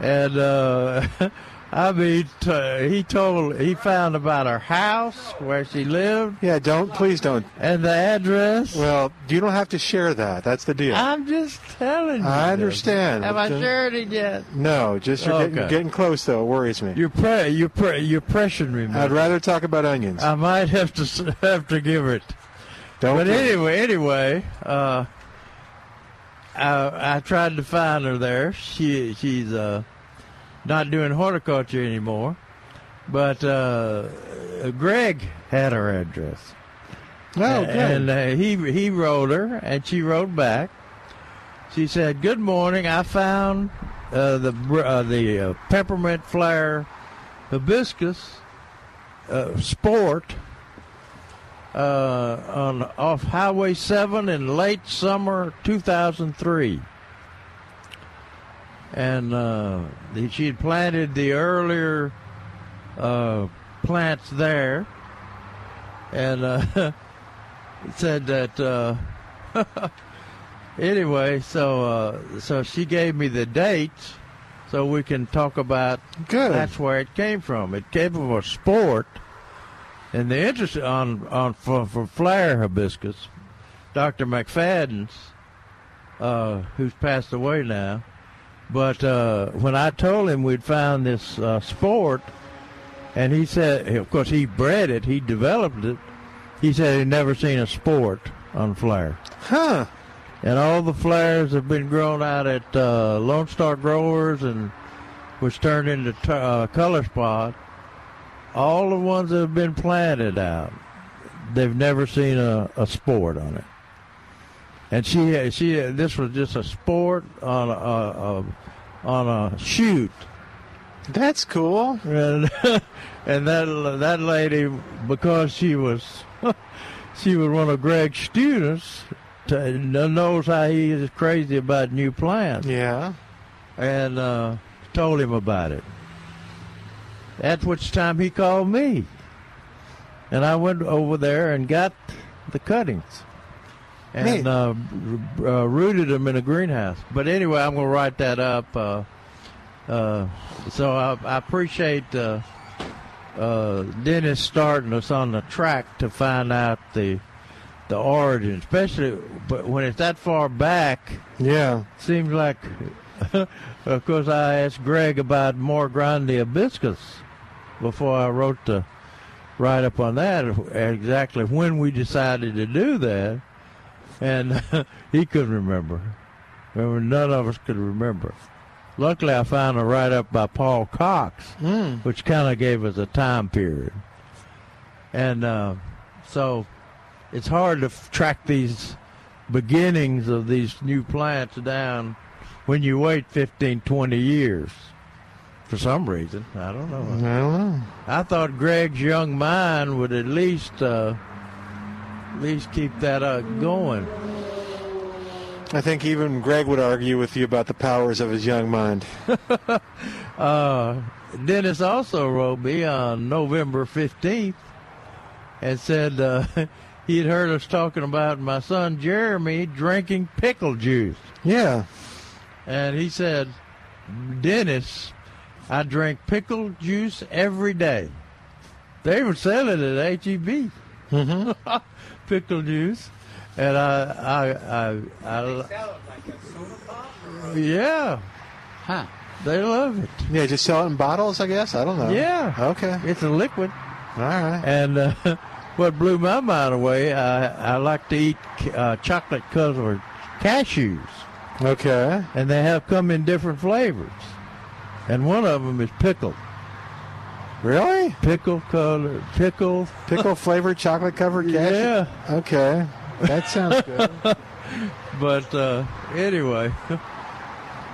Speaker 2: And uh, I mean, t- he told he found about her house where she lived.
Speaker 1: Yeah, don't please don't.
Speaker 2: And the address.
Speaker 1: Well, you don't have to share that. That's the deal.
Speaker 2: I'm just telling you.
Speaker 1: I understand.
Speaker 2: Have I
Speaker 1: Don't-
Speaker 2: shared it yet?
Speaker 1: No, just you're getting,
Speaker 2: Okay.
Speaker 1: getting close though. It worries me.
Speaker 2: You're pre- you're pre- you're pressuring me. man.
Speaker 1: I'd rather talk about onions.
Speaker 2: I might have to s- have to give it.
Speaker 1: Don't
Speaker 2: but
Speaker 1: do it.
Speaker 2: anyway, anyway, uh, I I tried to find her there. She she's uh, not doing horticulture anymore, but uh, Greg had her address.
Speaker 1: Oh, good.
Speaker 2: and uh, he he wrote her, and she wrote back. She said, "Good morning. I found uh, the br- uh, the uh, peppermint flower hibiscus uh, sport uh, on off Highway Seven in late summer 2003." And uh, the- she had planted the earlier uh, plants there, and uh, it said that uh, anyway so uh, so she gave me the date so we can talk about
Speaker 1: Good.
Speaker 2: that's where it came from it came from a sport and the interest on on for, for flare hibiscus dr mcfadden's uh, who's passed away now but uh, when i told him we'd found this uh, sport and he said, of course, he bred it, he developed it. He said he'd never seen a sport on flare.
Speaker 1: Huh.
Speaker 2: And all the flares have been grown out at uh, Lone Star Growers and was turned into t- uh, color spot. All the ones that have been planted out, they've never seen a, a sport on it. And she, she, this was just a sport on a, a, a on a shoot.
Speaker 1: That's cool.
Speaker 2: And, and that that lady, because she was she was one of Greg's students, t- knows how he is crazy about new plants.
Speaker 1: Yeah,
Speaker 2: and uh, told him about it. At which time he called me, and I went over there and got the cuttings. and uh, r- uh, rooted them in a greenhouse. But anyway, I'm going to write that up. Uh, uh, so I, I appreciate uh, uh, Dennis starting us on the track to find out the the origin, especially but when it's that far back.
Speaker 1: Yeah,
Speaker 2: seems like. of course, I asked Greg about more grande hibiscus before I wrote the write up on that exactly when we decided to do that, and he couldn't remember. Remember, none of us could remember. Luckily, I found a write up by Paul Cox,
Speaker 1: Hmm.
Speaker 2: which kind of gave us a time period. And uh, so it's hard to f- track these beginnings of these new plants down when you wait 15, 20 years for some reason. I don't know.
Speaker 1: I don't know.
Speaker 2: I thought Greg's young mind would at least uh, at least keep that uh, going.
Speaker 1: I think even Greg would argue with you about the powers of his young mind.
Speaker 2: Uh, Dennis also wrote me on November 15th and said uh, he had heard us talking about my son Jeremy drinking pickle juice.
Speaker 1: Yeah.
Speaker 2: And he said, Dennis, I drink pickle juice every day. They were selling it at HEB. pickle juice. And I, I, I, I, yeah.
Speaker 3: Huh.
Speaker 2: They love it.
Speaker 1: Yeah, just sell it in bottles, I guess. I don't know.
Speaker 2: Yeah.
Speaker 1: Okay.
Speaker 2: It's a liquid.
Speaker 1: All right.
Speaker 2: And uh, what blew my mind away, I, I like to eat uh, chocolate covered cashews.
Speaker 1: Okay.
Speaker 2: And they have come in different flavors. And one of them is pickle.
Speaker 1: Really?
Speaker 2: Pickle color, pickle.
Speaker 1: Pickle flavored chocolate covered cash.
Speaker 2: Yeah.
Speaker 1: Okay. That sounds good.
Speaker 2: But uh, anyway,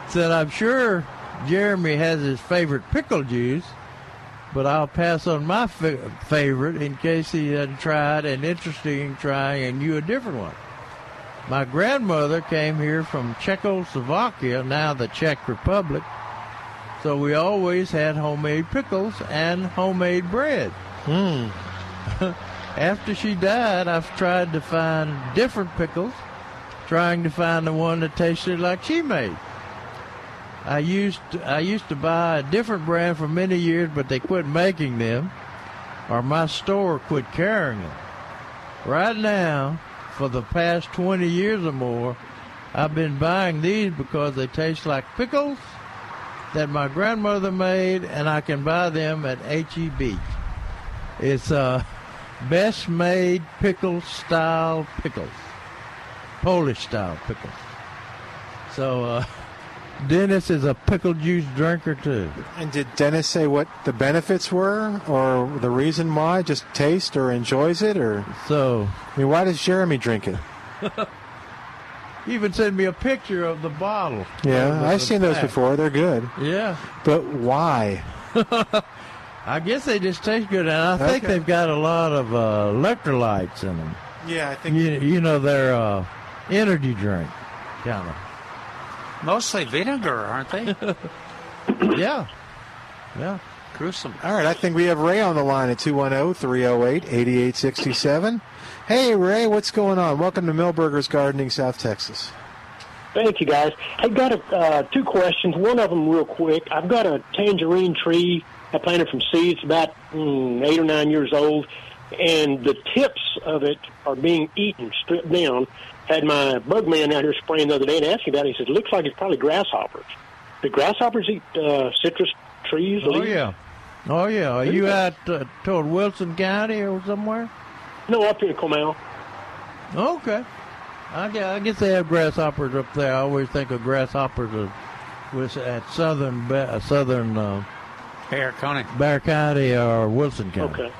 Speaker 2: said I'm sure Jeremy has his favorite pickle juice, but I'll pass on my fa- favorite in case he hasn't tried and interested in trying and you a different one. My grandmother came here from Czechoslovakia, now the Czech Republic, so we always had homemade pickles and homemade bread. After she died, I've tried to find different pickles, trying to find the one that tasted like she made. I used I used to buy a different brand for many years, but they quit making them, or my store quit carrying them. Right now, for the past 20 years or more, I've been buying these because they taste like pickles that my grandmother made, and I can buy them at HEB. It's uh, best made pickle style pickles, Polish style pickles. So uh, Dennis is a pickle juice drinker too.
Speaker 1: and did Dennis say what the benefits were or the reason why? Just taste or enjoys it or
Speaker 2: So
Speaker 1: I mean why does Jeremy drink it?
Speaker 2: he even sent me a picture of the bottle.
Speaker 1: Yeah,
Speaker 2: Of the
Speaker 1: I've seen those
Speaker 2: pack.
Speaker 1: before. They're good.
Speaker 2: Yeah,
Speaker 1: But why?
Speaker 2: I guess they just taste good, and I think
Speaker 1: Okay.
Speaker 2: they've got a lot of uh, electrolytes in them.
Speaker 1: Yeah, I think
Speaker 2: You, you know, they're uh, energy drink, kind of.
Speaker 3: Mostly vinegar, aren't they?
Speaker 2: Yeah. Yeah.
Speaker 3: Gruesome.
Speaker 1: All right, I think we have Ray on the line at 210-308-8867. Hey Ray, what's going on? Welcome to Millburgers Gardening South Texas.
Speaker 12: Thank you, guys. I've got a, uh, two questions. One of them, real quick. I've got a tangerine tree. I planted from seed. It's about mm, eight or nine years old, and the tips of it are being eaten, stripped down. Had my bug man out here spraying the other day and asked me about it. He said, "Looks like it's probably grasshoppers." Do grasshoppers eat uh, citrus trees?
Speaker 2: Oh
Speaker 12: leaves?
Speaker 2: yeah. Oh yeah. Are you out uh, toward Wilson County or somewhere?
Speaker 12: No, up here in Comal.
Speaker 2: Okay. I guess, I guess they have grasshoppers up there. I always think of grasshoppers as, was at southern Ba- uh, southern uh,
Speaker 3: Bear County.
Speaker 2: Bear County or Wilson County.
Speaker 12: Okay.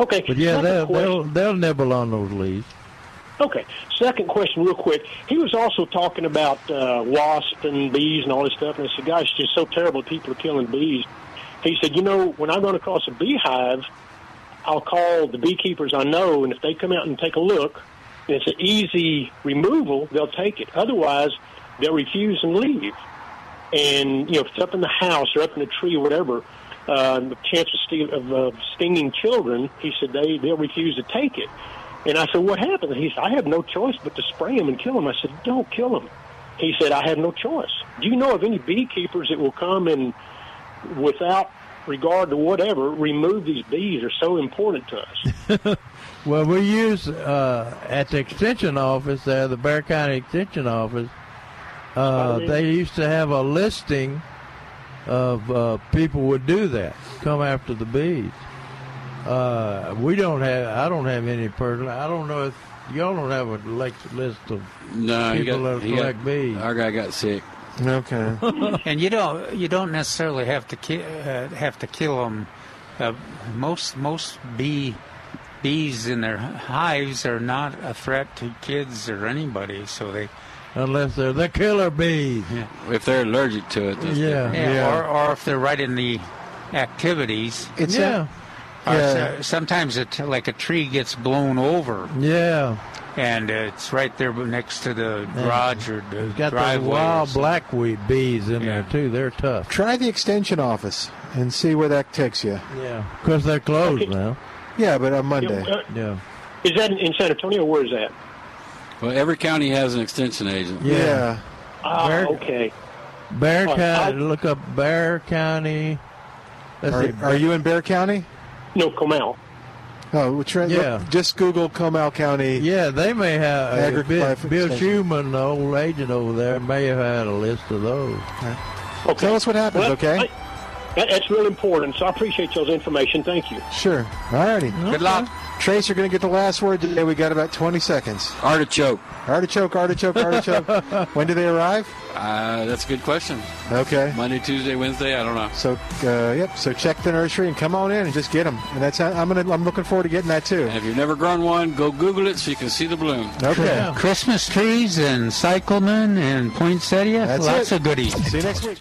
Speaker 12: Okay.
Speaker 2: But yeah,
Speaker 12: second
Speaker 2: they'll,
Speaker 12: question.
Speaker 2: they'll they'll nibble on those leaves.
Speaker 12: Okay. Second question, real quick. He was also talking about uh, wasps and bees and all this stuff, and I said, "Gosh, it's just so terrible. People are killing bees." He said, "You know, when I run across a beehive, I'll call the beekeepers I know, and if they come out and take a look, and it's an easy removal, they'll take it. Otherwise, they'll refuse and leave. And you know, if it's up in the house or up in a tree or whatever." Uh, the chance of, steal, of uh, stinging children, he said they they'll refuse to take it. And I said, "What happened?" And he said, "I have no choice but to spray them and kill them." I said, "Don't kill them." He said, "I have no choice." Do you know of any beekeepers that will come and, without regard to whatever, remove these bees? They're so important to us.
Speaker 2: Well, we use uh, at the extension office there, the Bear County Extension Office.
Speaker 1: Oh,
Speaker 2: Uh,
Speaker 12: Pardon me?
Speaker 2: they used to have a listing of uh, people would do that, come after the bees. Uh, we don't have. I don't have any person. I don't know if y'all don't have a list list of
Speaker 5: No, he
Speaker 2: people
Speaker 5: got,
Speaker 2: that
Speaker 5: he
Speaker 2: collect
Speaker 5: got, our guy got sick.
Speaker 1: Okay.
Speaker 3: and you don't you don't necessarily have to ki- uh, have to kill them. Uh, most most bee bees in their hives are not a threat to kids or anybody, so they
Speaker 2: unless they're the killer bees.
Speaker 5: If they're allergic to it, that's
Speaker 2: Yeah,
Speaker 5: different.
Speaker 2: yeah.
Speaker 3: Or, or if they're right in the activities.
Speaker 2: It's a- Yeah.
Speaker 3: Or
Speaker 2: Yeah.
Speaker 3: so- sometimes it like a tree gets blown over.
Speaker 2: Yeah,
Speaker 3: And uh, it's right there next to the
Speaker 2: Yeah.
Speaker 3: garage or the
Speaker 2: it's got the
Speaker 3: driveway.
Speaker 2: wild blackweed bees in there too. They're tough.
Speaker 1: Try the extension office and see where that takes you.
Speaker 2: Yeah, because they're closed now.
Speaker 1: Yeah, but on Monday.
Speaker 12: Yeah, uh,
Speaker 2: Yeah.
Speaker 12: Is that in- in San Antonio? Where is that?
Speaker 5: Well, every county has an extension agent.
Speaker 2: Yeah.
Speaker 12: Ah, okay.
Speaker 2: Bear
Speaker 12: Uh,
Speaker 2: County. Look up Bear County. Let's
Speaker 1: Are,
Speaker 2: see.
Speaker 1: are you in Bear County?
Speaker 12: No, Comal.
Speaker 1: Oh, well, try,
Speaker 2: Yeah.
Speaker 1: look- just Google Comal County.
Speaker 2: Yeah, they may have uh,
Speaker 1: Agri-
Speaker 2: Bill,
Speaker 1: Life
Speaker 2: Bill
Speaker 1: Extension.
Speaker 2: Schumann, the old agent over there, may have had a list of those.
Speaker 12: Okay.
Speaker 1: Tell us what happens,
Speaker 12: Well,
Speaker 1: okay?
Speaker 12: I- that, that's real important. So I appreciate y'all's information. Thank you.
Speaker 1: Sure. All righty.
Speaker 5: Good luck.
Speaker 1: Trace, you're going to get the last word today. We got about 20 seconds.
Speaker 5: Artichoke.
Speaker 1: Artichoke, artichoke, artichoke. when do they arrive?
Speaker 5: Uh, that's a good question.
Speaker 1: Okay.
Speaker 5: Monday, Tuesday, Wednesday, I don't know.
Speaker 1: So, uh, yep. So check the nursery and come on in and just get them. And that's I'm gonna I'm looking forward to getting that too.
Speaker 5: And if you've never grown one, go Google it so you can see the bloom.
Speaker 1: Okay.
Speaker 3: Christmas trees and cyclamen and poinsettia.
Speaker 1: That's
Speaker 3: Lots
Speaker 1: it.
Speaker 3: of goodies.
Speaker 1: See you next week.